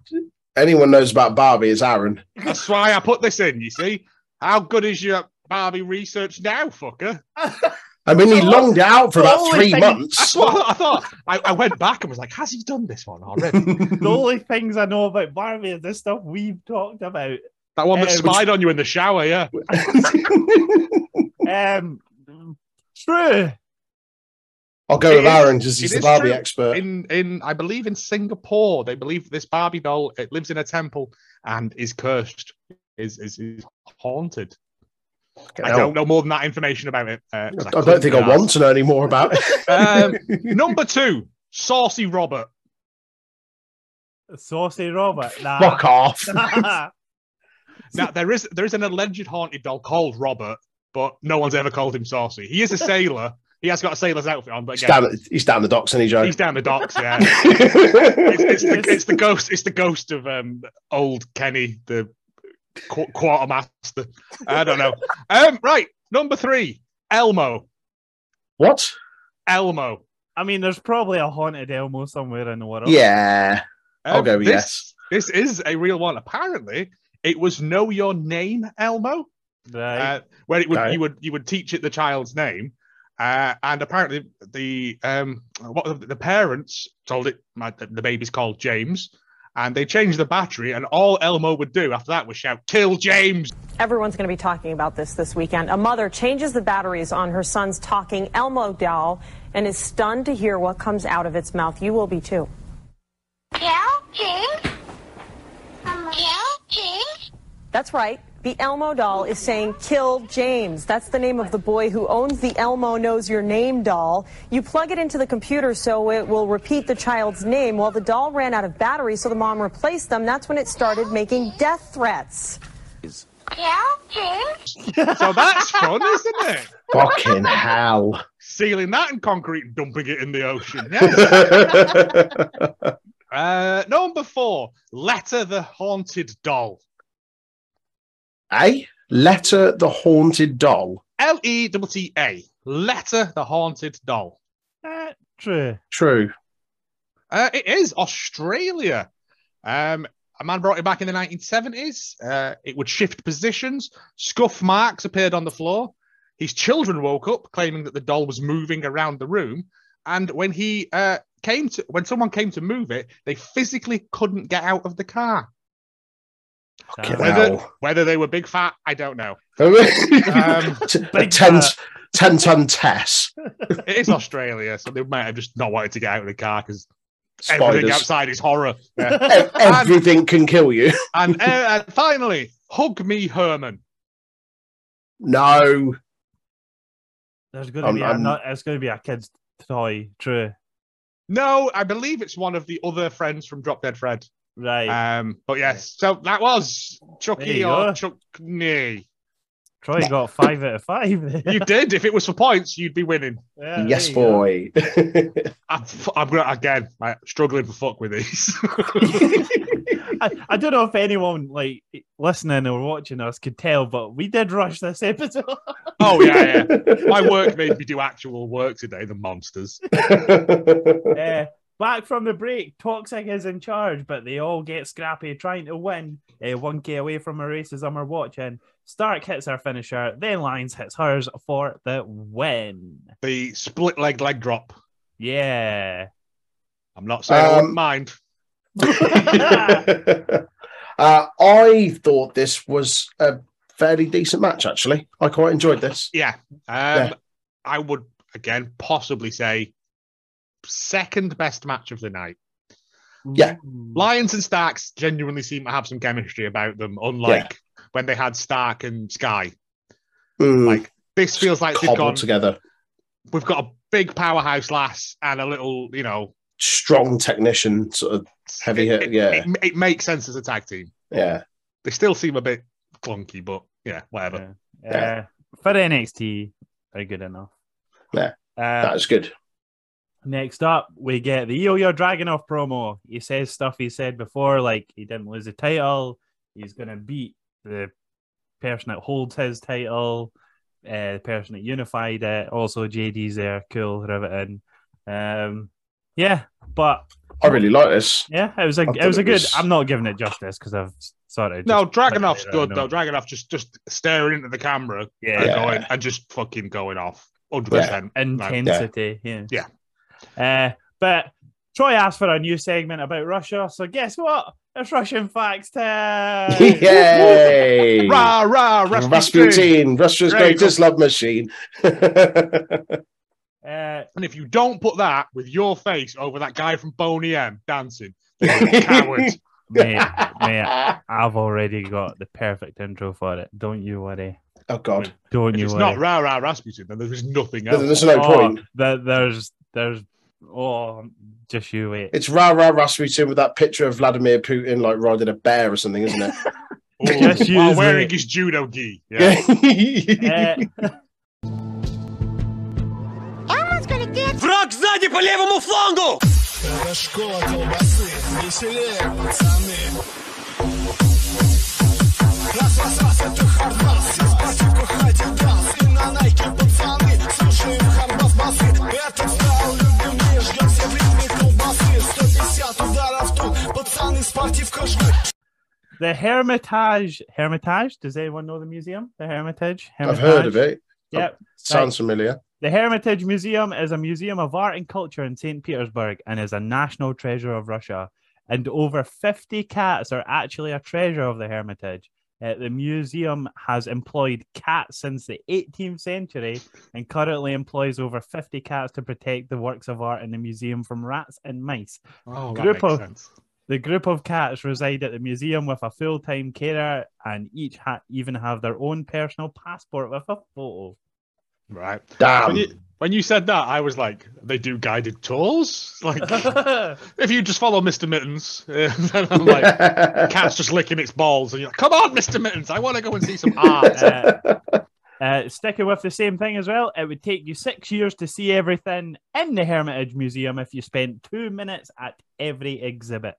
[SPEAKER 1] anyone knows about Barbie is Aaron.
[SPEAKER 3] That's why I put this in. You see, how good is your Barbie research now, fucker?
[SPEAKER 1] I mean, he longed it out for
[SPEAKER 2] the
[SPEAKER 1] about three
[SPEAKER 2] only thing-
[SPEAKER 1] months.
[SPEAKER 3] That's what I thought. I, I went back and was like, has he done this one already?
[SPEAKER 2] The
[SPEAKER 1] Hmm.
[SPEAKER 2] only things I know about Barbie is the stuff we've talked about.
[SPEAKER 3] that one that
[SPEAKER 2] Um,
[SPEAKER 3] spied on you in the shower, yeah.
[SPEAKER 2] Um, true.
[SPEAKER 1] I'll go
[SPEAKER 3] It
[SPEAKER 1] with
[SPEAKER 3] is-
[SPEAKER 1] Aaron because he's
[SPEAKER 3] it
[SPEAKER 1] the
[SPEAKER 3] is
[SPEAKER 1] Barbie
[SPEAKER 3] true.
[SPEAKER 1] expert.
[SPEAKER 3] In in I believe in Singapore, they believe this Barbie doll it lives in a temple and is cursed, is is, is haunted. I
[SPEAKER 1] Hell.
[SPEAKER 3] don't know more than that information about it. Uh, 'cause
[SPEAKER 1] I don't think I
[SPEAKER 3] couldn't be
[SPEAKER 1] want to know any more about it.
[SPEAKER 3] arsed. Um, number two, Saucy Robert.
[SPEAKER 2] Saucy Robert. Nah.
[SPEAKER 1] Fuck off.
[SPEAKER 3] Now there is there is an alleged haunted doll called Robert, but no one's ever called him Saucy. He is a sailor. He has got a sailor's outfit on, but
[SPEAKER 1] He's
[SPEAKER 3] again,
[SPEAKER 1] down, he's down the docks, and he, Joe?
[SPEAKER 3] he's down the docks. Yeah, it's, it's, the, it's the ghost. It's the ghost of um, old Kenny, the qu- quartermaster. I don't know. Um, right, number three, Elmo.
[SPEAKER 1] what?
[SPEAKER 3] Elmo.
[SPEAKER 2] I mean, there's probably a haunted Elmo somewhere in the world.
[SPEAKER 1] Yeah. I'll
[SPEAKER 3] Um,
[SPEAKER 1] go with
[SPEAKER 3] this,
[SPEAKER 1] yes.
[SPEAKER 3] This is a real one. Apparently, it was Know Your Name, Elmo.
[SPEAKER 2] Right.
[SPEAKER 3] uh, where it would
[SPEAKER 1] Right.
[SPEAKER 3] you would you would teach it the child's name, Uh, and apparently, the um, what the parents told it my, the baby's called James, and they changed the battery. And all Elmo would do after that was shout, "Kill James!"
[SPEAKER 10] Everyone's going to be talking about this this weekend. A mother changes the batteries on her son's talking Elmo doll and is stunned to hear what comes out of its mouth. You will be too.
[SPEAKER 5] Kill James? Kill James?
[SPEAKER 10] That's right. The Elmo doll is saying, Kill James. That's the name of the boy who owns the Elmo Knows Your Name doll. You plug it into the computer so it will repeat the child's name. Well, the doll ran out of battery, so the mom replaced them. That's when it started making death threats.
[SPEAKER 5] Kill James?
[SPEAKER 3] So that's fun, isn't it?
[SPEAKER 1] Fucking hell.
[SPEAKER 3] Sealing that in concrete and dumping it in the ocean. yes. uh, number four, Letter the Haunted Doll.
[SPEAKER 1] Eh? Letter the Haunted Doll.
[SPEAKER 3] L E T T A. Letter the Haunted Doll.
[SPEAKER 2] Eh, true.
[SPEAKER 1] True.
[SPEAKER 3] Uh, it is Australia. Um, a man brought it back in the 1970s. Uh, it would shift positions. Scuff marks appeared on the floor. His children woke up claiming that the doll was moving around the room. And when he uh, came to, when someone came to move it, they physically couldn't get out of the car.
[SPEAKER 1] Fucking
[SPEAKER 3] Whether,
[SPEAKER 1] hell.
[SPEAKER 3] whether they were big fat, I don't know.
[SPEAKER 1] um, a
[SPEAKER 2] Big
[SPEAKER 1] 10,
[SPEAKER 3] uh,
[SPEAKER 2] fat.
[SPEAKER 1] 10 ton Tess.
[SPEAKER 3] It is Australia, so they might have just not wanted to get out of the car because everything
[SPEAKER 1] Spiders.
[SPEAKER 3] outside Um, is horror. Yeah.
[SPEAKER 1] Ev- Everything can kill you.
[SPEAKER 3] and, uh, and finally, hug me, Herman.
[SPEAKER 1] No.
[SPEAKER 2] There's going to
[SPEAKER 1] I'm-
[SPEAKER 2] be
[SPEAKER 1] I'm-
[SPEAKER 2] a, no- it's going to be a kid's toy. True.
[SPEAKER 3] No, I believe it's one of the other friends from Drop Dead Fred.
[SPEAKER 2] Right.
[SPEAKER 3] Um, but yes, so that was
[SPEAKER 2] There
[SPEAKER 3] Chucky
[SPEAKER 2] you
[SPEAKER 3] or
[SPEAKER 2] go.
[SPEAKER 3] Chuckney.
[SPEAKER 2] Troy got five out of five.
[SPEAKER 3] You did. If it was for points, you'd be winning.
[SPEAKER 2] Yeah, there
[SPEAKER 1] yes,
[SPEAKER 2] you go.
[SPEAKER 1] boy.
[SPEAKER 3] I'm, f- I'm gonna again like, struggling to fuck with these.
[SPEAKER 2] I, I don't know if anyone like listening or watching us could tell, but we did rush this episode.
[SPEAKER 3] oh yeah, yeah. My work made me do actual work today. The monsters.
[SPEAKER 2] uh, back from the break, Toxic is in charge, but they all get scrappy trying to win. Uh, 1k away from a racism are watching. Stark hits her finisher, then Lyons hits hers for the win.
[SPEAKER 3] The split leg leg drop.
[SPEAKER 2] Yeah.
[SPEAKER 3] I'm not saying I
[SPEAKER 1] Um,
[SPEAKER 3] wouldn't mind.
[SPEAKER 1] uh, I thought this was a fairly decent match, actually. I quite enjoyed this.
[SPEAKER 3] Yeah. Um,
[SPEAKER 1] Yeah.
[SPEAKER 3] I would again possibly say second best match of the night.
[SPEAKER 1] Yeah.
[SPEAKER 3] Lions and Starks genuinely seem to have some chemistry about them, unlike when they had Stark and Sky.
[SPEAKER 1] Mm,
[SPEAKER 3] Like this feels like they've
[SPEAKER 1] cobbled
[SPEAKER 3] gone.
[SPEAKER 1] together.
[SPEAKER 3] We've got a big powerhouse lass and a little, you know,
[SPEAKER 1] Strong technician, sort of. Heavy
[SPEAKER 3] it-
[SPEAKER 1] hit,
[SPEAKER 3] it-
[SPEAKER 1] yeah.
[SPEAKER 3] it, it makes sense as a tag team.
[SPEAKER 1] Yeah.
[SPEAKER 3] They still seem a bit clunky, but yeah, whatever.
[SPEAKER 2] Uh, for NXT, they're good enough.
[SPEAKER 1] Yeah,
[SPEAKER 2] Uh,
[SPEAKER 1] That's good.
[SPEAKER 2] Next up, we get the Ilya Dragunov promo. He says stuff he said before, like he didn't lose the title. He's going to beat the person that holds his title, uh, the person that unified it. Also, JD's there. Cool. Rev it in. Um, yeah, but
[SPEAKER 1] I really like this.
[SPEAKER 2] yeah, it was a
[SPEAKER 1] I
[SPEAKER 2] it was
[SPEAKER 1] thought
[SPEAKER 2] a
[SPEAKER 1] it
[SPEAKER 2] good.
[SPEAKER 1] was-
[SPEAKER 2] I'm not giving it justice because I've sort of
[SPEAKER 3] No,
[SPEAKER 2] just-
[SPEAKER 3] Dragonoff's
[SPEAKER 2] I
[SPEAKER 3] good
[SPEAKER 2] know.
[SPEAKER 3] though. Dragonoff just just staring into the camera
[SPEAKER 2] Yeah,
[SPEAKER 3] and
[SPEAKER 1] Yeah.
[SPEAKER 3] going and just fucking going off. Hundred percent.
[SPEAKER 2] intensity. Yeah. Uh, but Troy asked for a new segment about Russia, so guess what? It's Russian facts time.
[SPEAKER 1] Yay!
[SPEAKER 3] Rah rah Uh, Rasputin.
[SPEAKER 1] Rasputin, Russia's
[SPEAKER 3] There you go.
[SPEAKER 1] greatest love machine.
[SPEAKER 2] uh,
[SPEAKER 3] And if you don't put that with your face over that guy from Boney M dancing, then you're a coward.
[SPEAKER 2] mate, mate, I've already got the perfect intro for it. Don't you worry.
[SPEAKER 1] oh God,
[SPEAKER 2] Don't
[SPEAKER 3] If
[SPEAKER 2] you
[SPEAKER 3] it's
[SPEAKER 2] worry.
[SPEAKER 3] not rah rah Rasputin, then there is nothing
[SPEAKER 1] There-
[SPEAKER 3] else.
[SPEAKER 1] there's no
[SPEAKER 2] Oh,
[SPEAKER 1] point.
[SPEAKER 2] there- there's there's oh, just you wait.
[SPEAKER 1] It's rah rah Rasputin with that picture of Vladimir Putin like riding a bear or something, isn't it?
[SPEAKER 3] Or
[SPEAKER 2] Just
[SPEAKER 3] while
[SPEAKER 2] use
[SPEAKER 3] wearing
[SPEAKER 2] it.
[SPEAKER 3] his judo gi. Yeah.
[SPEAKER 1] Yeah.
[SPEAKER 2] Uh,
[SPEAKER 5] Elmo's gonna get
[SPEAKER 4] Враг сзади по левому флангу!
[SPEAKER 2] the Hermitage. Hermitage. Does anyone know the museum? The Hermitage.
[SPEAKER 1] I've heard of
[SPEAKER 2] Hermitage?
[SPEAKER 1] it.
[SPEAKER 2] Yep.
[SPEAKER 1] Sounds familiar.
[SPEAKER 2] The Hermitage Museum is a museum of art and culture in St. Petersburg and is a national treasure of Russia. And over 50 cats are actually a treasure of the Hermitage. Uh, the museum has employed cats since the 18th century and currently employs over 50 cats to protect the works of art in the museum from rats and mice.
[SPEAKER 3] Oh, that
[SPEAKER 2] Group
[SPEAKER 3] makes
[SPEAKER 2] of-
[SPEAKER 3] sense.
[SPEAKER 2] the group of cats reside at the museum with a full time carer, and each ha- even have their own personal passport with a photo.
[SPEAKER 3] Right.
[SPEAKER 1] Damn.
[SPEAKER 3] When you, when you said that, I was like, they do guided tours? Like, if you just follow Mr. Mittens, uh, then I'm like, cat's just licking its balls. And you're like, come on, Mr. Mittens, I want to go and see some art.
[SPEAKER 2] Uh, sticking with the same thing as well, it would take you six years to see everything in the Hermitage Museum if you spent two minutes at every exhibit.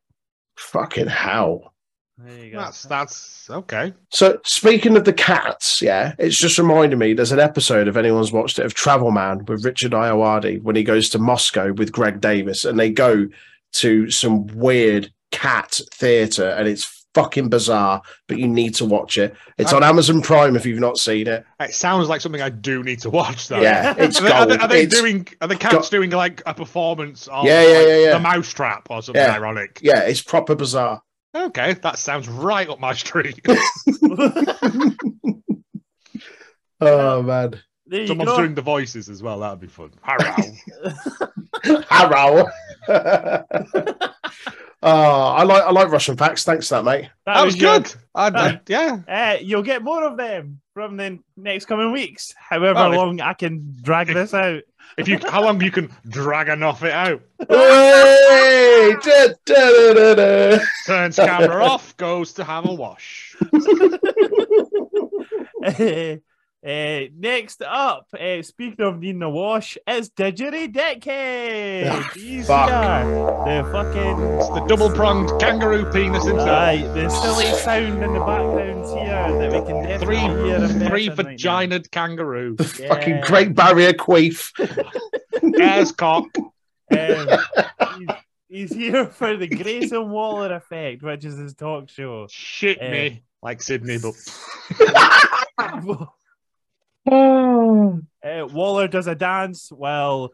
[SPEAKER 1] Fucking hell.
[SPEAKER 2] There you go.
[SPEAKER 3] that's, that's okay.
[SPEAKER 1] So speaking of the cats, yeah, it's just reminded me there's an episode if anyone's watched it of Travel Man with Richard Iowadi when he goes to Moscow with Greg Davis and they go to some weird cat theater and it's fucking bizarre, but you need to watch it. It's on Amazon Prime if you've not seen it.
[SPEAKER 3] It sounds like something I do need to watch, though.
[SPEAKER 1] Yeah, it's
[SPEAKER 3] are they, are they-
[SPEAKER 1] gold.
[SPEAKER 3] are they
[SPEAKER 1] It's
[SPEAKER 3] doing? Are the cats doing like a performance of
[SPEAKER 1] Yeah, yeah,
[SPEAKER 3] like,
[SPEAKER 1] yeah, yeah.
[SPEAKER 3] the mousetrap or something
[SPEAKER 1] Yeah.
[SPEAKER 3] ironic?
[SPEAKER 1] Yeah, it's proper bizarre.
[SPEAKER 3] Okay, that sounds right up my street.
[SPEAKER 1] Oh man.
[SPEAKER 2] There you
[SPEAKER 3] Someone's
[SPEAKER 2] go.
[SPEAKER 3] doing the voices as well. That'd be fun. Harrow.
[SPEAKER 1] Harrow. Oh, I like I like Russian facts. Thanks for that, mate.
[SPEAKER 2] That was your-
[SPEAKER 3] I,
[SPEAKER 2] I-
[SPEAKER 3] yeah.
[SPEAKER 2] Uh, you'll get more of them from the next coming weeks, however
[SPEAKER 3] Oh, if-
[SPEAKER 2] long I can drag this out.
[SPEAKER 3] If you, how long you can drag and off it out?
[SPEAKER 1] Hey! Da, da, da, da, da.
[SPEAKER 3] Turns camera off, goes to have a wash.
[SPEAKER 2] Uh, next up, uh, speaking of needing a wash, is Didgery Dickhead. DCR. The fucking.
[SPEAKER 3] It's the double pronged kangaroo penis himself.
[SPEAKER 2] Aye, the silly sound in the backgrounds here that we can
[SPEAKER 3] Three,
[SPEAKER 2] definitely hear. in
[SPEAKER 3] three
[SPEAKER 2] person right
[SPEAKER 3] vaginaed kangaroo.
[SPEAKER 2] now.
[SPEAKER 1] Fucking
[SPEAKER 2] Yeah.
[SPEAKER 1] Great Barrier Queef.
[SPEAKER 3] Ass cock.
[SPEAKER 2] Um, he's, he's here for the Grayson Waller effect, which is his talk show.
[SPEAKER 3] Shit
[SPEAKER 2] Uh,
[SPEAKER 3] me. Like Sydney, but
[SPEAKER 2] Uh, Waller does a dance while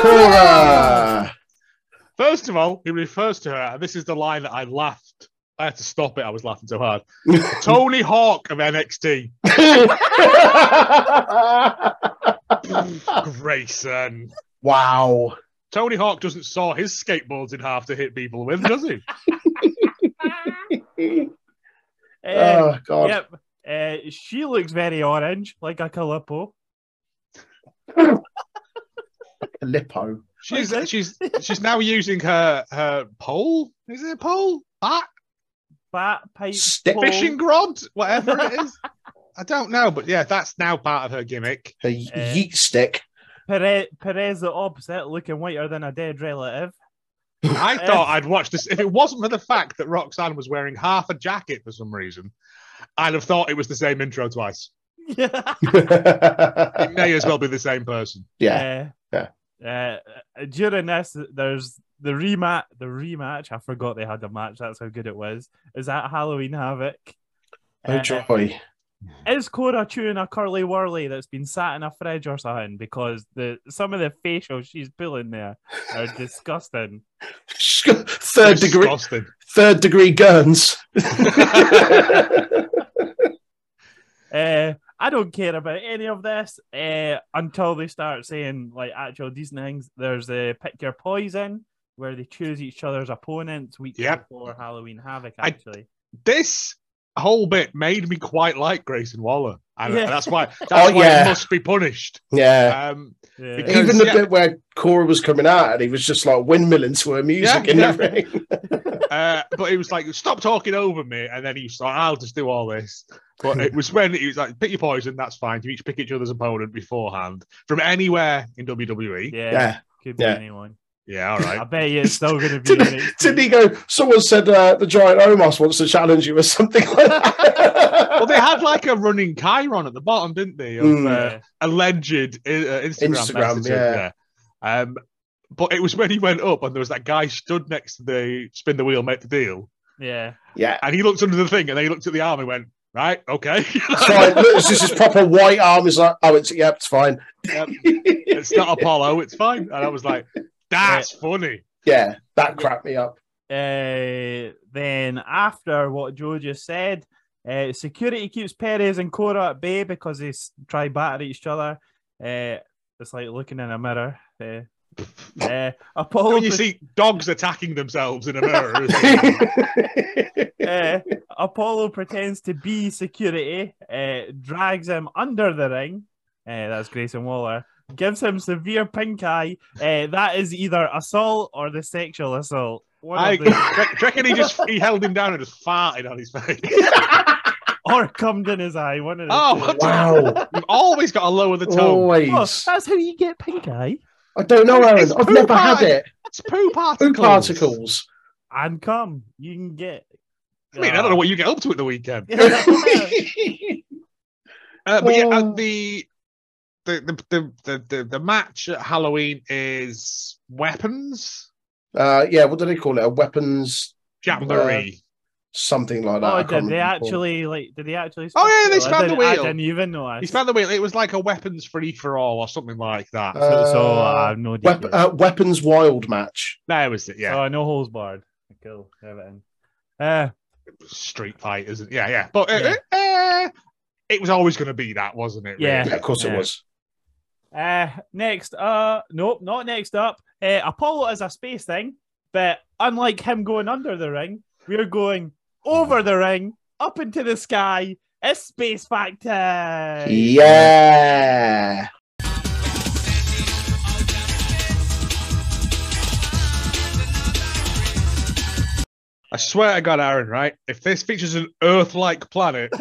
[SPEAKER 1] Cora.
[SPEAKER 3] First of all, he refers to her, and this is the line that I laughed. I had to stop it. I was laughing so hard. Tony Hawk of NXT.
[SPEAKER 1] Mm.
[SPEAKER 3] Grayson.
[SPEAKER 1] wow.
[SPEAKER 3] um, Tony Hawk doesn't saw his skateboards in half to hit people with, does he?
[SPEAKER 2] Um,
[SPEAKER 1] Oh, God.
[SPEAKER 2] Yep. Uh, she looks very orange, like a Calippo.
[SPEAKER 1] Lippo.
[SPEAKER 3] She's she's she's now using her her pole. Is it a pole? Bat?
[SPEAKER 2] Bat pipe.
[SPEAKER 1] Stick.
[SPEAKER 2] pole.
[SPEAKER 3] Fishing rod? Whatever it is. I don't know, but yeah, that's now part of her gimmick.
[SPEAKER 1] A ye- yeet stick.
[SPEAKER 2] Perez, Perez the opposite, looking whiter than a dead relative.
[SPEAKER 3] I thought I'd watch this if it wasn't for the fact that Roxanne was wearing half a jacket for some reason. I'd have thought it was the same intro twice.
[SPEAKER 2] yeah.
[SPEAKER 3] It may as well be the same person.
[SPEAKER 1] yeah.
[SPEAKER 2] Uh, uh, during this, there's the rematch. The rematch. I forgot they had a match. That's how good it was. Is that Halloween Havoc?
[SPEAKER 1] Oh,
[SPEAKER 2] Uh,
[SPEAKER 1] joy.
[SPEAKER 2] is Cora chewing a curly whirly that's been sat in a fridge or something? Because the some of the facials she's pulling there are disgusting.
[SPEAKER 1] She's got Third degree,
[SPEAKER 3] Disgusting.
[SPEAKER 1] third degree guns.
[SPEAKER 2] Uh, I don't care about any of this uh, until they start saying like actual decent things. There's the pick your poison where they choose each other's opponents weeks
[SPEAKER 3] Yep.
[SPEAKER 2] before Halloween Havoc.
[SPEAKER 3] I-
[SPEAKER 2] Actually,
[SPEAKER 3] This whole bit made me quite like Grayson Waller. And
[SPEAKER 2] Yeah.
[SPEAKER 3] that's why that's
[SPEAKER 1] Oh,
[SPEAKER 3] why
[SPEAKER 1] yeah.
[SPEAKER 3] it must be punished.
[SPEAKER 1] yeah.
[SPEAKER 3] Um
[SPEAKER 2] Yeah.
[SPEAKER 3] Because-
[SPEAKER 1] Even the
[SPEAKER 3] yeah.
[SPEAKER 1] bit where Cora was coming out and he was just like windmilling to her music
[SPEAKER 3] Yeah,
[SPEAKER 1] and
[SPEAKER 3] yeah.
[SPEAKER 1] everything.
[SPEAKER 3] uh, but he was like, "Stop talking over me," and then he was like, "I'll just do all this." But it was when he was like, "Pick your poison. That's fine. You each pick each other's opponent beforehand from anywhere in WWE."
[SPEAKER 2] yeah,
[SPEAKER 1] Yeah.
[SPEAKER 2] could be
[SPEAKER 1] yeah.
[SPEAKER 2] anyone.
[SPEAKER 3] Yeah, all
[SPEAKER 2] I
[SPEAKER 3] right.
[SPEAKER 2] bet you it's still going to be.
[SPEAKER 1] Did,
[SPEAKER 2] NXT.
[SPEAKER 1] did he go? Someone said uh, the giant Omos wants to challenge you or something like
[SPEAKER 3] well,
[SPEAKER 1] that.
[SPEAKER 3] they had like a running Chiron at the bottom, didn't they? Of
[SPEAKER 1] Mm.
[SPEAKER 3] uh, alleged uh, Instagram,
[SPEAKER 1] Instagram,
[SPEAKER 3] messaging,
[SPEAKER 1] yeah.
[SPEAKER 3] yeah. Um, But it was when he went up and there was that guy stood next to the spin the wheel, make the deal.
[SPEAKER 2] Yeah.
[SPEAKER 1] Yeah.
[SPEAKER 3] And he looked under the thing and then he looked at the arm and went, right, okay.
[SPEAKER 1] So it looks this is proper white arm. Is like, oh, it's yep, it's fine.
[SPEAKER 3] Yep. It's not Apollo, it's fine. And I was like, that's funny.
[SPEAKER 1] Yeah, that cracked me up.
[SPEAKER 2] Uh, then after what Joe just said, uh, security keeps Perez and Cora at bay because they s- try batter each other. Uh, it's like looking in a mirror. Uh, uh, Apollo.
[SPEAKER 3] When you see dogs attacking themselves in a mirror. isn't it?
[SPEAKER 2] uh, Apollo pretends to be security, uh, drags him under the ring. Uh, that's Grayson Waller. Gives him severe pink eye. Uh, that is either assault or the sexual assault. One of
[SPEAKER 3] I, do
[SPEAKER 2] the-
[SPEAKER 3] you reckon he just he held him down and just farted on his face.
[SPEAKER 2] or cummed in his eye. One of the
[SPEAKER 3] Oh,
[SPEAKER 2] two.
[SPEAKER 3] what the- You've always got to lower the tone.
[SPEAKER 1] Always.
[SPEAKER 2] Oh, that's how you get pink eye.
[SPEAKER 1] I don't know, Aaron. I've
[SPEAKER 3] poo
[SPEAKER 1] never had
[SPEAKER 3] part-
[SPEAKER 1] it.
[SPEAKER 3] It's poo
[SPEAKER 1] Poo
[SPEAKER 3] particles.
[SPEAKER 1] particles.
[SPEAKER 2] And cum. You can get. Oh,
[SPEAKER 3] I mean, I don't know what you get up to at the weekend. Uh, but yeah,
[SPEAKER 1] Oh.
[SPEAKER 3] uh, the, the, the, the, the, the, the match at Halloween is weapons?
[SPEAKER 1] Uh, yeah, what do they call it? A weapons
[SPEAKER 3] Jamboree.
[SPEAKER 1] something like that. I
[SPEAKER 2] Oh,
[SPEAKER 1] can't
[SPEAKER 2] did they
[SPEAKER 1] remember what it's called.
[SPEAKER 2] actually like? Did they actually?
[SPEAKER 3] Oh, yeah, they
[SPEAKER 2] I
[SPEAKER 3] spun the
[SPEAKER 2] didn't- I
[SPEAKER 3] wheel.
[SPEAKER 2] didn't even know. I-
[SPEAKER 3] He spanned the wheel. It was like a weapons free for all or something like that.
[SPEAKER 2] so, so I have no idea.
[SPEAKER 1] Wep- uh, weapons wild match.
[SPEAKER 3] that was it. Yeah,
[SPEAKER 2] So Oh, no holes barred. Cool. Everything. Uh,
[SPEAKER 3] street fighters. and- Yeah, yeah. But uh,
[SPEAKER 2] Yeah.
[SPEAKER 3] uh, it was always going to be that, wasn't it?
[SPEAKER 2] Yeah.
[SPEAKER 1] Yeah, of course it
[SPEAKER 2] Yeah.
[SPEAKER 1] was.
[SPEAKER 2] Uh, next, uh, nope, not next up. Uh, Apollo is a space thing, but unlike him going under the ring, we're going over the ring, up into the sky. It's Space Factor.
[SPEAKER 1] Yeah.
[SPEAKER 3] I swear to God, Aaron. Right? If this features an Earth-like planet,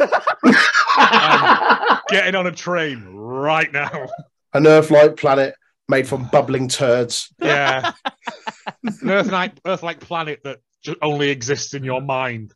[SPEAKER 3] I'm getting on a train right now.
[SPEAKER 1] Um, An Earth-like planet made from bubbling turds.
[SPEAKER 3] Yeah, an Earth-like Earth-like planet that ju- only exists in your mind.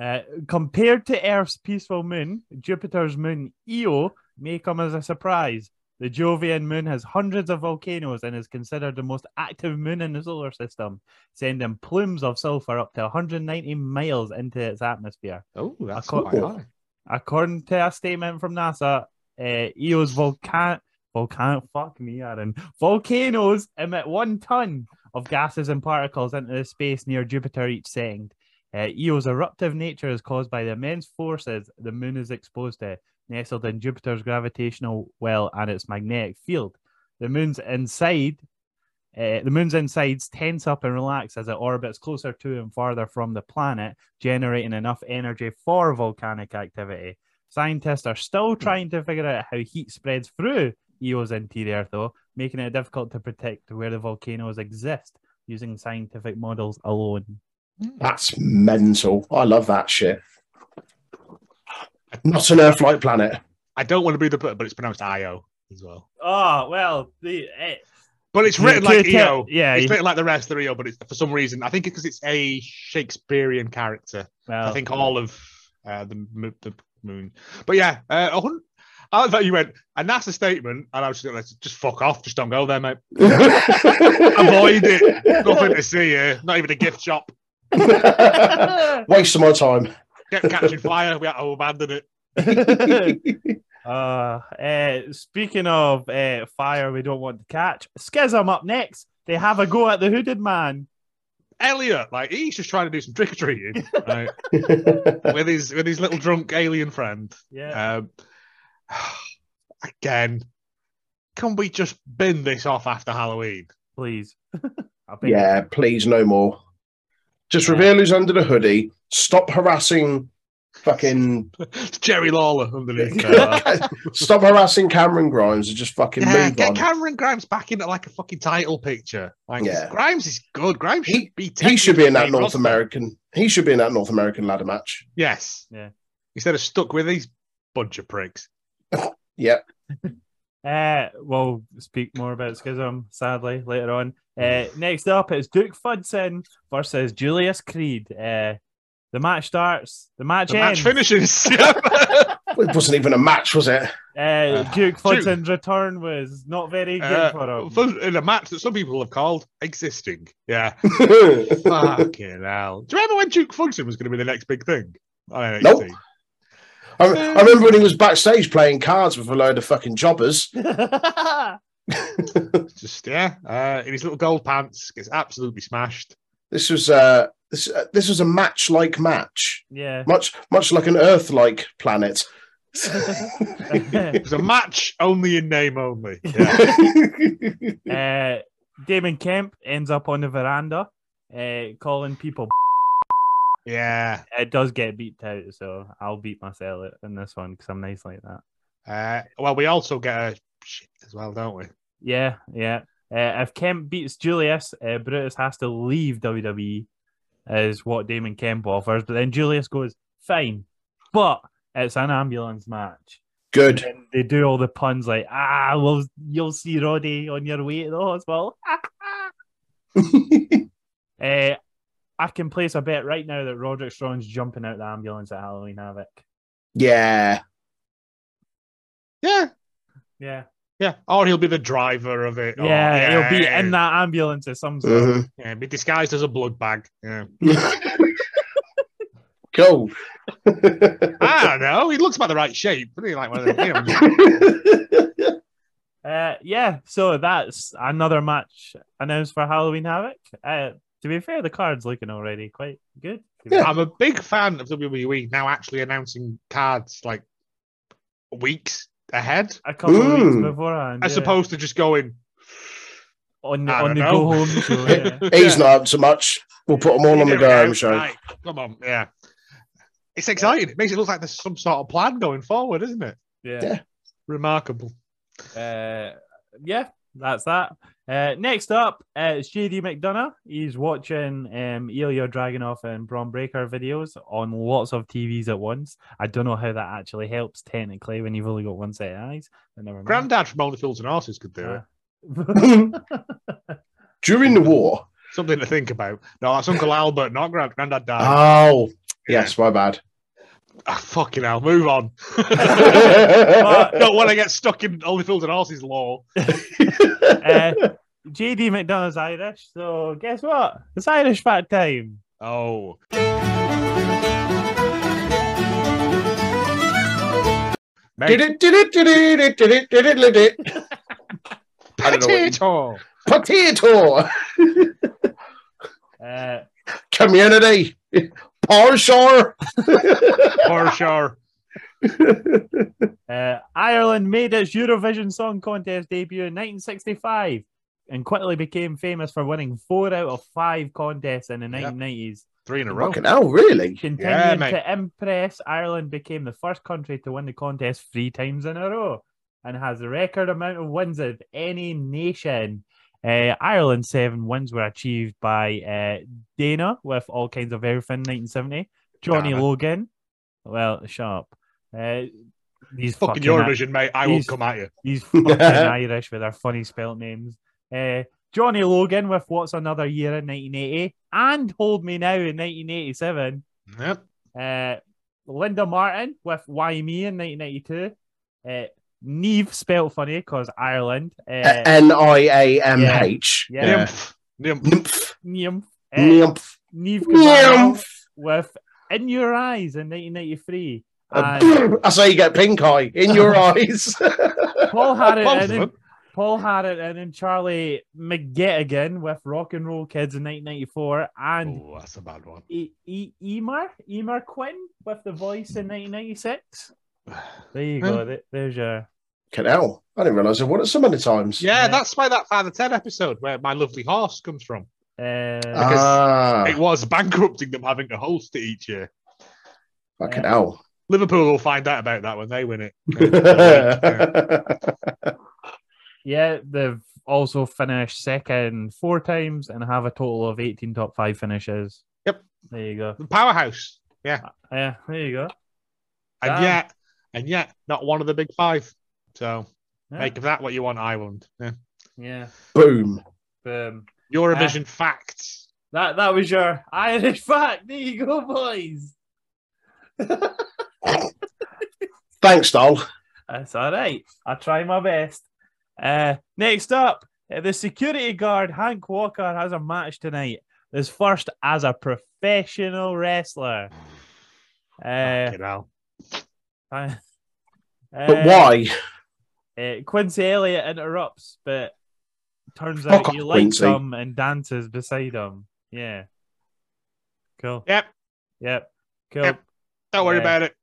[SPEAKER 2] Uh, compared to Earth's peaceful moon, Jupiter's moon Io may come as a surprise. The Jovian moon has hundreds of volcanoes and is considered the most active moon in the solar system, sending plumes of sulfur up to 190 miles into its atmosphere.
[SPEAKER 3] Oh, that's
[SPEAKER 2] Acco-
[SPEAKER 3] quite high.
[SPEAKER 2] According to a statement from NASA, uh, Eo's volcan volcan fuck me, Aaron. Volcanoes emit one ton of gases and particles into the space near Jupiter each second. Uh, Eo's eruptive nature is caused by the immense forces the moon is exposed to, nestled in Jupiter's gravitational well and its magnetic field. The moon's inside, uh, the moon's insides tense up and relax as it orbits closer to and farther from the planet, generating enough energy for volcanic activity. Scientists are still trying to figure out how heat spreads through Eo's interior, though, making it difficult to predict where the volcanoes exist using scientific models alone.
[SPEAKER 1] That's mental. I love that shit. Not an Earth-like planet.
[SPEAKER 3] I don't want to be the but it's pronounced Io as well.
[SPEAKER 2] Oh well, the eh,
[SPEAKER 3] But it's
[SPEAKER 2] Yeah,
[SPEAKER 3] written like E
[SPEAKER 2] to- to-
[SPEAKER 3] EO.
[SPEAKER 2] yeah,
[SPEAKER 3] it's
[SPEAKER 2] you-
[SPEAKER 3] written like the rest of the EO, but it's for some reason I think it's because it's a Shakespearean character.
[SPEAKER 2] well,
[SPEAKER 3] I think all of uh, the mo- the moon. But yeah, uh, a hun- I thought you went a NASA statement, and I was just like, just fuck off, just don't go there, mate. Avoid it. Nothing to see here. Not even a gift shop.
[SPEAKER 1] Waste of my time.
[SPEAKER 3] Get catching fire. We had to abandon it.
[SPEAKER 2] uh, eh, speaking of eh, fire, we don't want to catch Schism up next. They have a go at the Hooded Man.
[SPEAKER 3] Elliot, like he's just trying to do some trick or treating right, with his with his little drunk alien friend.
[SPEAKER 2] Yeah,
[SPEAKER 3] Um, again, can we just bin this off after Halloween?
[SPEAKER 2] please. I think-
[SPEAKER 1] yeah, please, no more. Just reveal who's under the hoodie. Stop harassing fucking
[SPEAKER 3] It's Jerry Lawler underneath. there.
[SPEAKER 1] stop harassing Cameron Grimes and just fucking
[SPEAKER 3] yeah,
[SPEAKER 1] move
[SPEAKER 3] get
[SPEAKER 1] on.
[SPEAKER 3] Cameron Grimes back into like a fucking title picture. Like
[SPEAKER 1] Yeah.
[SPEAKER 3] Grimes is good. Grimes should
[SPEAKER 1] He-
[SPEAKER 3] be.
[SPEAKER 1] he should be in that
[SPEAKER 3] technically
[SPEAKER 1] North
[SPEAKER 3] roster.
[SPEAKER 1] American. He should be in that North American ladder match.
[SPEAKER 3] Yes.
[SPEAKER 2] Yeah.
[SPEAKER 3] Instead of stuck with these bunch of pricks.
[SPEAKER 1] Yep.
[SPEAKER 2] Uh, we'll speak more about Schism, sadly, later on. Uh,
[SPEAKER 3] Hmm.
[SPEAKER 2] next up is Duke Fudson versus Julius Creed. Uh, the match starts. The match
[SPEAKER 3] The
[SPEAKER 2] ends.
[SPEAKER 3] match finishes. Yeah.
[SPEAKER 1] it wasn't even a match, was it?
[SPEAKER 2] Uh, Duke Hudson's return was not very good
[SPEAKER 3] Uh,
[SPEAKER 2] for him.
[SPEAKER 3] for- in a match that some people have called existing. Yeah. Fucking hell. Do you remember when Duke Fugson was going to be the next big thing on NXT?
[SPEAKER 1] Nope. I, I remember when he was backstage playing cards with a load of fucking jobbers.
[SPEAKER 3] Just, yeah. Uh, in his little gold pants, gets absolutely smashed.
[SPEAKER 1] This was uh, this uh, this was a match like match,
[SPEAKER 2] Yeah.
[SPEAKER 1] much much like an Earth like planet.
[SPEAKER 3] it was a match only in name only. Yeah.
[SPEAKER 2] uh, Damon Kemp ends up on the veranda uh, calling people.
[SPEAKER 3] Yeah.
[SPEAKER 2] It does get beeped out, so I'll beat myself out in this one because I'm nice like that.
[SPEAKER 3] Uh, well, we also get a shit as well, don't we?
[SPEAKER 2] Yeah, yeah. Uh, if Kemp beats Julius, uh, Brutus has to leave WWE, is what Damon Kemp offers. But then Julius goes, fine, but it's an ambulance match.
[SPEAKER 1] Good.
[SPEAKER 2] And they do all the puns like, ah, well, you'll see Roddy on your way to the hospital. uh, I can place a bet right now that Roderick Strong's jumping out the ambulance at Halloween Havoc.
[SPEAKER 1] Yeah.
[SPEAKER 3] Yeah.
[SPEAKER 2] Yeah.
[SPEAKER 3] Yeah. Or he'll be the driver of it. or-
[SPEAKER 2] Oh, yeah, he'll be in that ambulance of some sort.
[SPEAKER 1] Mhm.
[SPEAKER 3] Yeah, be disguised as a blood bag. Yeah.
[SPEAKER 1] Mm-hmm. Cool.
[SPEAKER 3] I don't know. He looks about the right shape, doesn't he? Like one of them, you know.
[SPEAKER 2] Uh, yeah, so that's another match announced for Halloween Havoc. Uh, to be fair, the card's looking already quite good. Um,
[SPEAKER 3] I'm a big fan of WWE now actually announcing cards like weeks ahead.
[SPEAKER 2] A couple of weeks beforehand.
[SPEAKER 3] As
[SPEAKER 2] yeah.
[SPEAKER 3] opposed to just going
[SPEAKER 2] on
[SPEAKER 3] I
[SPEAKER 2] on
[SPEAKER 3] don't
[SPEAKER 2] the
[SPEAKER 3] know.
[SPEAKER 2] go home show. yeah.
[SPEAKER 1] He's not up to much. We'll put them all on the
[SPEAKER 3] There we
[SPEAKER 1] go home
[SPEAKER 3] go.
[SPEAKER 1] show.
[SPEAKER 3] Right. Come on, yeah. It's exciting. It makes it look like there's some sort of plan going forward, isn't it?
[SPEAKER 2] Yeah.
[SPEAKER 3] Remarkable.
[SPEAKER 2] Uh, yeah, that's that. Uh, next up, uh, it's JD McDonough. He's watching um, Ilya Dragunov and Braun Breaker videos on lots of TVs at once. I don't know how that actually helps technically when you've only got one set of eyes. But never mind. Uh,
[SPEAKER 3] Granddad from Only Fools and Horses could do it.
[SPEAKER 1] During the war.
[SPEAKER 3] Something to think about. No, that's Uncle Albert, not grand- Granddad died.
[SPEAKER 1] Oh, yes, my bad.
[SPEAKER 3] Ah, fucking hell, move on.
[SPEAKER 2] Ah.
[SPEAKER 3] Not when I get stuck in Only Fools and Horses law.
[SPEAKER 2] uh, JD McDonough's Irish, so guess what? It's Irish fat time.
[SPEAKER 3] Oh.
[SPEAKER 1] Did it, did it, did it, did it, did it, did it. I don't know what you-
[SPEAKER 3] Potato.
[SPEAKER 1] Potato.
[SPEAKER 2] Uh,
[SPEAKER 1] Community. For sure.
[SPEAKER 3] For sure.
[SPEAKER 2] uh, Ireland made its Eurovision Song Contest debut in 1965 and quickly became famous for winning four out of five contests in the 1990s.
[SPEAKER 3] Three in a row.
[SPEAKER 1] Fucking hell, really?
[SPEAKER 2] Continuing to impress, Ireland became the first country to win the contest three times in a row and has the record amount of wins of any nation. Uh, Ireland's seven wins were achieved by uh, Dana with all kinds of everything 1970, Johnny
[SPEAKER 3] Dana.
[SPEAKER 2] Logan. Well, sharp. Uh, these fucking
[SPEAKER 3] Fucking Eurovision, mate. I will
[SPEAKER 2] these-
[SPEAKER 3] come at you.
[SPEAKER 2] These fucking Irish with their funny spelt names. Uh, Johnny Logan with What's Another Year in 1980 and Hold Me Now in 1987.
[SPEAKER 3] Yep.
[SPEAKER 2] Uh, Linda Martin with Why Me in 1992. Uh, Neve spelt funny because Ireland. Uh,
[SPEAKER 1] N I A M H.
[SPEAKER 2] Yeah. Yeah.
[SPEAKER 1] Nymph.
[SPEAKER 2] Nymph. Uh,
[SPEAKER 1] Nymph.
[SPEAKER 2] Neve Camargo
[SPEAKER 1] Nymph.
[SPEAKER 2] with In Your Eyes in 1993. And
[SPEAKER 1] That's how Uh, you get pink eye in your eyes.
[SPEAKER 2] Paul
[SPEAKER 1] Both of
[SPEAKER 2] Harrington. and
[SPEAKER 1] them.
[SPEAKER 2] Paul Harrington and Charlie McGettigan with Rock and Roll Kids in 1994 and
[SPEAKER 3] Oh, that's a bad one.
[SPEAKER 2] E- E- Emar Emar Quinn with The Voice in 1996. There you go. th- There's your
[SPEAKER 1] Canal. I didn't realize I won it so many times.
[SPEAKER 3] Yeah, that's why that Father Ted episode where my lovely horse comes from.
[SPEAKER 2] Uh,
[SPEAKER 3] Because
[SPEAKER 1] Ah.
[SPEAKER 3] it was bankrupting them having to host it each year.
[SPEAKER 1] Fucking hell.
[SPEAKER 3] Liverpool will find out about that when they win it.
[SPEAKER 2] Yeah, they've also finished second four times and have a total of 18 top five finishes.
[SPEAKER 3] Yep.
[SPEAKER 2] There you go.
[SPEAKER 3] Powerhouse. Yeah.
[SPEAKER 2] Yeah, there you go.
[SPEAKER 3] And
[SPEAKER 2] Ah.
[SPEAKER 3] yet, and yet, not one of the big five. So
[SPEAKER 2] Yeah.
[SPEAKER 3] make of that what you want, Ireland. Yeah.
[SPEAKER 2] Yeah.
[SPEAKER 1] Boom.
[SPEAKER 2] Um,
[SPEAKER 3] Eurovision facts.
[SPEAKER 2] That that was your Irish fact. There you go, boys.
[SPEAKER 7] Thanks, doll.
[SPEAKER 2] That's all right. I try my best. Uh, next up, uh, the security guard Hank Walker has a match tonight. His first as a professional wrestler. Uh, uh,
[SPEAKER 7] But why?
[SPEAKER 2] Uh, Quincy Elliott interrupts, but turns
[SPEAKER 7] Fuck
[SPEAKER 2] out
[SPEAKER 7] off,
[SPEAKER 2] he likes
[SPEAKER 7] Quincy.
[SPEAKER 2] him and dances beside him. Yeah. Cool.
[SPEAKER 3] Yep.
[SPEAKER 2] Yep. Cool.
[SPEAKER 3] Yep. Don't worry
[SPEAKER 2] Yeah.
[SPEAKER 3] about it.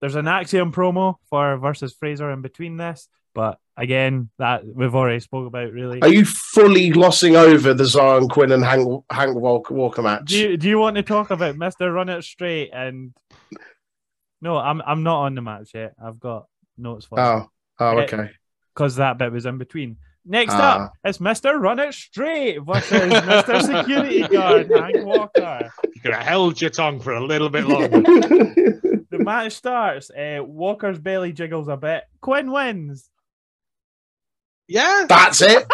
[SPEAKER 2] There's an Axiom promo for versus Fraser in between this, but again, that we've already spoke about. Really,
[SPEAKER 7] Are you fully glossing over the Zion Quinn and Hank, Hank Walker, Walker match?
[SPEAKER 2] Do you, do you want to talk about Mister Run It Straight and? No, I'm I'm not on the match yet. I've got notes for.
[SPEAKER 7] Oh, oh, okay.
[SPEAKER 2] Because that bit was in between. Next
[SPEAKER 7] Ah.
[SPEAKER 2] up, it's Mister Run It Straight versus Mister Security Guard Hank Walker.
[SPEAKER 3] You could have held your tongue for a little bit longer.
[SPEAKER 2] The match starts. Uh, Walker's belly jiggles a bit. Quinn wins.
[SPEAKER 3] Yeah,
[SPEAKER 7] that's it.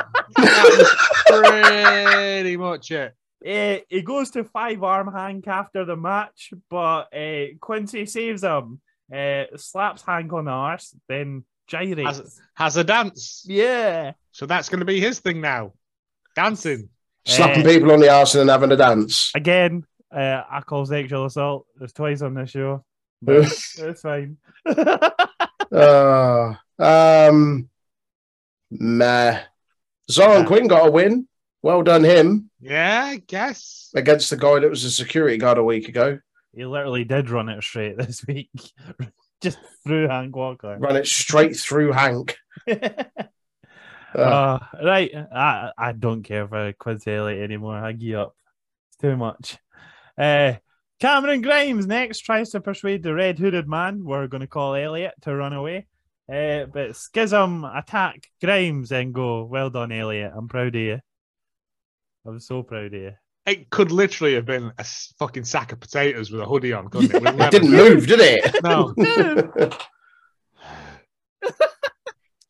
[SPEAKER 3] Pretty much it.
[SPEAKER 2] Uh, he goes to five arm Hank after the match, but uh, Quincy saves him, uh, slaps Hank on the arse, then gyrates.
[SPEAKER 3] Has, has a dance.
[SPEAKER 2] Yeah.
[SPEAKER 3] So that's going to be his thing now. Dancing.
[SPEAKER 7] Slapping people on the arse and then having a dance.
[SPEAKER 2] Again, uh, I call sexual assault. There's twice on this show. But it's fine.
[SPEAKER 7] Uh, um, meh. Zion Quinn got a win. Well done, him.
[SPEAKER 3] Yeah, I guess.
[SPEAKER 7] Against the guy that was a security guard a week ago.
[SPEAKER 2] He literally did run it straight this week. Just through Hank Walker.
[SPEAKER 7] Ran it straight through Hank.
[SPEAKER 2] Uh, right. I, I don't care for Quincy Elliott anymore. I give up. It's too much. Uh, Cameron Grimes next tries to persuade the red hooded man, we're going to call Elliot, to run away. Uh, but Schism attack Grimes and go, Well done, Elliot. I'm proud of you. I'm so proud of you.
[SPEAKER 3] It could literally have been a s- fucking sack of potatoes with a hoodie on, couldn't it? With
[SPEAKER 7] It
[SPEAKER 3] leather.
[SPEAKER 7] didn't move, did it?
[SPEAKER 3] No.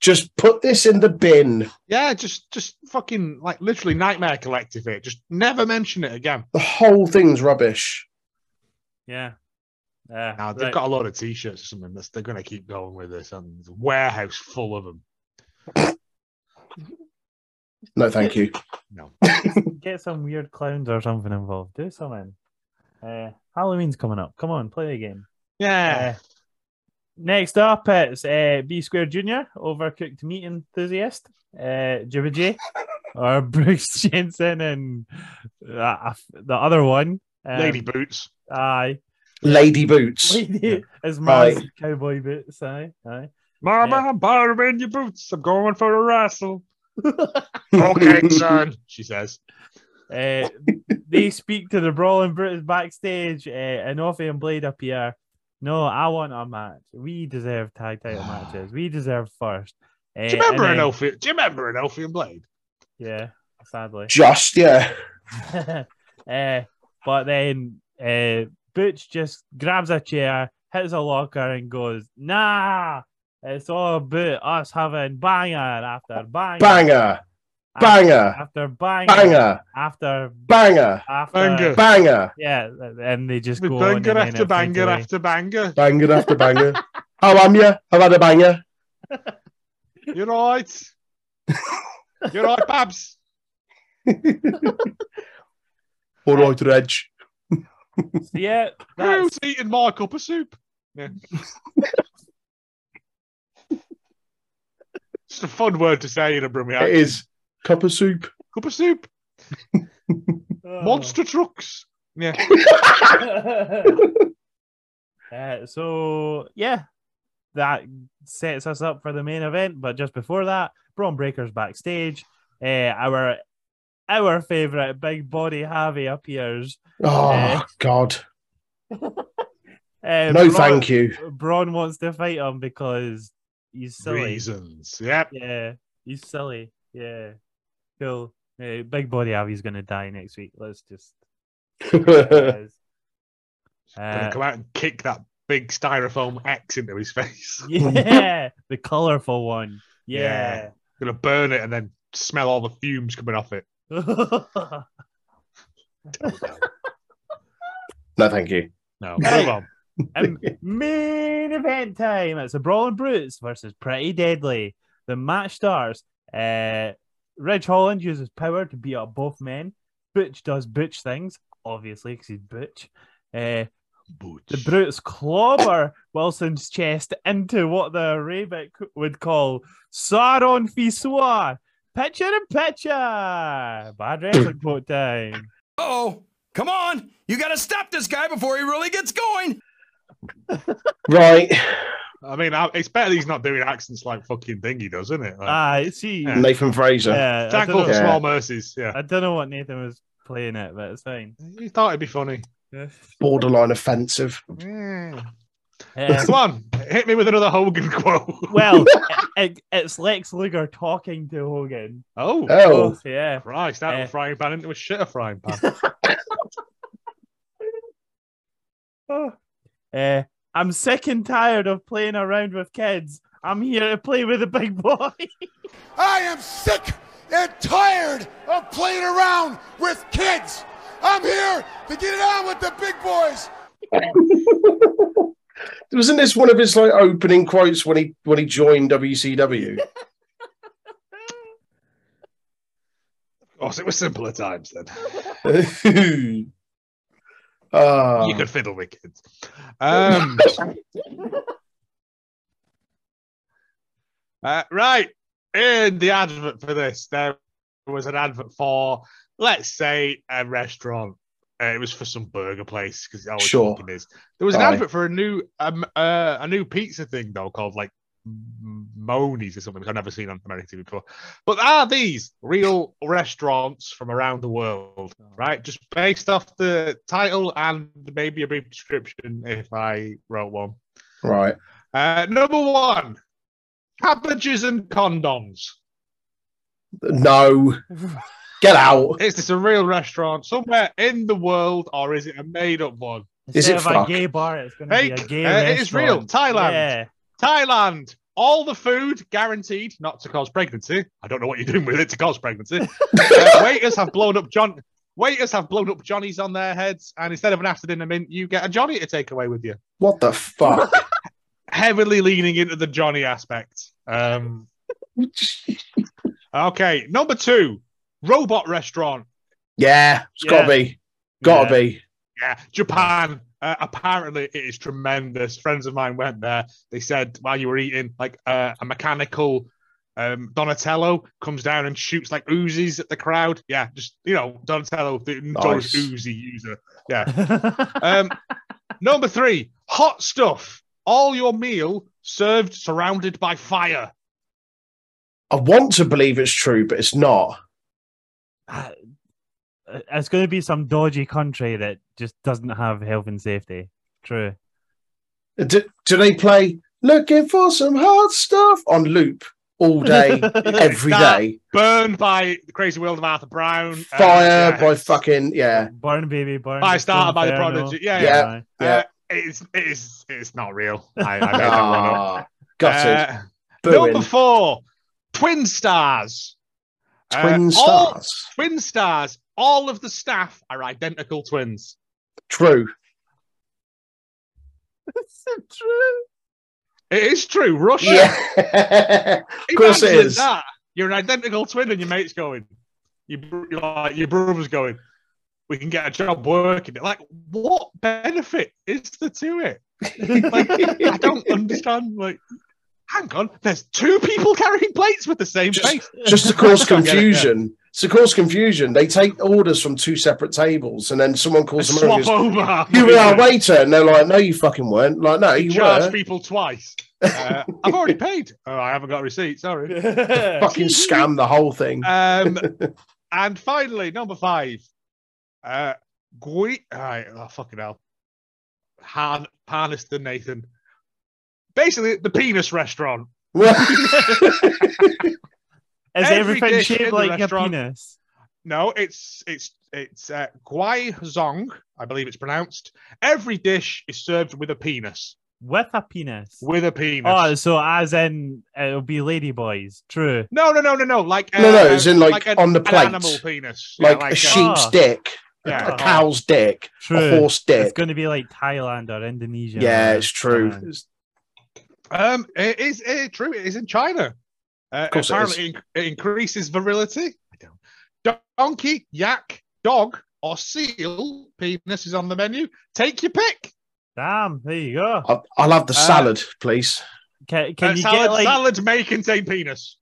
[SPEAKER 7] Just put this in the bin.
[SPEAKER 3] Yeah, just just fucking like literally nightmare collective it. Just never mention it again.
[SPEAKER 7] The whole thing's rubbish.
[SPEAKER 2] Yeah. Uh,
[SPEAKER 3] Now they've
[SPEAKER 2] right.
[SPEAKER 3] got a lot of t-shirts or something. That's, they're going to keep going with this, and there's a warehouse full of them.
[SPEAKER 7] No, thank you.
[SPEAKER 2] Get some weird clowns or something involved. Do something. Uh, Halloween's coming up. Come on, play the game.
[SPEAKER 3] Yeah.
[SPEAKER 2] Uh, next up, it's uh, B Square Junior, overcooked meat enthusiast, uh, Jibba J, or Bruce Jensen and uh, the other one, um,
[SPEAKER 3] Lady Boots.
[SPEAKER 2] Aye,
[SPEAKER 7] Lady Boots.
[SPEAKER 2] Lady is
[SPEAKER 7] Aye.
[SPEAKER 2] my cowboy boots. Aye, aye.
[SPEAKER 3] Mama,
[SPEAKER 2] Yeah.
[SPEAKER 3] I'm borrowing your boots. I'm going for a wrestle. okay, son, she says.
[SPEAKER 2] Uh, they speak to the brawling Brits backstage, uh, and Offie and Blade appear. No, I want a match. We deserve tag title matches. We deserve first. Uh,
[SPEAKER 3] Do you remember
[SPEAKER 2] and
[SPEAKER 3] an
[SPEAKER 2] then-
[SPEAKER 3] Ophion? Do you remember an Ophion Blade?
[SPEAKER 2] Yeah, sadly.
[SPEAKER 7] Just, yeah.
[SPEAKER 2] uh, but then uh, Butch just grabs a chair, hits a locker, and goes, "Nah, it's all about us having banger after banger,
[SPEAKER 7] Banger.
[SPEAKER 2] after-
[SPEAKER 7] Banger.
[SPEAKER 2] after banger,
[SPEAKER 7] Banger.
[SPEAKER 2] after
[SPEAKER 7] Banger.
[SPEAKER 2] after
[SPEAKER 3] Banger.
[SPEAKER 7] Banger.
[SPEAKER 2] Yeah, and they just
[SPEAKER 3] With
[SPEAKER 2] go on
[SPEAKER 3] banger
[SPEAKER 2] and
[SPEAKER 3] after
[SPEAKER 2] then it fades
[SPEAKER 3] banger
[SPEAKER 2] away.
[SPEAKER 3] after banger.
[SPEAKER 7] Banger after banger. How am you? I've had a banger.
[SPEAKER 3] You're right. You're right, Babs.
[SPEAKER 7] All right, Reg.
[SPEAKER 2] So yeah, that's
[SPEAKER 3] Who's eating my cup of soup? Yeah. Just a fun word to say in a Brummie.
[SPEAKER 7] It is. Cup of soup.
[SPEAKER 3] Cup of soup.
[SPEAKER 2] oh.
[SPEAKER 3] Monster trucks. Yeah.
[SPEAKER 2] Uh, so yeah, that sets us up for the main event. But just before that, Braun Breaker's backstage. Uh, our our favorite big body Harvey appears.
[SPEAKER 7] Oh, God.
[SPEAKER 2] Uh,
[SPEAKER 7] No, thank you.
[SPEAKER 2] Braun wants to fight him because he's silly.
[SPEAKER 3] Reasons. Yep.
[SPEAKER 2] Yeah, he's silly. Yeah, cool. Uh, big body Harvey's gonna die next week. Let's just.
[SPEAKER 3] Gonna
[SPEAKER 2] Uh,
[SPEAKER 3] come out and kick that big styrofoam X into his face.
[SPEAKER 2] yeah, the colorful one.
[SPEAKER 3] Yeah.
[SPEAKER 2] Yeah.
[SPEAKER 3] Gonna burn it and then smell all the fumes coming off it.
[SPEAKER 7] No, thank you.
[SPEAKER 3] No,
[SPEAKER 7] Hey.
[SPEAKER 3] move on.
[SPEAKER 2] And main event time. It's the Brawling Brutes versus Pretty Deadly. The match starts. Uh, Ridge Holland uses power to beat up both men. Butch does Butch things, obviously, because he's Butch. Uh, The Brutes clobber Wilson's chest into what the Arabic would call Saron Fissoir. Picture in picture. Bad wrestling quote time.
[SPEAKER 8] Oh, come on! You gotta stop this guy before he really gets going.
[SPEAKER 1] Right.
[SPEAKER 3] I mean, I- it's better he's not doing accents like fucking Dingy does, isn't it? Like,
[SPEAKER 2] Ah, see.
[SPEAKER 3] Yeah.
[SPEAKER 1] Nathan Fraser.
[SPEAKER 2] Yeah, I
[SPEAKER 3] Thank
[SPEAKER 2] don't
[SPEAKER 3] God for
[SPEAKER 2] know.
[SPEAKER 3] small mercies. Yeah.
[SPEAKER 2] I don't know what Nathan was playing at, but it's fine.
[SPEAKER 3] He thought it'd be funny.
[SPEAKER 2] Yeah.
[SPEAKER 1] Borderline offensive.
[SPEAKER 3] Next one. Hit me with another Hogan quote.
[SPEAKER 2] Um, Uh, Well, it, it's Lex Luger talking to Hogan.
[SPEAKER 3] Oh.
[SPEAKER 1] Oh.
[SPEAKER 2] yeah.
[SPEAKER 3] Christ, that
[SPEAKER 2] Uh,
[SPEAKER 3] frying pan into a shitter frying pan.
[SPEAKER 2] Oh. Uh, I'm sick and tired of playing around with kids. I'm here to play with the big boy.
[SPEAKER 11] I am sick and tired of playing around with kids. I'm here to get it on with the big boys.
[SPEAKER 1] Wasn't this one of his like opening quotes when he when he joined WCW?
[SPEAKER 3] Of course, it was simpler times then.
[SPEAKER 1] Ah.
[SPEAKER 3] you could fiddle with kids. Um, uh, right. In the advert for this, there was an advert for, let's say, a restaurant. Uh, it was for some burger place because it always
[SPEAKER 1] Sure.
[SPEAKER 3] fucking is. There was an
[SPEAKER 1] Aye.
[SPEAKER 3] advert for a new um, uh, a new pizza thing though called like M- Monies or something. which I've never seen on American TV before. But are these real restaurants from around the world? Right, just based off the title and maybe a brief description if I wrote one.
[SPEAKER 1] Right.
[SPEAKER 3] Uh, number one, cabbages and condoms.
[SPEAKER 1] No. Get out.
[SPEAKER 3] Is this a real restaurant somewhere in the world, or is it a made-up one?
[SPEAKER 1] Is it
[SPEAKER 2] Instead of
[SPEAKER 1] fuck?
[SPEAKER 2] a gay bar? It's going to be
[SPEAKER 3] Fake.
[SPEAKER 2] a gay
[SPEAKER 3] Uh,
[SPEAKER 2] restaurant.
[SPEAKER 3] it is real. Thailand.
[SPEAKER 2] Yeah.
[SPEAKER 3] Thailand. All the food guaranteed not to cause pregnancy. I don't know what you're doing with it to cause pregnancy. Uh, waiters have blown up John. Waiters have blown up Johnnies on their heads, and instead of an after dinner mint, you get a Johnny to take away with you.
[SPEAKER 1] What the fuck?
[SPEAKER 3] Heavily leaning into the Johnny aspect. Um, okay, number two, robot restaurant.
[SPEAKER 1] yeah, it's gotta
[SPEAKER 3] Yeah.
[SPEAKER 1] be. Gotta
[SPEAKER 3] Yeah.
[SPEAKER 1] be.
[SPEAKER 3] Yeah, Japan. Uh, apparently, it is tremendous. Friends of mine went there. They said while you were eating, like uh, a mechanical um, Donatello comes down and shoots like Uzis at the crowd. Yeah, just you know Donatello, the notorious
[SPEAKER 1] Nice.
[SPEAKER 3] Uzi user. Yeah. um, number three, hot stuff. All your meal served surrounded by fire.
[SPEAKER 1] I want to believe it's true, but it's not.
[SPEAKER 2] Uh, It's going to be some dodgy country that just doesn't have health and safety. True.
[SPEAKER 1] Do, do they play looking for some hard stuff on loop all day, every
[SPEAKER 3] That
[SPEAKER 1] day?
[SPEAKER 3] Burned by the crazy world of Arthur Brown. Uh,
[SPEAKER 1] Fire
[SPEAKER 3] yeah.
[SPEAKER 1] by fucking yeah.
[SPEAKER 2] Burn, baby, burn.
[SPEAKER 3] By
[SPEAKER 2] It's
[SPEAKER 3] starter by the
[SPEAKER 2] Inferno.
[SPEAKER 3] prodigy. Yeah, yeah.
[SPEAKER 1] Yeah.
[SPEAKER 3] Uh,
[SPEAKER 1] Yeah.
[SPEAKER 3] it's it's it's not real. I, I made that one up.
[SPEAKER 1] Ah, gutted.
[SPEAKER 3] Uh,
[SPEAKER 1] Booing.
[SPEAKER 3] number four, Twin Stars. Uh,
[SPEAKER 1] Twin
[SPEAKER 3] all-
[SPEAKER 1] stars.
[SPEAKER 3] twin Stars. All of the staff are identical twins.
[SPEAKER 1] True.
[SPEAKER 2] It's so true.
[SPEAKER 3] It is true. Russia.
[SPEAKER 1] Yeah. of course it
[SPEAKER 3] Imagine
[SPEAKER 1] is.
[SPEAKER 3] That. You're an identical twin, and your mate's going. Your br- you're like your brother's going. We can get a job working. it." Like, what benefit is there to it? Like, I don't understand. Like, hang on. There's two people carrying plates with the same face.
[SPEAKER 1] Just to cause
[SPEAKER 3] Can't get it, yeah.
[SPEAKER 1] confusion. It's to cause confusion. They take orders from two separate tables and then someone calls them over
[SPEAKER 3] Swap
[SPEAKER 1] and goes,
[SPEAKER 3] over.
[SPEAKER 1] You were our waiter. And they're like, No, you fucking weren't. Like, no, you
[SPEAKER 3] charge
[SPEAKER 1] were.
[SPEAKER 3] people twice. Uh, I've already paid. Oh, I haven't got a receipt. Sorry.
[SPEAKER 1] Fucking scam the whole thing.
[SPEAKER 3] Um, and finally, number five, uh, Gui. Right, oh, fucking hell. Han, harness the Nathan. Basically, the penis restaurant.
[SPEAKER 2] Is
[SPEAKER 3] Every
[SPEAKER 2] everything
[SPEAKER 3] dish in
[SPEAKER 2] shaped
[SPEAKER 3] the
[SPEAKER 2] like your
[SPEAKER 3] restaurant-
[SPEAKER 2] penis?
[SPEAKER 3] No, it's it's it's uh, Guai Zong, I believe it's pronounced. Every dish is served with a penis.
[SPEAKER 2] With a penis.
[SPEAKER 3] With a penis.
[SPEAKER 2] Oh, so as in it'll be ladyboys. True.
[SPEAKER 3] no, no, no, no, no. uh, Like
[SPEAKER 1] No, no, as in, like, on the
[SPEAKER 3] an
[SPEAKER 1] plate.
[SPEAKER 3] animal penis. Yeah,
[SPEAKER 1] like, a
[SPEAKER 3] uh,
[SPEAKER 1] sheep's
[SPEAKER 2] Ah.
[SPEAKER 1] dick. a, a cow's dick, a
[SPEAKER 2] True.
[SPEAKER 1] horse dick.
[SPEAKER 2] It's going to be like Thailand or Indonesia.
[SPEAKER 1] yeah,
[SPEAKER 2] or-
[SPEAKER 1] it's true.
[SPEAKER 2] Yeah.
[SPEAKER 1] It's-
[SPEAKER 3] Um, it is eh, true. It is in China. Uh,
[SPEAKER 1] course it
[SPEAKER 3] apparently, it, it increases virility. I don't. Donkey, yak, dog, or seal penis is on the menu. Take your pick.
[SPEAKER 2] Damn, there you go.
[SPEAKER 1] I'll, I'll have the
[SPEAKER 3] Uh,
[SPEAKER 1] salad, please.
[SPEAKER 2] Can, can
[SPEAKER 3] Uh,
[SPEAKER 2] you
[SPEAKER 3] salad,
[SPEAKER 2] get like
[SPEAKER 3] salad may contain penis.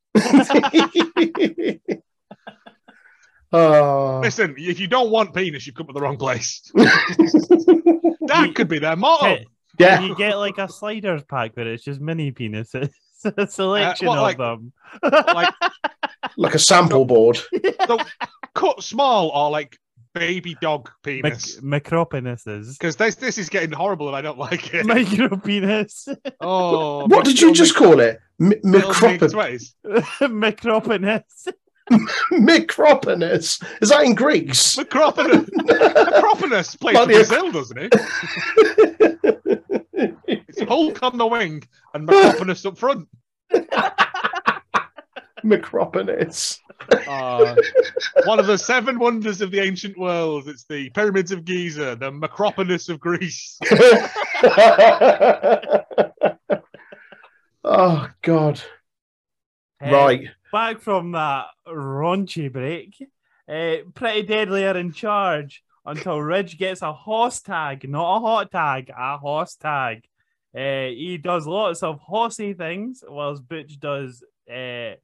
[SPEAKER 1] Oh,
[SPEAKER 3] Listen, if you don't want penis, you've come to the wrong place. that could be their motto.
[SPEAKER 2] can,
[SPEAKER 1] Yeah.
[SPEAKER 2] can you get like a sliders pack where it's just mini penises? a selection
[SPEAKER 3] what,
[SPEAKER 2] of
[SPEAKER 3] like-
[SPEAKER 2] them.
[SPEAKER 3] like
[SPEAKER 1] like a sample board.
[SPEAKER 3] so, cut small or like baby dog
[SPEAKER 2] Mic-
[SPEAKER 3] penis.
[SPEAKER 2] micropenises.
[SPEAKER 3] Because this this is getting horrible and I don't like it.
[SPEAKER 2] Micropenis.
[SPEAKER 3] oh,
[SPEAKER 1] What did you just call it? M- micropen-
[SPEAKER 3] Micropenis.
[SPEAKER 2] Micropenis.
[SPEAKER 1] Micropenis. Is that in Greece?
[SPEAKER 3] Micropenis. Micropenis plays for
[SPEAKER 1] Bloody-
[SPEAKER 3] Brazil, doesn't it? it's Hulk on the wing and Micropenis up front.
[SPEAKER 1] Micropenis.
[SPEAKER 3] Uh, one of the seven wonders of the ancient world. It's the pyramids of Giza, the Macropolis of Greece.
[SPEAKER 1] oh God!
[SPEAKER 2] Eh,
[SPEAKER 1] right,
[SPEAKER 2] Back from that raunchy break, eh, pretty deadly are in charge until Ridge gets a horse tag, not a hot tag, a horse tag. Eh, he does lots of horsey things, whilst Butch does, eh,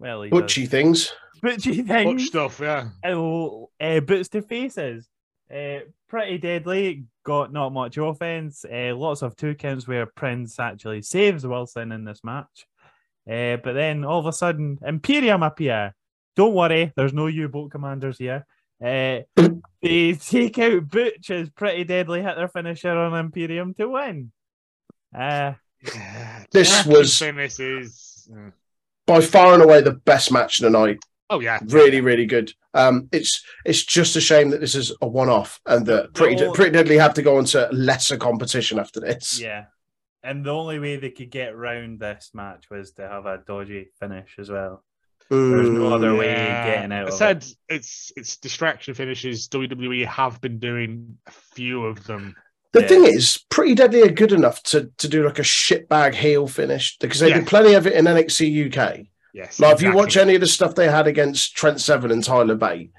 [SPEAKER 2] well, he does
[SPEAKER 1] butchy things.
[SPEAKER 2] butchy
[SPEAKER 3] Much
[SPEAKER 2] things
[SPEAKER 3] stuff, yeah.
[SPEAKER 2] and uh, boots to faces. Uh, pretty deadly, got not much offense. Uh, lots of two counts where Prince actually saves Wilson in this match. Uh, but then all of a sudden, Imperium appear. Don't worry, there's no U boat commanders here. Uh, they take out Butch as pretty deadly hit their finisher on Imperium to win. Uh,
[SPEAKER 3] Yeah,
[SPEAKER 1] This
[SPEAKER 3] Jackie
[SPEAKER 1] was-
[SPEAKER 3] Finnis is- mm.
[SPEAKER 1] By far and away the best match of the night.
[SPEAKER 3] Oh yeah,
[SPEAKER 1] Really, really good. Um, it's it's just a shame that this is a one-off and that pretty
[SPEAKER 2] No.
[SPEAKER 1] pretty deadly had to go on to lesser competition after this.
[SPEAKER 2] Yeah. And the only way they could get round this match was to have a dodgy finish as well. There's no
[SPEAKER 1] Mm.
[SPEAKER 2] other way
[SPEAKER 3] Yeah.
[SPEAKER 2] getting out
[SPEAKER 3] I
[SPEAKER 2] of
[SPEAKER 3] said
[SPEAKER 2] it.
[SPEAKER 3] it's it's distraction finishes. WWE E have been doing a few of them.
[SPEAKER 1] The
[SPEAKER 2] Yeah.
[SPEAKER 1] thing is, Pretty Deadly are good enough to to do like a shitbag heel finish because they
[SPEAKER 3] Yeah.
[SPEAKER 1] did plenty of it in NXT UK.
[SPEAKER 3] Yes.
[SPEAKER 1] Like, if you
[SPEAKER 3] exactly.
[SPEAKER 1] watch any of the stuff they had against Trent Seven and Tyler Bate,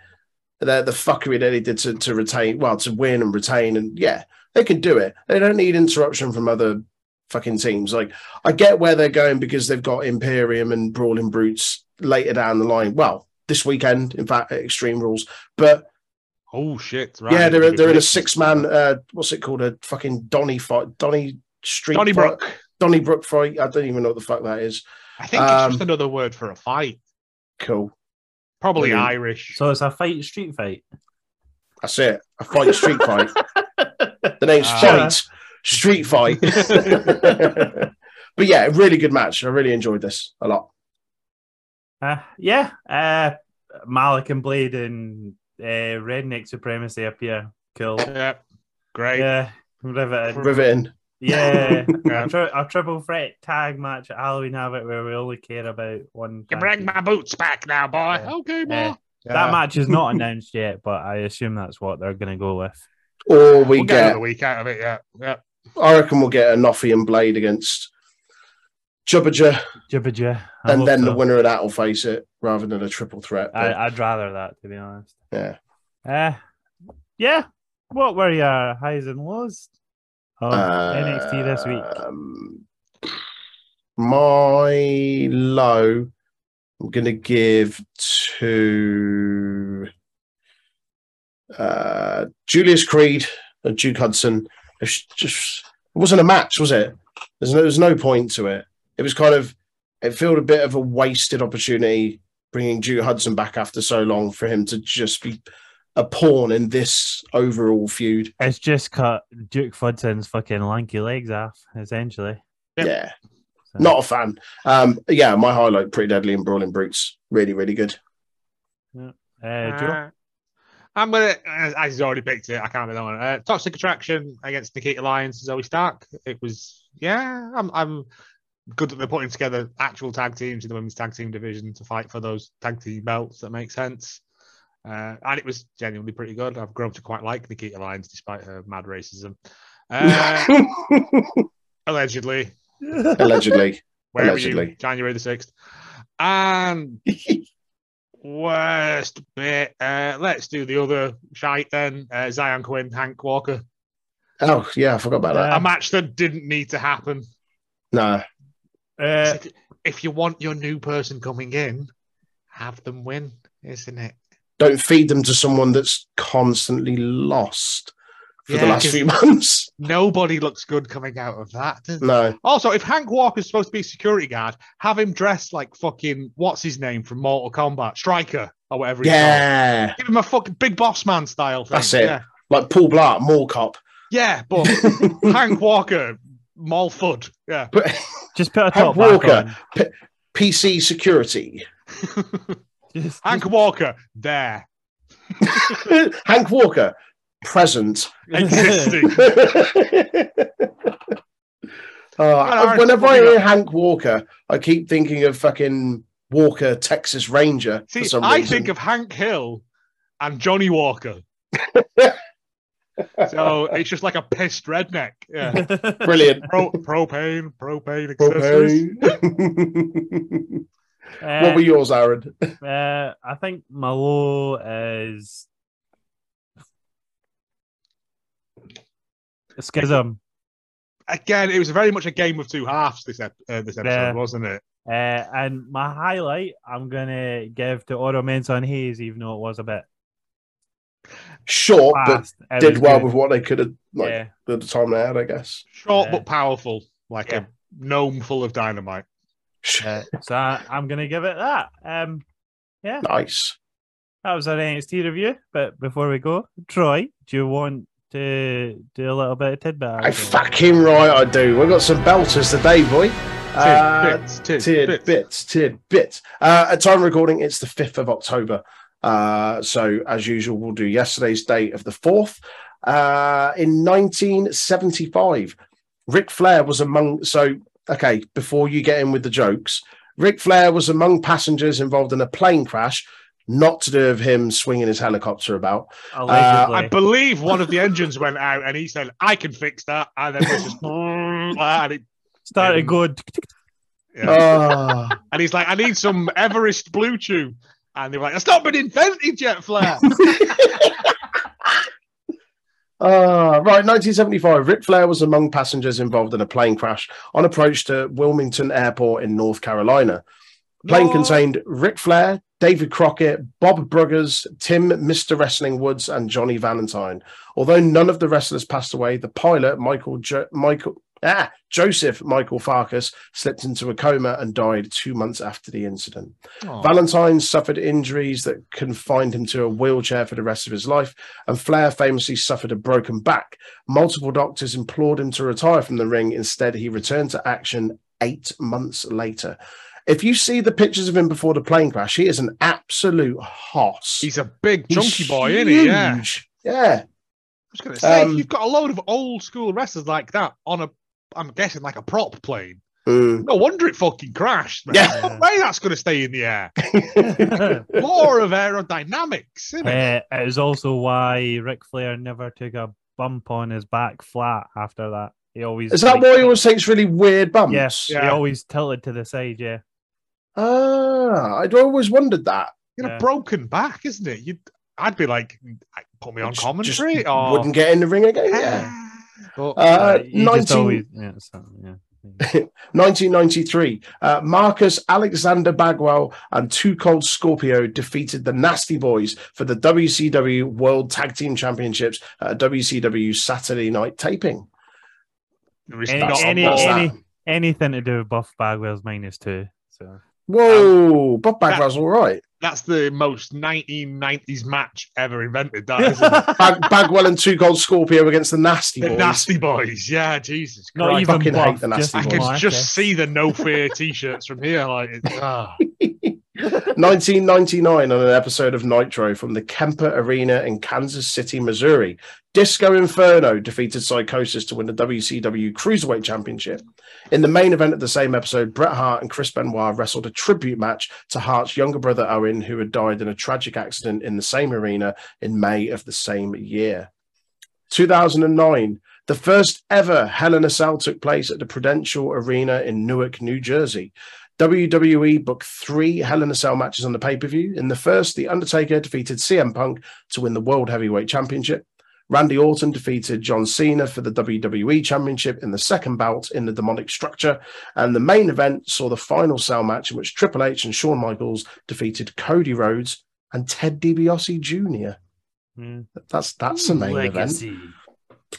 [SPEAKER 1] the, the fuckery that they did to, to retain, well, to win and retain, and yeah, they can do it. They don't need interruption from other fucking teams. Like, I get where they're going because they've got Imperium and Brawling Brutes later down the line. Well, this weekend, in fact, at Extreme Rules, but
[SPEAKER 3] Oh shit! Right.
[SPEAKER 1] yeah, they're they're in a six man. Uh, what's it called? A fucking Donny fight, Donny Street,
[SPEAKER 3] Donnybrook.
[SPEAKER 1] Donny Brook fight. I don't even know what the fuck that is.
[SPEAKER 3] I think
[SPEAKER 1] Um,
[SPEAKER 3] it's just another word for a fight.
[SPEAKER 1] Cool.
[SPEAKER 3] Probably
[SPEAKER 1] brilliant.
[SPEAKER 3] Irish.
[SPEAKER 2] So it's a fight, street fight.
[SPEAKER 1] That's it. A fight, street fight. The name's
[SPEAKER 3] Ah.
[SPEAKER 1] fight, street fight. but yeah, really good match. I really enjoyed this a lot.
[SPEAKER 2] Uh, yeah. Uh, Malik and Blade and uh, Redneck Supremacy appear. Cool.
[SPEAKER 3] yeah. Great.
[SPEAKER 2] Yeah. Riveted.
[SPEAKER 1] Riveting.
[SPEAKER 2] Yeah.
[SPEAKER 3] Yeah.
[SPEAKER 2] a, tri- a triple threat tag match at Halloween Havoc where we only care about one.
[SPEAKER 3] You
[SPEAKER 2] tag
[SPEAKER 3] bring
[SPEAKER 2] team.
[SPEAKER 3] my boots back now, boy.
[SPEAKER 2] Yeah.
[SPEAKER 3] Okay, boy.
[SPEAKER 2] Yeah. That match is not announced yet, but I assume that's what they're going to go with.
[SPEAKER 1] Or we
[SPEAKER 3] We'll get
[SPEAKER 1] get,
[SPEAKER 3] another week out of it. Yeah. Yeah.
[SPEAKER 1] I reckon we'll get a Noffy and Blade against Jubbager,
[SPEAKER 2] Jibbaja. I
[SPEAKER 1] and
[SPEAKER 2] hope
[SPEAKER 1] then the
[SPEAKER 2] so.
[SPEAKER 1] winner of that will face it rather than a triple threat. But,
[SPEAKER 2] I, I'd rather that, to be honest.
[SPEAKER 1] yeah.
[SPEAKER 2] Uh, yeah. What were your highs and lows of
[SPEAKER 1] Uh,
[SPEAKER 2] NXT this week?
[SPEAKER 1] Um, my low, I'm going to give to uh, Julius Creed and Duke Hudson. It's just it wasn't a match, was it? There's no, there's no point to it. It was kind of it felt a bit of a wasted opportunity bringing Duke Hudson back after so long for him to just be a pawn in this overall feud.
[SPEAKER 2] It's just cut Duke Fudson's fucking lanky legs off, essentially.
[SPEAKER 3] Yep.
[SPEAKER 1] Yeah.
[SPEAKER 2] So-
[SPEAKER 1] Not a fan. Um, yeah, my highlight, pretty deadly and brawling brutes. Really, really good.
[SPEAKER 2] Uh, Joe?
[SPEAKER 3] Uh, I'm gonna. I I just already picked it. I can't be that one. Uh, Toxic Attraction against Nikita Lyons and Zoe Stark. It was yeah. I'm I'm good that they're putting together actual tag teams in the women's tag team division to fight for those tag team belts. That makes sense. Uh, and it was genuinely pretty good. I've grown to quite like Nikita Lyons despite her mad racism. Uh, allegedly.
[SPEAKER 1] Allegedly.
[SPEAKER 3] Where Were you?
[SPEAKER 1] Allegedly.
[SPEAKER 3] January the 6th. And worst bit, uh, let's do the other shite then. Uh, Zion Quinn, Hank Walker.
[SPEAKER 1] Oh yeah, I forgot about that.
[SPEAKER 3] a match that didn't need to happen.
[SPEAKER 1] No.
[SPEAKER 2] uh,
[SPEAKER 3] It's like, if you want your new person coming in, have them win, isn't it?
[SPEAKER 1] Don't feed them to someone that's constantly lost for the
[SPEAKER 3] Yeah,
[SPEAKER 1] last
[SPEAKER 3] 'cause
[SPEAKER 1] few months.
[SPEAKER 3] Nobody looks good coming out of that. does they?
[SPEAKER 1] No.
[SPEAKER 3] Also, if Hank Walker's supposed to be a security guard, have him dressed like fucking what's his name from Mortal Kombat, Striker or whatever. He's
[SPEAKER 1] Yeah.
[SPEAKER 3] called. Give him a fucking big boss man style. Thing.
[SPEAKER 1] That's it.
[SPEAKER 3] Yeah,
[SPEAKER 1] Like Paul Blart, Mall Cop.
[SPEAKER 3] yeah but Hank Walker, Mall Fud. Yeah.
[SPEAKER 2] Just put a
[SPEAKER 1] Hank
[SPEAKER 2] top back
[SPEAKER 1] Walker, P- PC security.
[SPEAKER 3] Hank Walker, there.
[SPEAKER 1] Hank Walker, present.
[SPEAKER 3] Existing.
[SPEAKER 1] Uh,
[SPEAKER 3] Alright,
[SPEAKER 1] whenever I
[SPEAKER 3] moving
[SPEAKER 1] hear Hank Walker, I keep thinking of fucking Walker, Texas Ranger.
[SPEAKER 3] See,
[SPEAKER 1] for some
[SPEAKER 3] I
[SPEAKER 1] reason.
[SPEAKER 3] think of Hank Hill and Johnny Walker. so it's just like a pissed redneck. Yeah.
[SPEAKER 1] Brilliant.
[SPEAKER 3] Pro- propane, propane accessories.
[SPEAKER 2] Uh,
[SPEAKER 1] what were yours, Aaron?
[SPEAKER 2] Uh, I think my low is Schism.
[SPEAKER 3] Again, it was very much a game of two halves. This ep- uh, this episode,
[SPEAKER 2] Yeah.
[SPEAKER 3] wasn't it?
[SPEAKER 2] Uh, and my highlight, I'm gonna give to Oro Mensah and Hayes, even though it was a bit.
[SPEAKER 1] Short,
[SPEAKER 2] Fast.
[SPEAKER 1] but
[SPEAKER 2] It
[SPEAKER 1] did
[SPEAKER 2] Ah, was
[SPEAKER 1] well
[SPEAKER 2] good.
[SPEAKER 1] with what they could have, like,
[SPEAKER 2] Yeah.
[SPEAKER 1] at the time they had, I guess.
[SPEAKER 3] Short
[SPEAKER 2] Yeah.
[SPEAKER 3] but powerful, like a gnome full of dynamite.
[SPEAKER 2] So I, I'm gonna give it that. Um, yeah,
[SPEAKER 1] Nice.
[SPEAKER 2] that was our NXT review. But before we go, Troy, do you want to do a little bit of tidbit?
[SPEAKER 1] I
[SPEAKER 2] action?
[SPEAKER 1] fucking right, I do. We've got some belters today, boy. Uh,
[SPEAKER 3] Tidbits, tidbits.
[SPEAKER 1] tidbits, tidbits. Uh, at time of recording, it's the 5th of October. Uh, so, as usual, we'll do yesterday's date of the 4th. Uh, in 1975, Ric Flair was among. So, okay, before you get in with the jokes, Ric Flair was among passengers involved in a plane crash, not to do with him swinging his helicopter about.
[SPEAKER 3] Uh,
[SPEAKER 1] Uh,
[SPEAKER 3] I believe one of the engines went out, and he said, "I can fix that," and then it was just and it
[SPEAKER 2] started
[SPEAKER 1] um,
[SPEAKER 2] good.
[SPEAKER 3] Yeah.
[SPEAKER 1] Ah.
[SPEAKER 3] and he's like, I need some Everest Blue Chew. And they were like, that's not been invented yet, Flair.
[SPEAKER 1] Uh, right, 1975. Ric Flair was among passengers involved in a plane crash on approach to Wilmington Airport in North Carolina. The plane contained Ric Flair, David Crockett, Bob Bruggers, Tim, Mr. Wrestling Woods, and Johnny Valentine. Although none of the wrestlers passed away, the pilot, Michael, jo- Michael, ah, Joseph Michael Farkas, slipped into a coma and died two months after the incident.
[SPEAKER 3] Aw.
[SPEAKER 1] Valentine suffered injuries that confined him to a wheelchair for the rest of his life, and Flair famously suffered a broken back. Multiple doctors implored him to retire from the ring. Instead, he returned to action eight months later. If you see the pictures of him before the plane crash, he is an absolute hoss.
[SPEAKER 3] He's a big, chunky boy, isn't he?
[SPEAKER 1] huge.
[SPEAKER 3] Yeah. I
[SPEAKER 1] Yeah.
[SPEAKER 3] was going to say,
[SPEAKER 1] Um,
[SPEAKER 3] you've got a load of old school wrestlers like that on a, I'm guessing, like a prop plane.
[SPEAKER 1] Mm.
[SPEAKER 3] No wonder it fucking crashed. Man.
[SPEAKER 1] Yeah.
[SPEAKER 3] No way that's going to stay in the air. Law of aerodynamics, isn't it?
[SPEAKER 2] Uh, it is also why Ric Flair never took a bump on his back flat after that. He always
[SPEAKER 1] Is that
[SPEAKER 2] like,
[SPEAKER 1] why he always takes really weird bumps?
[SPEAKER 2] Yes, he
[SPEAKER 3] Yeah.
[SPEAKER 2] always tilted to the side. Yeah,
[SPEAKER 1] Ah, I'd always wondered that.
[SPEAKER 3] You're
[SPEAKER 2] Yeah.
[SPEAKER 3] a broken back, isn't it? You'd, I'd be like, put me on
[SPEAKER 1] Just-
[SPEAKER 3] commentary
[SPEAKER 1] just
[SPEAKER 3] or
[SPEAKER 1] Wouldn't get in the ring again. Yeah.
[SPEAKER 3] But-
[SPEAKER 1] Uh,
[SPEAKER 2] he just
[SPEAKER 1] 19,
[SPEAKER 2] always yeah, so, yeah.
[SPEAKER 1] 1993, uh, Marcus Alexander Bagwell and Two Cold Scorpio defeated the Nasty Boys for the WCW World Tag Team Championships at a WCW Saturday night taping.
[SPEAKER 3] There is not a
[SPEAKER 2] Any, any,
[SPEAKER 3] lot.
[SPEAKER 1] what's
[SPEAKER 2] any,
[SPEAKER 1] that?
[SPEAKER 2] anything to do with Buff Bagwell's minus two. So
[SPEAKER 1] Whoa, Bob Bagwell's all right.
[SPEAKER 3] That's the most 1990s match ever invented. That isn't it?
[SPEAKER 1] Bag- Bagwell and Two Cold Scorpio against the Nasty
[SPEAKER 3] the
[SPEAKER 1] Boys.
[SPEAKER 3] nasty boys. Yeah, Jesus
[SPEAKER 2] not
[SPEAKER 3] Christ.
[SPEAKER 2] even
[SPEAKER 1] fucking
[SPEAKER 2] Buff.
[SPEAKER 1] hate the
[SPEAKER 2] just
[SPEAKER 1] nasty
[SPEAKER 3] I
[SPEAKER 1] boys.
[SPEAKER 3] can
[SPEAKER 2] Marcus.
[SPEAKER 3] just see the no fear t-shirts from here. Like, it's, ah.
[SPEAKER 1] 1999 on an episode of Nitro from the Kemper Arena in Kansas City, Missouri. Disco Inferno defeated Psychosis to win the WCW Cruiserweight Championship. In the main event of the same episode, Bret Hart and Chris Benoit wrestled a tribute match to Hart's younger brother Owen, who had died in a tragic accident in the same arena in May of the same year. 2009, the first ever Hell in a Cell took place at the Prudential Arena in Newark, New Jersey. WWE E booked three Hell in a Cell matches on the pay per view. In the first, The Undertaker defeated CM Punk to win the World Heavyweight Championship. Randy Orton defeated John Cena for the WWE Championship in the second bout in the demonic structure. And the main event saw the final cell match in which Triple H and Shawn Michaels defeated Cody Rhodes and Ted DiBiase Jr.
[SPEAKER 2] Hmm.
[SPEAKER 1] That's that's the main event.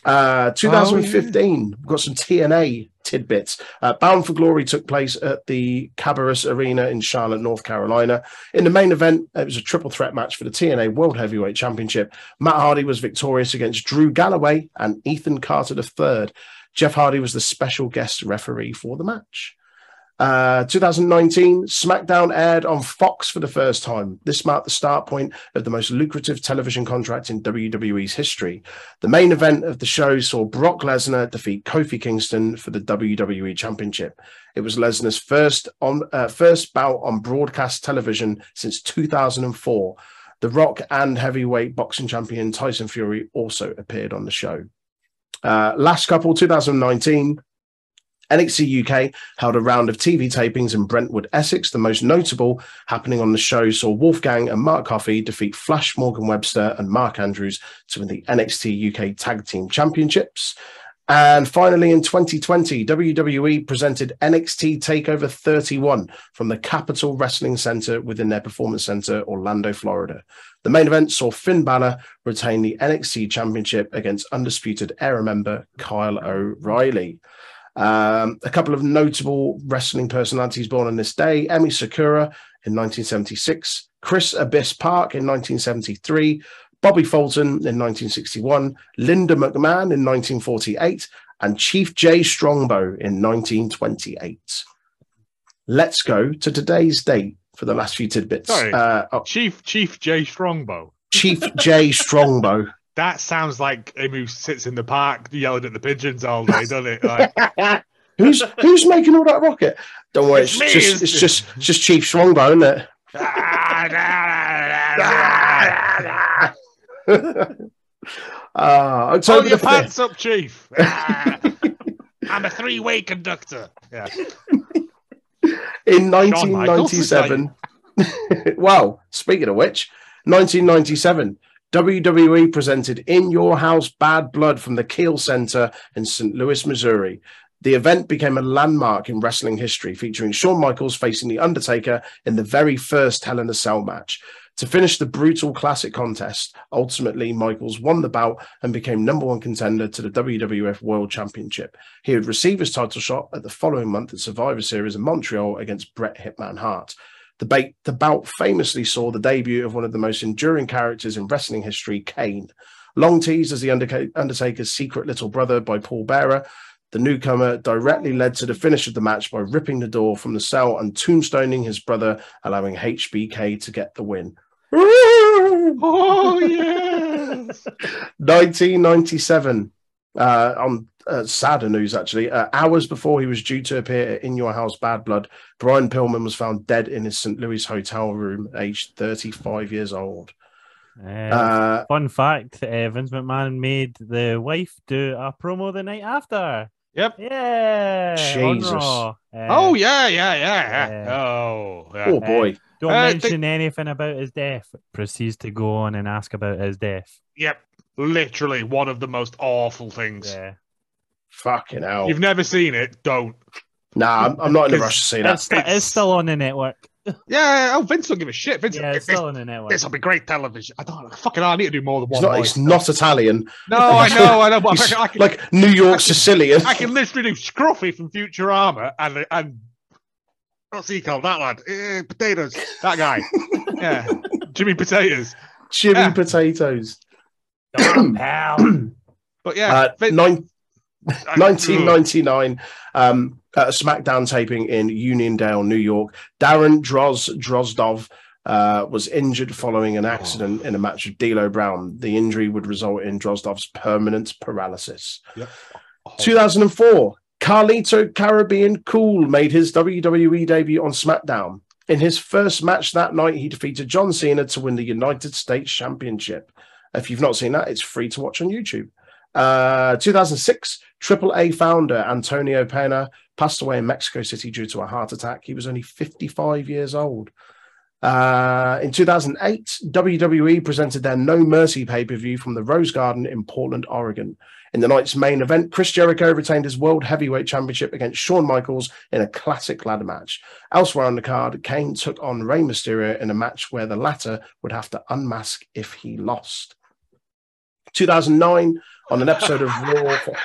[SPEAKER 1] Uh, 2015, we've got some TNA tidbits. Uh, Bound for Glory took place at the Cabarrus Arena in Charlotte, North Carolina. In the main event, it was a triple threat match for the TNA World Heavyweight Championship. Matt Hardy was victorious against Drew Galloway and Ethan Carter III. Jeff Hardy was the special guest referee for the match. Uh, 2019, SmackDown aired on Fox for the first time. This marked the start point of the most lucrative television contract in WWE's history. The main event of the show saw Brock Lesnar defeat Kofi Kingston for the WWE Championship. It was Lesnar's first on uh, first bout on broadcast television since 2004. The Rock and heavyweight boxing champion Tyson Fury also appeared on the show. Uh, last couple, 2019, NXT UK held a round of TV tapings in Brentwood, Essex. The most notable happening on the show saw Wolfgang and Mark Coffey defeat Flash Morgan Webster and Mark Andrews to win the NXT UK Tag Team Championships. And finally, in 2020, WWE E presented NXT TakeOver 31 from the Capital Wrestling Center within their Performance Center, Orlando, Florida. The main event saw Finn Balor retain the NXT Championship against Undisputed Era member Kyle O'Reilly. Um, a couple of notable wrestling personalities born on this day Emi Sakura in 1976, Chris Abyss Park in 1973, Bobby Fulton in 1961, Linda McMahon in 1948, and Chief Jay Strongbow in 1928. Let's go to today's date for the last few tidbits.
[SPEAKER 3] Sorry,
[SPEAKER 1] Uh, oh,
[SPEAKER 3] Chief Chief Jay Strongbow.
[SPEAKER 1] Chief Jay Strongbow.
[SPEAKER 3] That sounds like him who sits in the park yelling at the pigeons all day, doesn't it? Like,
[SPEAKER 1] Who's who's making all that rocket? Don't worry, it's,
[SPEAKER 3] It's me,
[SPEAKER 1] just
[SPEAKER 3] isn't
[SPEAKER 1] it's
[SPEAKER 3] it?
[SPEAKER 1] just it's just Chief Strongbow, isn't it? Ah,
[SPEAKER 3] Pull
[SPEAKER 1] October
[SPEAKER 3] your
[SPEAKER 1] the 5th.
[SPEAKER 3] pants up, Chief. Ah, I'm a three-way conductor. Yeah.
[SPEAKER 1] In
[SPEAKER 3] Shawn Michaels is
[SPEAKER 1] 1997, wow, speaking of which, 1997, WWE E presented In Your House Bad Blood from the Keel Center in St. Louis, Missouri. The event became a landmark in wrestling history, featuring Shawn Michaels facing The Undertaker in the very first Hell in a Cell match. To finish the brutal classic contest, ultimately, Michaels won the bout and became number one contender to the WWF World Championship. He would receive his title shot at the following month at Survivor Series in Montreal against Bret Hitman Hart. The, ba- the bout famously saw the debut of one of the most enduring characters in wrestling history, Kane. Long teased as The Underca- Undertaker's secret little brother by Paul Bearer, the newcomer directly led to the finish of the match by ripping the door from the cell and tombstoning his brother, allowing HBK to get the win.
[SPEAKER 3] oh yes.
[SPEAKER 1] 1997 uh, on uh, sadder news actually uh, hours before he was due to appear at in your house bad blood brian pillman was found dead in his st louis hotel room aged 35 years old
[SPEAKER 2] Uh,
[SPEAKER 1] Uh,
[SPEAKER 2] fun fact: uh, Vince McMahon made the wife do a promo the night after.
[SPEAKER 3] Yep.
[SPEAKER 2] Yeah. on
[SPEAKER 1] Jesus.
[SPEAKER 2] Raw. Uh,
[SPEAKER 3] oh yeah, yeah, yeah. yeah. oh. yeah.
[SPEAKER 1] oh boy
[SPEAKER 2] Don't
[SPEAKER 3] I
[SPEAKER 2] mention anything about his death. Proceeds to go on and ask about his death.
[SPEAKER 3] Yep. Literally one of the most awful things.
[SPEAKER 2] Yeah.
[SPEAKER 1] fucking hell
[SPEAKER 3] You've never seen it, don't.
[SPEAKER 1] nah I'm, I'm not in a rush to see that
[SPEAKER 2] It's, sti- it's still on the network.
[SPEAKER 3] Yeah, oh Vince will give a shit. Vince,
[SPEAKER 2] Yeah, it's
[SPEAKER 3] this,
[SPEAKER 2] still on the network.
[SPEAKER 3] this will be great television. I don't fucking. I need to do more than
[SPEAKER 1] it's
[SPEAKER 3] one.
[SPEAKER 1] not,
[SPEAKER 3] voice.
[SPEAKER 1] it's not italian
[SPEAKER 3] No, I know, I know. But I,
[SPEAKER 1] He's
[SPEAKER 3] can- I can,
[SPEAKER 1] like new york sicilian
[SPEAKER 3] I can literally do Scruffy from Futurama and and what's he called? That lad, Eh, potatoes. That guy. yeah, Jimmy Potatoes.
[SPEAKER 1] chili
[SPEAKER 3] yeah.
[SPEAKER 1] potatoes
[SPEAKER 2] Hell.
[SPEAKER 3] But yeah,
[SPEAKER 1] uh,
[SPEAKER 3] Vin-
[SPEAKER 1] nine, 1999 um, at a SmackDown taping in Uniondale, New York. Darren Droz Drozdov uh, was injured following an accident in a match with D'Lo Brown. The injury would result in Drozdov's permanent paralysis. 2004, Carlito Caribbean Cool made his WWE debut on SmackDown. In his first match that night, he defeated John Cena to win the United States Championship. If you've not seen that, it's free to watch on YouTube. Uh, 2006, AAA founder Antonio Pena passed away in Mexico City due to a heart attack. He was only 55 years old. Uh, in 2008, WWE E presented their No Mercy pay per view from the Rose Garden in Portland, Oregon. In the night's main event, Chris Jericho retained his World Heavyweight Championship against Shawn Michaels in a classic ladder match. Elsewhere on the card, Kane took on Rey Mysterio in a match where the latter would have to unmask if he lost. 2009, on an episode of Raw. for-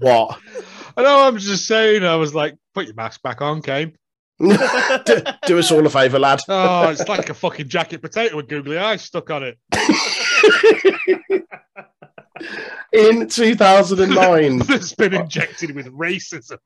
[SPEAKER 1] what?
[SPEAKER 3] I know. I'm just saying. I was like, put your mask back on, Kane.
[SPEAKER 1] do, do us all a favour, lad.
[SPEAKER 3] Oh, it's like a fucking jacket potato with googly eyes stuck on it.
[SPEAKER 1] in 2009,
[SPEAKER 3] That's been injected with racism.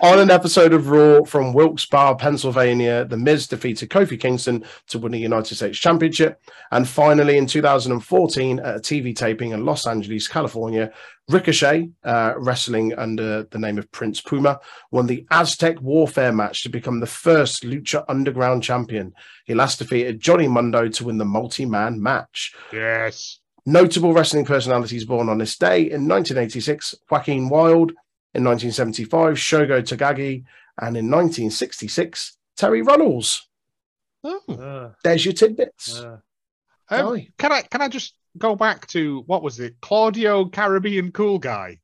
[SPEAKER 1] on an episode of Raw from Wilkes-Barre, Pennsylvania, The Miz defeated Kofi Kingston to win the United States Championship. And finally, in 2014, at a TV taping in Los Angeles, California, Ricochet, uh, wrestling under the name of Prince Puma, won the Aztec Warfare match to become the first Lucha Underground champion. He last defeated Johnny Mundo to win the multi-man match.
[SPEAKER 3] Yes.
[SPEAKER 1] Notable wrestling personalities born on this day in 1986, Joaquin Wild, in 1975, Shogo Tagagi, and in 1966, Terry Runnels. There's your tidbits.
[SPEAKER 2] Uh,
[SPEAKER 3] Um, can I can I just go back to what was it? Claudio Caribbean cool guy.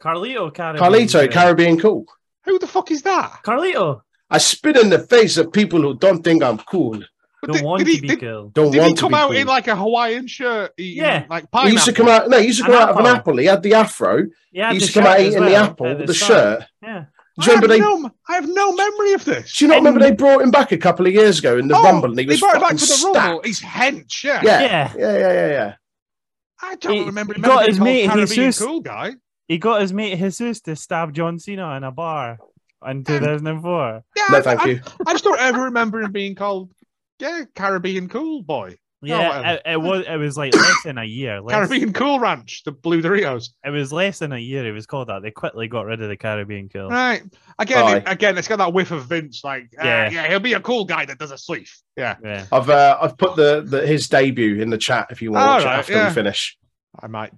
[SPEAKER 2] Carlito Caribbean.
[SPEAKER 1] Carlito, Caribbean cool.
[SPEAKER 3] Who the fuck is that?
[SPEAKER 2] Carlito.
[SPEAKER 1] I spit in the face of people who don't think I'm cool.
[SPEAKER 2] Don't want to be cool.
[SPEAKER 1] Don't
[SPEAKER 3] Did
[SPEAKER 1] want
[SPEAKER 3] he
[SPEAKER 1] to
[SPEAKER 3] come
[SPEAKER 1] be
[SPEAKER 3] out
[SPEAKER 1] cool.
[SPEAKER 3] in like a Hawaiian shirt? Eating,
[SPEAKER 2] Yeah.
[SPEAKER 3] Like
[SPEAKER 1] He
[SPEAKER 3] pineapple.
[SPEAKER 1] used to come out. No, he used to come out of an apple. He had the afro.
[SPEAKER 3] Yeah,
[SPEAKER 1] he used
[SPEAKER 3] the
[SPEAKER 1] to come out
[SPEAKER 3] shirt as
[SPEAKER 1] eating the
[SPEAKER 3] well,
[SPEAKER 1] apple,
[SPEAKER 3] at
[SPEAKER 1] the,
[SPEAKER 3] the start.
[SPEAKER 1] shirt.
[SPEAKER 2] Yeah.
[SPEAKER 1] Do you
[SPEAKER 3] I have,
[SPEAKER 1] remember they?
[SPEAKER 3] no, I have no memory of this.
[SPEAKER 1] Do you not remember they brought him back a couple of years ago in the
[SPEAKER 3] Oh,
[SPEAKER 1] rumble? And he
[SPEAKER 3] they
[SPEAKER 1] was
[SPEAKER 3] brought it back
[SPEAKER 1] fucking
[SPEAKER 3] for the
[SPEAKER 1] stacked.
[SPEAKER 3] rumble. He's hench. Yeah.
[SPEAKER 1] Yeah, yeah, yeah, yeah, yeah. yeah.
[SPEAKER 3] I don't remember.
[SPEAKER 2] He
[SPEAKER 3] him ever
[SPEAKER 2] got
[SPEAKER 3] being
[SPEAKER 2] his
[SPEAKER 3] called
[SPEAKER 2] mate
[SPEAKER 3] Caribbean
[SPEAKER 2] Jesus.
[SPEAKER 3] cool guy.
[SPEAKER 2] He got his mate Jesus to stab John Cena in a bar in
[SPEAKER 1] Hmm.
[SPEAKER 2] 2004.
[SPEAKER 3] Yeah,
[SPEAKER 1] No,
[SPEAKER 3] I-
[SPEAKER 1] thank
[SPEAKER 3] I,
[SPEAKER 1] you.
[SPEAKER 3] I just don't ever remember him being called, yeah, Caribbean cool boy. No, Oh, whatever.
[SPEAKER 2] Yeah, it, it was. It was like less than a year. Less,
[SPEAKER 3] Caribbean Cool Ranch, the Blue Doritos.
[SPEAKER 2] It was less than a year. It was called that. They quickly got rid of the Caribbean Cool.
[SPEAKER 3] Right. Again,
[SPEAKER 1] Aye.
[SPEAKER 3] it, again, it's got that whiff of Vince, like, uh,
[SPEAKER 2] Yeah.
[SPEAKER 3] yeah. he'll be a cool guy that does a sleeve. Yeah.
[SPEAKER 2] Yeah.
[SPEAKER 1] I've uh, I've put the, the his debut in the chat if you want to watch
[SPEAKER 3] Alright,
[SPEAKER 1] it after
[SPEAKER 3] yeah.
[SPEAKER 1] we finish.
[SPEAKER 3] I might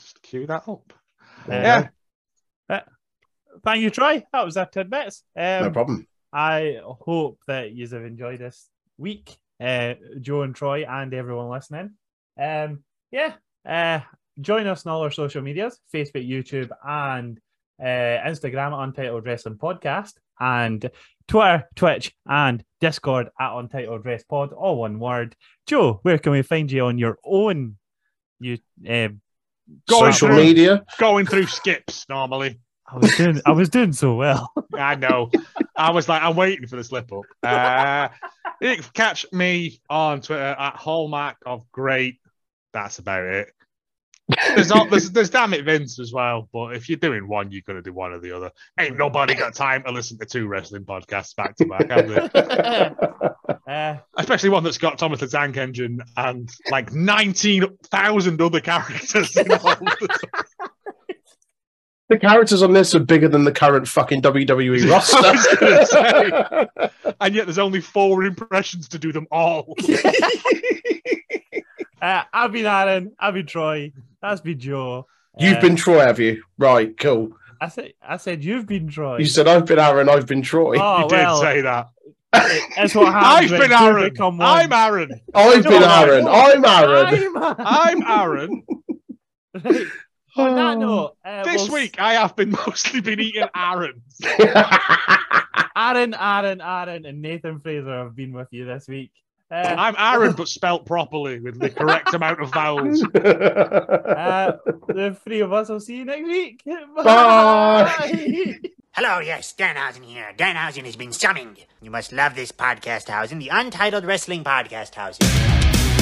[SPEAKER 3] just cue that up. Uh,
[SPEAKER 2] Yeah.
[SPEAKER 3] Yeah.
[SPEAKER 2] Uh, Thank you, Troy. That was our tidbits. Um,
[SPEAKER 1] no problem.
[SPEAKER 2] I hope that you have enjoyed this week, uh, Joe and Troy, and everyone listening. Um, yeah, uh, join us on all our social medias Facebook, YouTube, and uh, Instagram at Untitled Wrestling Podcast, and Twitter, Twitch, and Discord at Untitled Rest Pod, all one word. Joe, where can we find you on your own? You, uh,
[SPEAKER 3] Going
[SPEAKER 1] Social
[SPEAKER 3] through,
[SPEAKER 1] media.
[SPEAKER 3] Going through skips normally.
[SPEAKER 2] I was doing, I was doing so well.
[SPEAKER 3] I know. I was like, I'm waiting for the slip up. Uh, you can catch me on Twitter at Hallmark of Great. That's about it. There's not there's, there's damn it Vince as well, but if you're doing one, you're gonna do one or the other. Ain't nobody got time to listen to two wrestling podcasts back to back, have they?
[SPEAKER 2] Uh,
[SPEAKER 3] Especially one that's got Thomas the Tank Engine and like nineteen thousand other characters involved.
[SPEAKER 1] The characters on this are bigger than the current fucking E WWE
[SPEAKER 3] I was gonna
[SPEAKER 1] roster.
[SPEAKER 3] say. and yet there's only four impressions to do them all.
[SPEAKER 2] uh, I've been Aaron, I've been Troy, that's been Joe.
[SPEAKER 1] You've
[SPEAKER 2] Uh,
[SPEAKER 1] been Troy, have you? Right, cool.
[SPEAKER 2] I said, I said you've been Troy.
[SPEAKER 1] You said I've been Aaron, I've been Troy.
[SPEAKER 2] oh
[SPEAKER 3] you
[SPEAKER 2] well,
[SPEAKER 3] did say that.
[SPEAKER 2] that's what
[SPEAKER 3] I've
[SPEAKER 2] happens. when
[SPEAKER 3] been
[SPEAKER 2] two
[SPEAKER 3] Aaron.
[SPEAKER 2] become one.
[SPEAKER 3] I'm Aaron.
[SPEAKER 1] I've been
[SPEAKER 2] No, I
[SPEAKER 1] Aaron. I'm
[SPEAKER 2] won't.
[SPEAKER 1] Aaron.
[SPEAKER 3] I'm Aaron.
[SPEAKER 2] I'm Aaron. On that note, uh,
[SPEAKER 3] this
[SPEAKER 2] we'll-
[SPEAKER 3] week I have been mostly been eating Aaron.
[SPEAKER 2] Aaron, Aaron, Aaron, and Nathan Fraser have been with you this week. Uh,
[SPEAKER 3] I'm Aaron, but spelt properly with the correct amount of vowels.
[SPEAKER 2] uh, the three of us will see you next week.
[SPEAKER 1] Bye.
[SPEAKER 12] Hello, yes, Danhausen here. Danhausen has been summoned. You must love this podcast housing, the Untitled Wrestling Podcast housing.